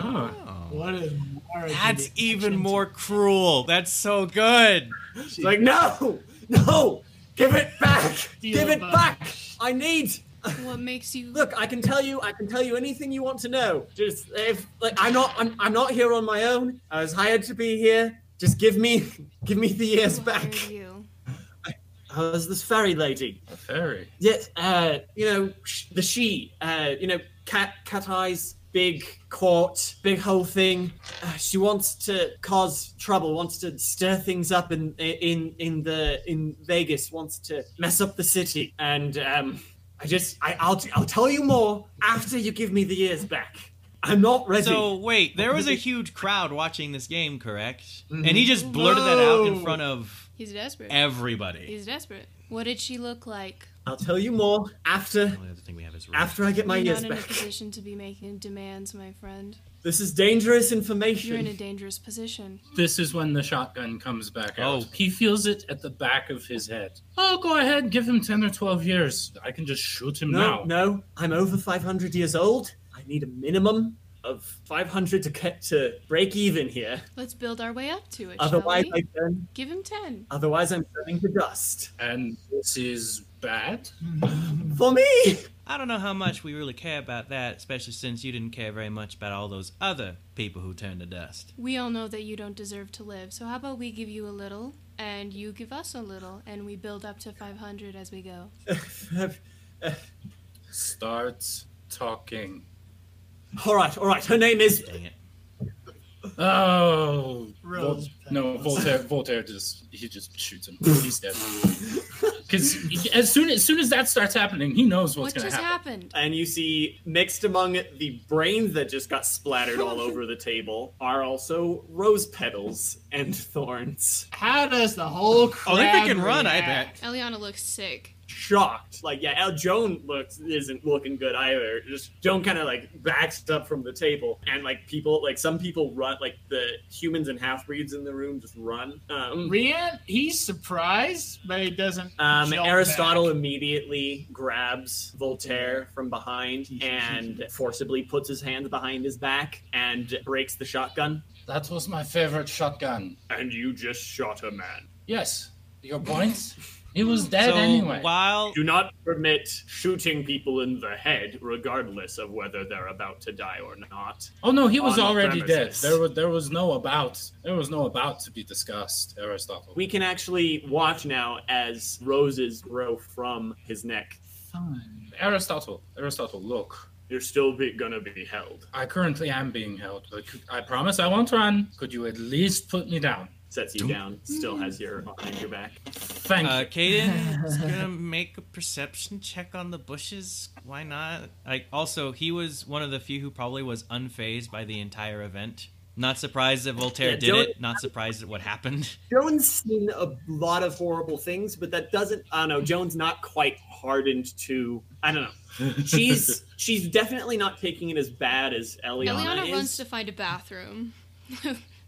D: Oh.
A: What is Mara's
F: That's
A: reaction
F: even
A: to-
F: more cruel. That's so good.
D: She's like, no, no, give it back,
A: Steal
D: give
A: it
D: it
A: back."
D: back. I need.
E: What makes you
D: Look, I can tell you, I can tell you anything you want to know. Just if like I'm not, I'm, I'm not here on my own. I was hired to be here. Just give me, give me the years
E: Why
D: back.
E: are you?
D: How's this fairy lady?
H: A fairy.
D: Yes, uh, you know, sh- the she, uh, you know, cat, cat eyes, big court, big whole thing. Uh, she wants to cause trouble, wants to stir things up in in in the in Vegas, wants to mess up the city. And um, I just, I, I'll I'll tell you more after you give me the years back. I'm not ready.
F: So wait, there was a huge crowd watching this game, correct?
D: Mm-hmm.
F: And he just blurted that out in front of
E: He's desperate.
F: everybody.
E: He's desperate. What did she look like?
D: I'll tell you more after
F: The only other thing we have is Ruth.
D: after I get my
E: You're
D: years
E: not in a
D: back.
E: position to be making demands, my friend.
D: This is dangerous
E: You're in a
D: information.
E: dangerous position.
H: This is when the shotgun comes back out.
F: Oh.
H: He feels it at the back of his head. Oh, go ahead, give him 10 or 12 years. I can just shoot him
D: No,
H: now.
D: no, I'm over 500 years old. I need a minimum of 500 to get to break even here.
E: Let's build our way up to it,
D: Otherwise,
E: shall we?
D: I turn,
E: Give him ten.
D: otherwise I'm turning to dust.
H: And this is bad.
D: For me,
F: I don't know how much we really care about that, especially since you didn't care very much about all those other people who turned to dust.
E: We all know that you don't deserve to live, so how about we give you a little, and you give us a little, and we build up to 500 as we go.
H: Starts talking.
D: all right, all right. Her name is.
F: Dang it.
H: Oh.
A: Rose
H: Vol- no, Voltaire. Voltaire just he just shoots him. He's dead. Because as soon as soon as that starts happening, he knows what's
E: what
H: going
E: just
H: to happen.
E: happened?
D: And you see, mixed among the brains that just got splattered all over the table are also rose petals and thorns.
A: How does the whole crowd?
F: Oh, they freaking run, I
A: react?
F: bet.
E: Eliana looks sick.
D: Shocked, like yeah, El Joan looks isn't looking good either. Just Joan kind of like backs up from the table, and like people, like some people run, like the humans and half breeds in the room just run. Um,
A: Rian, he's surprised, but he doesn't.
D: Um,
A: jump
D: Aristotle
A: back.
D: immediately grabs Voltaire from behind and forcibly puts his hands behind his back and breaks the shotgun.
H: That was my favorite shotgun.
J: And you just shot a man.
H: Yes, your point. He was dead
F: so
H: anyway.
F: while
J: Do not permit shooting people in the head, regardless of whether they're about to die or not.
H: Oh no, he
J: On
H: was
J: the
H: already dead.
J: premises.
H: There was there was no about. There was no about to be discussed. Aristotle.
D: We can actually watch now as roses grow from his neck.
A: Fine.
H: Aristotle. Aristotle. Look,
J: You're still be- gonna be held.
H: I currently am being held, but could- I promise I won't run. Could you at least put me down?
D: sets you down, still has your behind your back.
F: Thank uh, Caden is gonna make a perception check on the bushes. Why not? Like, also, he was one of the few who probably was unfazed by the entire event. Not surprised that Voltaire
D: Yeah,
F: did
D: don't-
F: it. Not surprised at what happened.
D: Joan's seen a lot of horrible things, but that doesn't. I don't know. Joan's not quite hardened to. I don't know. She's she's definitely not taking it as bad as Eliana,
E: Eliana
D: is.
E: runs to find a bathroom.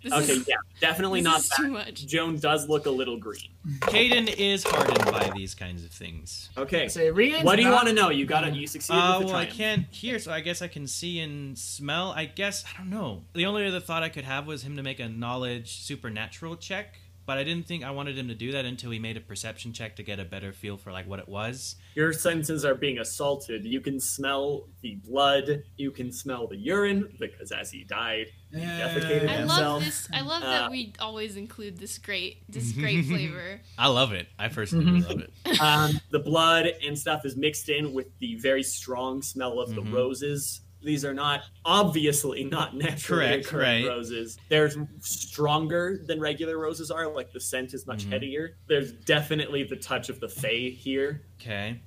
E: this
D: okay,
E: is,
D: yeah, definitely
E: this
D: not
E: is
D: that.
E: too much.
D: Joan does look a little green.
F: Caden is hardened by these kinds of things.
D: Okay,
A: Say, Rian's
D: what do you
E: uh,
A: not-
D: want to know? You got it. You succeeded
F: Uh,
D: with the
F: well, I
D: triumph.
F: can't hear, so I guess I can see and smell. I guess I don't know. The only other thought I could have was him to make a knowledge supernatural check, but I didn't think I wanted him to do that until he made a perception check to get a better feel for like what it was.
D: Your senses are being assaulted. You can smell the blood. You can smell the urine because as he died, he defecated
E: I
D: himself.
E: love this. I love that
D: Uh,
E: we always include this great, this great flavor.
F: I love it. I personally love it.
D: um, the blood and stuff is mixed in with the very strong smell of
F: Mhm.
D: the roses. These are not obviously not naturally
F: Correct,
D: occurring
F: right.
D: roses. They're stronger than regular roses are. Like the scent is much
F: Mhm.
D: headier. There's definitely the touch of the fae here.
F: Okay.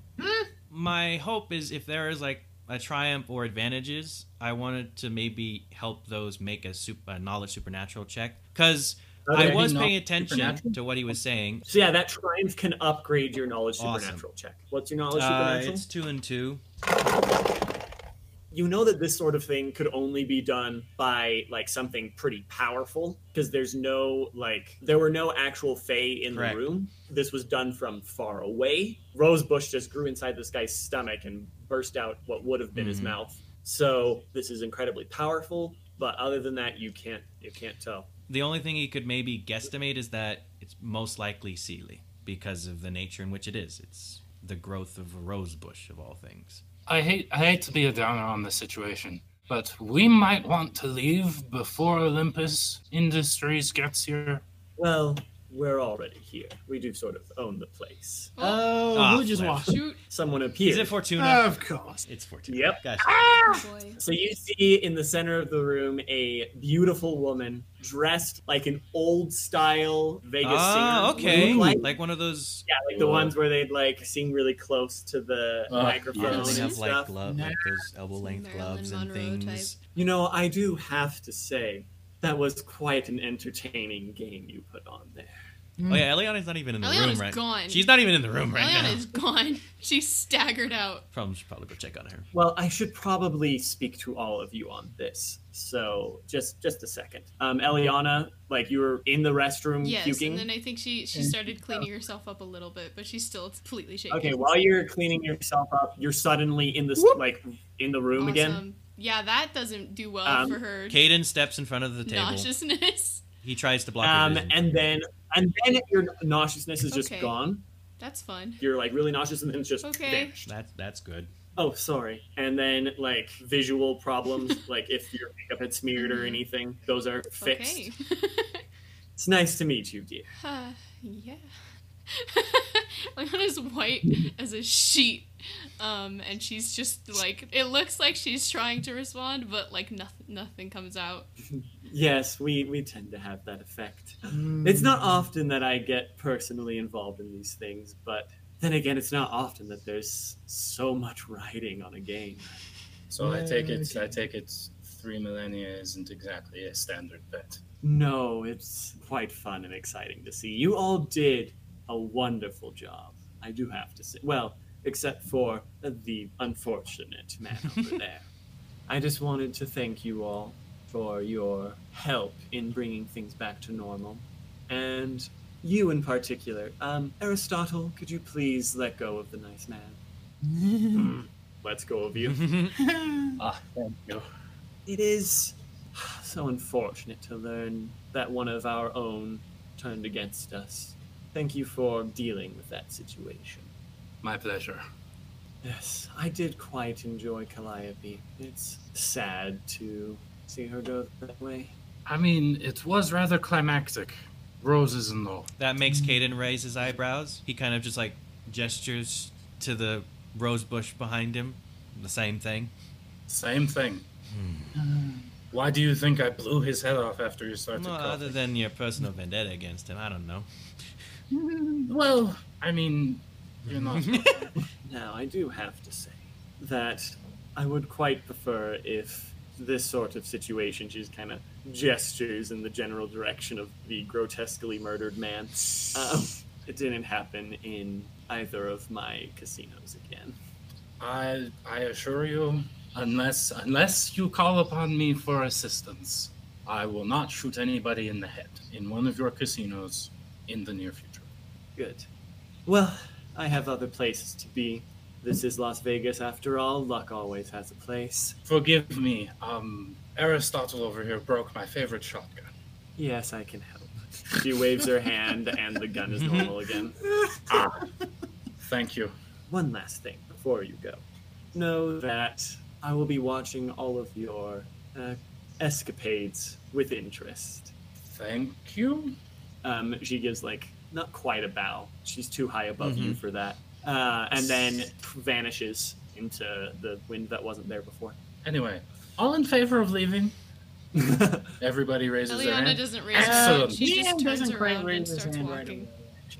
F: My hope is if there is like a triumph or advantages, I wanted to maybe help those make a, sup a knowledge supernatural check because I
D: Okay.
F: was paying
H: Knowledge
F: attention
H: supernatural?
F: to what he was saying.
D: So yeah, that triumph can upgrade your knowledge
F: Awesome.
D: supernatural check. What's your knowledge
F: Uh,
D: supernatural?
F: it's two and two.
D: you know that this sort of thing could only be done by like something pretty powerful because there's no like there were no actual fae in
F: Correct.
D: the room this was done from far away rosebush just grew inside this guy's stomach and burst out what would have been his
F: Mhm.
D: mouth so this is incredibly powerful but other than that you can't you can't tell
F: The only thing he could maybe guesstimate is that it's most likely Sealy because of the nature in which it is. It's the growth of a rose bush of all things.
H: I hate I hate to be a downer on the situation, but we might want to leave before Olympus Industries gets here.
D: well we're already here we do sort of own the place
A: Oh,
F: Ah,
A: who just
F: flip.
A: walked?
E: Shoot,
D: someone
F: Is
D: appears
F: it Fortuna?
A: Of course.
F: it's Fortuna.
D: Yep.
F: Gosh.
E: boy.
D: So you see in the center of the room a beautiful woman dressed like an old style Vegas
F: Ah,
D: singer.
F: okay.
D: Look Like,
F: Like, one of those.
D: yeah, like the ones where they'd like sing really close to the
H: Oh,
D: microphone
F: Yeah,
D: and
F: they
E: yes.
F: Uh, have like
D: stuff.
F: glove, like those elbow length
E: Marilyn
F: gloves and
E: Monroe type.
F: things.
D: You know, I do have to say that was quite an entertaining game you put on there.
F: Oh yeah, Eliana's not even in the
E: Eliana's
F: room right.
E: gone.
F: She's not even in the room right
E: Eliana
F: now.
E: is gone. She staggered out.
F: Probably should probably go check on her.
D: Well, I should probably speak to all of you on this. So just just a second. Um, Eliana, like you were in the restroom
E: Yes,
D: puking.
E: and then I think she she started cleaning herself up a little bit, but she's still completely shaking.
D: Okay, while you're cleaning yourself up, you're suddenly in this like in the room again.
E: Awesome. Yeah, that doesn't do well
D: Um,
E: for her
F: Caden steps in front of the table.
E: nauseousness.
F: He tries to block her
D: Um,
F: vision.
D: and then and then your nauseousness is just
E: Okay.
D: gone.
E: That's fun.
D: You're like really nauseous and then it's just
E: Okay.
D: vanished.
F: That's that's good.
D: Oh, sorry. And then like visual problems, like if your makeup had smeared or anything, those are fixed.
E: Mm. Okay.
D: It's nice to meet you, dear.
E: Uh, yeah. Eliana's white as a sheet, um, and she's just like it looks like she's trying to respond, but like nothing nothing comes out.
D: Yes, we we tend to have that effect. It's
A: Mm.
D: not
A: Hmm.
D: often that I get personally involved in these things, but then again, it's not often that there's so much writing on a game.
H: So I take it I take it three millennia isn't exactly a standard bet.
D: No, it's quite fun and exciting to see. You all did a wonderful job, I do have to say. Well, except for the unfortunate man over there. I just wanted to thank you all for your help in bringing things back to normal. And you in particular. Um, Aristotle, could you please let go of the nice man? Hmm, Let's go of you.
H: Ah, thank you.
D: It is so unfortunate to learn that one of our own turned against us. Thank you for dealing with that situation.
H: My pleasure.
D: Yes, I did quite enjoy Calliope. It's sad to see her go that way.
H: I mean, it was rather climactic. Roses and all.
F: That makes Caden raise his eyebrows. He kind of just like gestures to the rose bush behind him. The same thing.
H: Same thing. Why do you think I blew his head off after he started
F: Well,
H: coughing?
F: other than your personal vendetta against him, I don't know.
H: Well, I mean, you're not.
D: Now, I do have to say that I would quite prefer if this sort of situation just kind of gestures in the general direction of the grotesquely murdered man. Um, it didn't happen in either of my casinos again.
H: I I assure you, unless unless you call upon me for assistance, I will not shoot anybody in the head in one of your casinos in the near future.
D: Good. Well, I have other places to be. This is Las Vegas after all. Luck always has a place.
H: Forgive me, um, Aristotle over here broke my favorite shotgun.
D: Yes, I can help. She waves her hand, and the gun is normal again.
H: Thank you.
D: One last thing before you go. Know that I will be watching all of your uh, escapades with interest.
H: Thank you.
D: Um, she gives, like, not quite a bow. She's too high above you for that. Uh, and then vanishes into the wind that wasn't there before.
H: Anyway, all in favor of leaving? Everybody raises their
E: Eliana
H: hand.
E: doesn't raise her hand.
H: Excellent.
E: She just
A: Liam
E: turns
A: doesn't quite
E: around and
A: raise his
E: starts
A: hand right
E: walking.
A: away.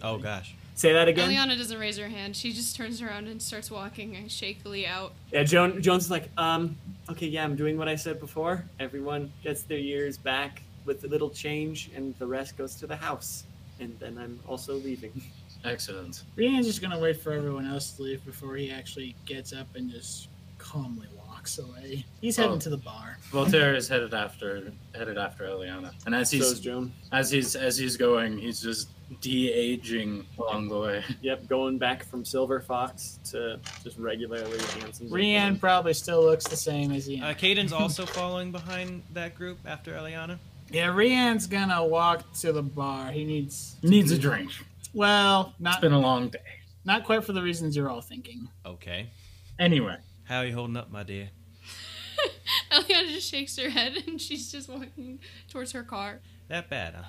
F: Oh gosh.
D: Say that again.
E: Eliana doesn't raise her hand. She just turns around and starts walking and shakily out.
D: Yeah, Joan, Jones is like, um, okay, yeah, I'm doing what I said before. Everyone gets their years back with a little change, and the rest goes to the house. And then I'm also leaving.
H: Excellent.
A: Rian's just gonna wait for everyone else to leave before he actually gets up and just calmly walks away. He's heading
H: Oh.
A: to the bar.
H: Voltaire is headed after headed after Eliana, and as
D: So
H: he's
D: is Joan.
H: as he's as he's going, he's just de aging along the way.
D: Yep, going back from Silver Fox to just regularly handsome.
A: Rian probably still looks the same as he.
F: Uh, Caden's also following behind that group after Eliana.
A: yeah, Rian's gonna walk to the bar. He needs
H: Needs a drink.
A: well,
H: It's
A: not
H: been a long day.
A: not quite for the reasons you're all thinking.
F: Okay.
H: Anyway,
F: How you holding up, my dear?
E: Eliana just shakes her head and she's just walking towards her car.
F: That bad, huh?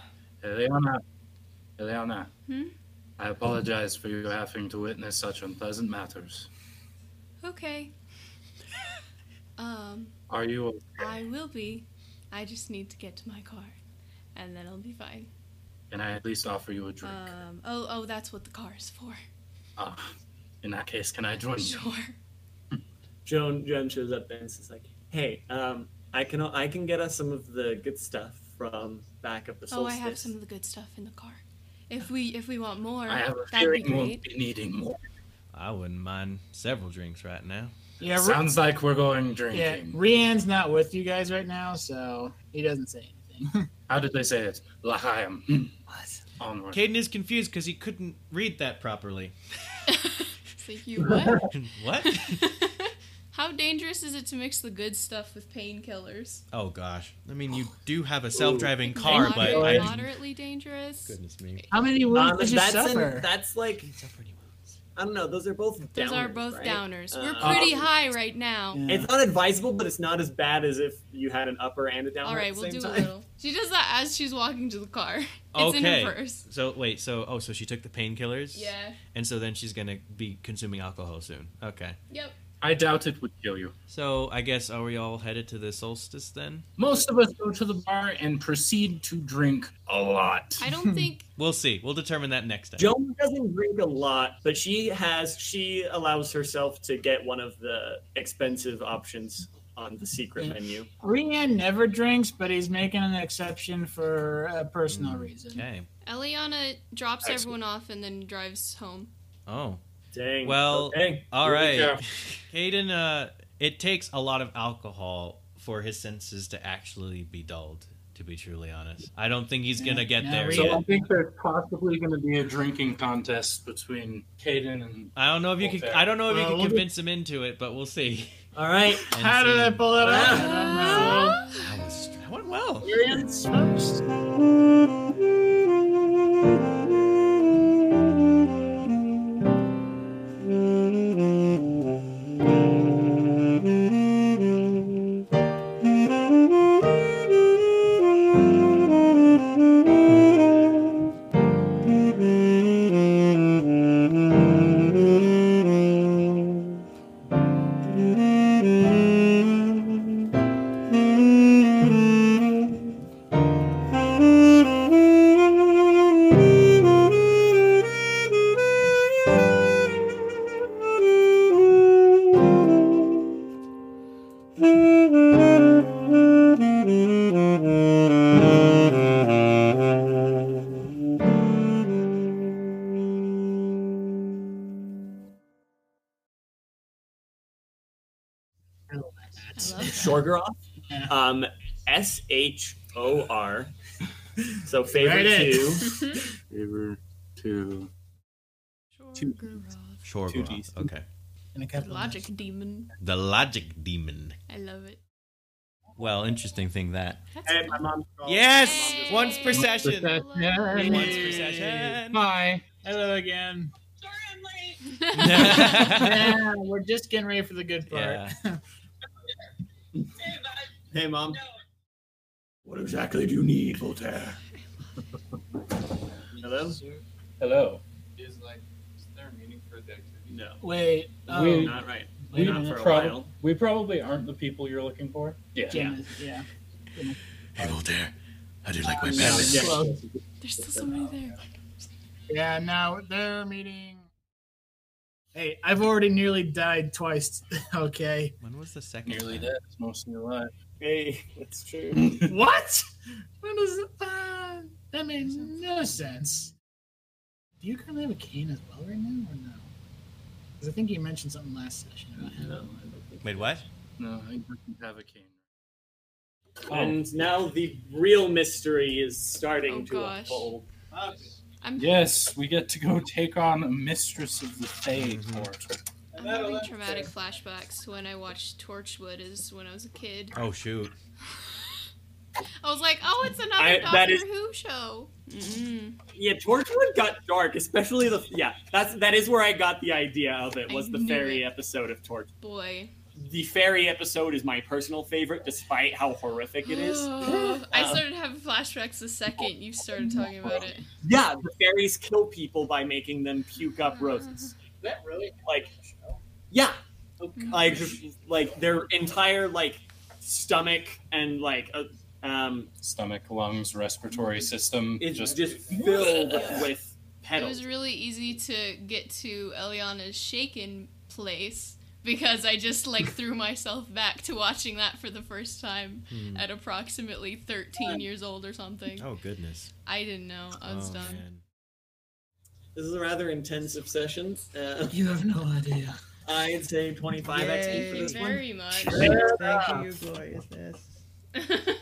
H: Eliana, Eliana,
E: Hmm?
H: I apologize for you having to witness such unpleasant matters.
E: Okay. um,
H: Are you?
E: I will be. I just need to get to my car, and then I'll be fine.
H: Can I at least offer you a drink?
E: Um, oh, oh, that's what the car is for.
H: Ah, in that case, can I join you?
E: Sure.
D: Joan, Joan shows up and is like, hey, um, I can I can get us some of the good stuff from back of the
E: Oh, I
D: solstice.
E: have some of the good stuff in the car. If we if we want more,
H: I have a
E: that'd be
H: feeling we'll
E: great.
H: be needing more.
F: I wouldn't mind several drinks right now.
A: Yeah, Ri-
H: Sounds like we're going
A: yeah.
H: drinking.
A: Rian's not with you guys right now, so he doesn't say anything.
H: How did they say it? Lahayim. Onward.
F: Caden is confused because he couldn't read that properly.
E: It's like you what?
F: what?
E: How dangerous is it to mix the good stuff with painkillers?
F: Oh gosh. I mean, you do have a self-driving car, but
E: Moderate-
F: I
E: moderately dangerous.
F: goodness me.
A: How many wounds
D: Um,
A: did you
D: that's, in-
A: suffer?
D: that's like, I don't know, those are both downers.
E: Those are both
D: right?
E: downers.
D: Uh,
E: We're pretty high right now.
A: Yeah.
D: It's not advisable, but it's not as bad as if you had an upper and a downer.
E: All right,
D: at the
E: we'll
D: same
E: do
D: time.
E: a little. She does that as she's walking to the car. It's
F: Okay.
E: in reverse.
F: So wait, so oh, so she took the painkillers.
E: Yeah.
F: And so then she's gonna be consuming alcohol soon. Okay.
E: Yep.
H: I doubt it would kill you.
F: So I guess are we all headed to the solstice then?
H: Most of us go to the bar and proceed to drink a lot.
E: I don't think.
F: We'll see. We'll determine that next time.
D: Joan doesn't drink a lot, but she has she allows herself to get one of the expensive options on the secret
A: Yeah.
D: menu.
A: Rian never drinks, but he's making an exception for a personal reason.
F: Okay.
E: Eliana drops
H: Excellent.
E: everyone off and then drives home.
F: Oh.
D: Dang.
F: Well,
D: okay.
F: All right.
H: go.
F: Caden, uh, it takes a lot of alcohol for his senses to actually be dulled. To be truly honest, I don't think he's gonna get
A: Yeah,
F: there
A: yeah.
H: So I
F: yet.
H: think there's possibly going to be a drinking contest between Caden and.
F: I don't know if you can.
H: Okay.
F: I don't know if you
A: Well,
F: can
A: we'll be-
F: convince him into it, but we'll see.
D: All right.
F: And
A: How did
F: see.
A: I pull that off? I
F: That was that went well.
A: don't know. Rian's first.
D: Shorgoroth. Um, S H O R. So favor
K: Write it.
D: two.
H: Favor two.
D: Two.
F: Sure.
D: Two
F: Goroth.
D: Ds.
F: Okay.
A: And a
E: The logic demon.
F: The logic demon.
E: I love it.
F: Well, interesting thing that.
E: That's
A: Hey, my mom's calling.
F: Yes! Once per session.
K: Perception.
F: Once per session.
K: Hi.
A: Hello again.
F: yeah.
A: yeah, we're just getting ready for the good part.
D: Hey, mom. What exactly do you need, Voltaire? Hello?
H: Hello.
J: Is like, is there a meaning for the activity?
D: No,
A: Wait. Oh,
H: We-
D: not right.
H: We,
D: Not for a
H: prob-
D: while.
H: we probably aren't the people you're looking for. Yeah.
A: damn it, yeah.
F: Hey, Voltaire. How do you like my
A: Yeah,
F: balance?
D: Yeah.
A: close.
E: There's still somebody there.
A: Yeah, now they're meeting. Hey, I've already nearly died twice. okay.
F: When was the second?
H: Nearly
F: time?
H: dead. It's mostly alive.
D: Hey, that's true.
A: What? When does uh, that made no sense? Do you currently have a cane as well right now, or no? Because I think you mentioned something last session about him.
F: Wait, what?
H: No, he doesn't have a cane. Oh.
D: and now the real mystery is starting
E: Oh,
D: to
E: gosh.
D: unfold.
E: I'm,
H: Yes, we get to go take on a mistress of the Fey Court.
E: I'm having traumatic flashbacks to when I watched Torchwood as when I was a kid.
F: Oh shoot.
E: I was like, oh, it's another
D: I-
E: Doctor
D: that is-
E: Who show. Mm.
D: Yeah, Torchwood got dark, especially the yeah. That's that is where I got the idea of it. Was
E: I
D: the
E: knew
D: fairy
E: it.
D: episode of Torch?
E: Boy.
D: The fairy episode is my personal favorite, despite how horrific it is.
E: I started having flashbacks the second you started talking about it.
D: Yeah, the fairies kill people by making them puke up roses.
A: that really?
D: Like, yeah, like like their entire like stomach and like uh, um,
H: Stomach, lungs, respiratory system.
D: it's
H: just
D: just, filled with
E: It
D: petals.
E: was really easy to get to Eliana's shaken place because I just like threw myself back to watching that for the first time at approximately 13 years old or something.
F: Hmm. Mm. Oh goodness.
E: I didn't know. I was
F: oh,
E: done.
F: man.
D: This is a rather intensive session. Uh,
A: You have no idea.
D: I'd say 25 XP for
E: Thank you
D: this one.
E: very much.
L: Thank you, gloriousness.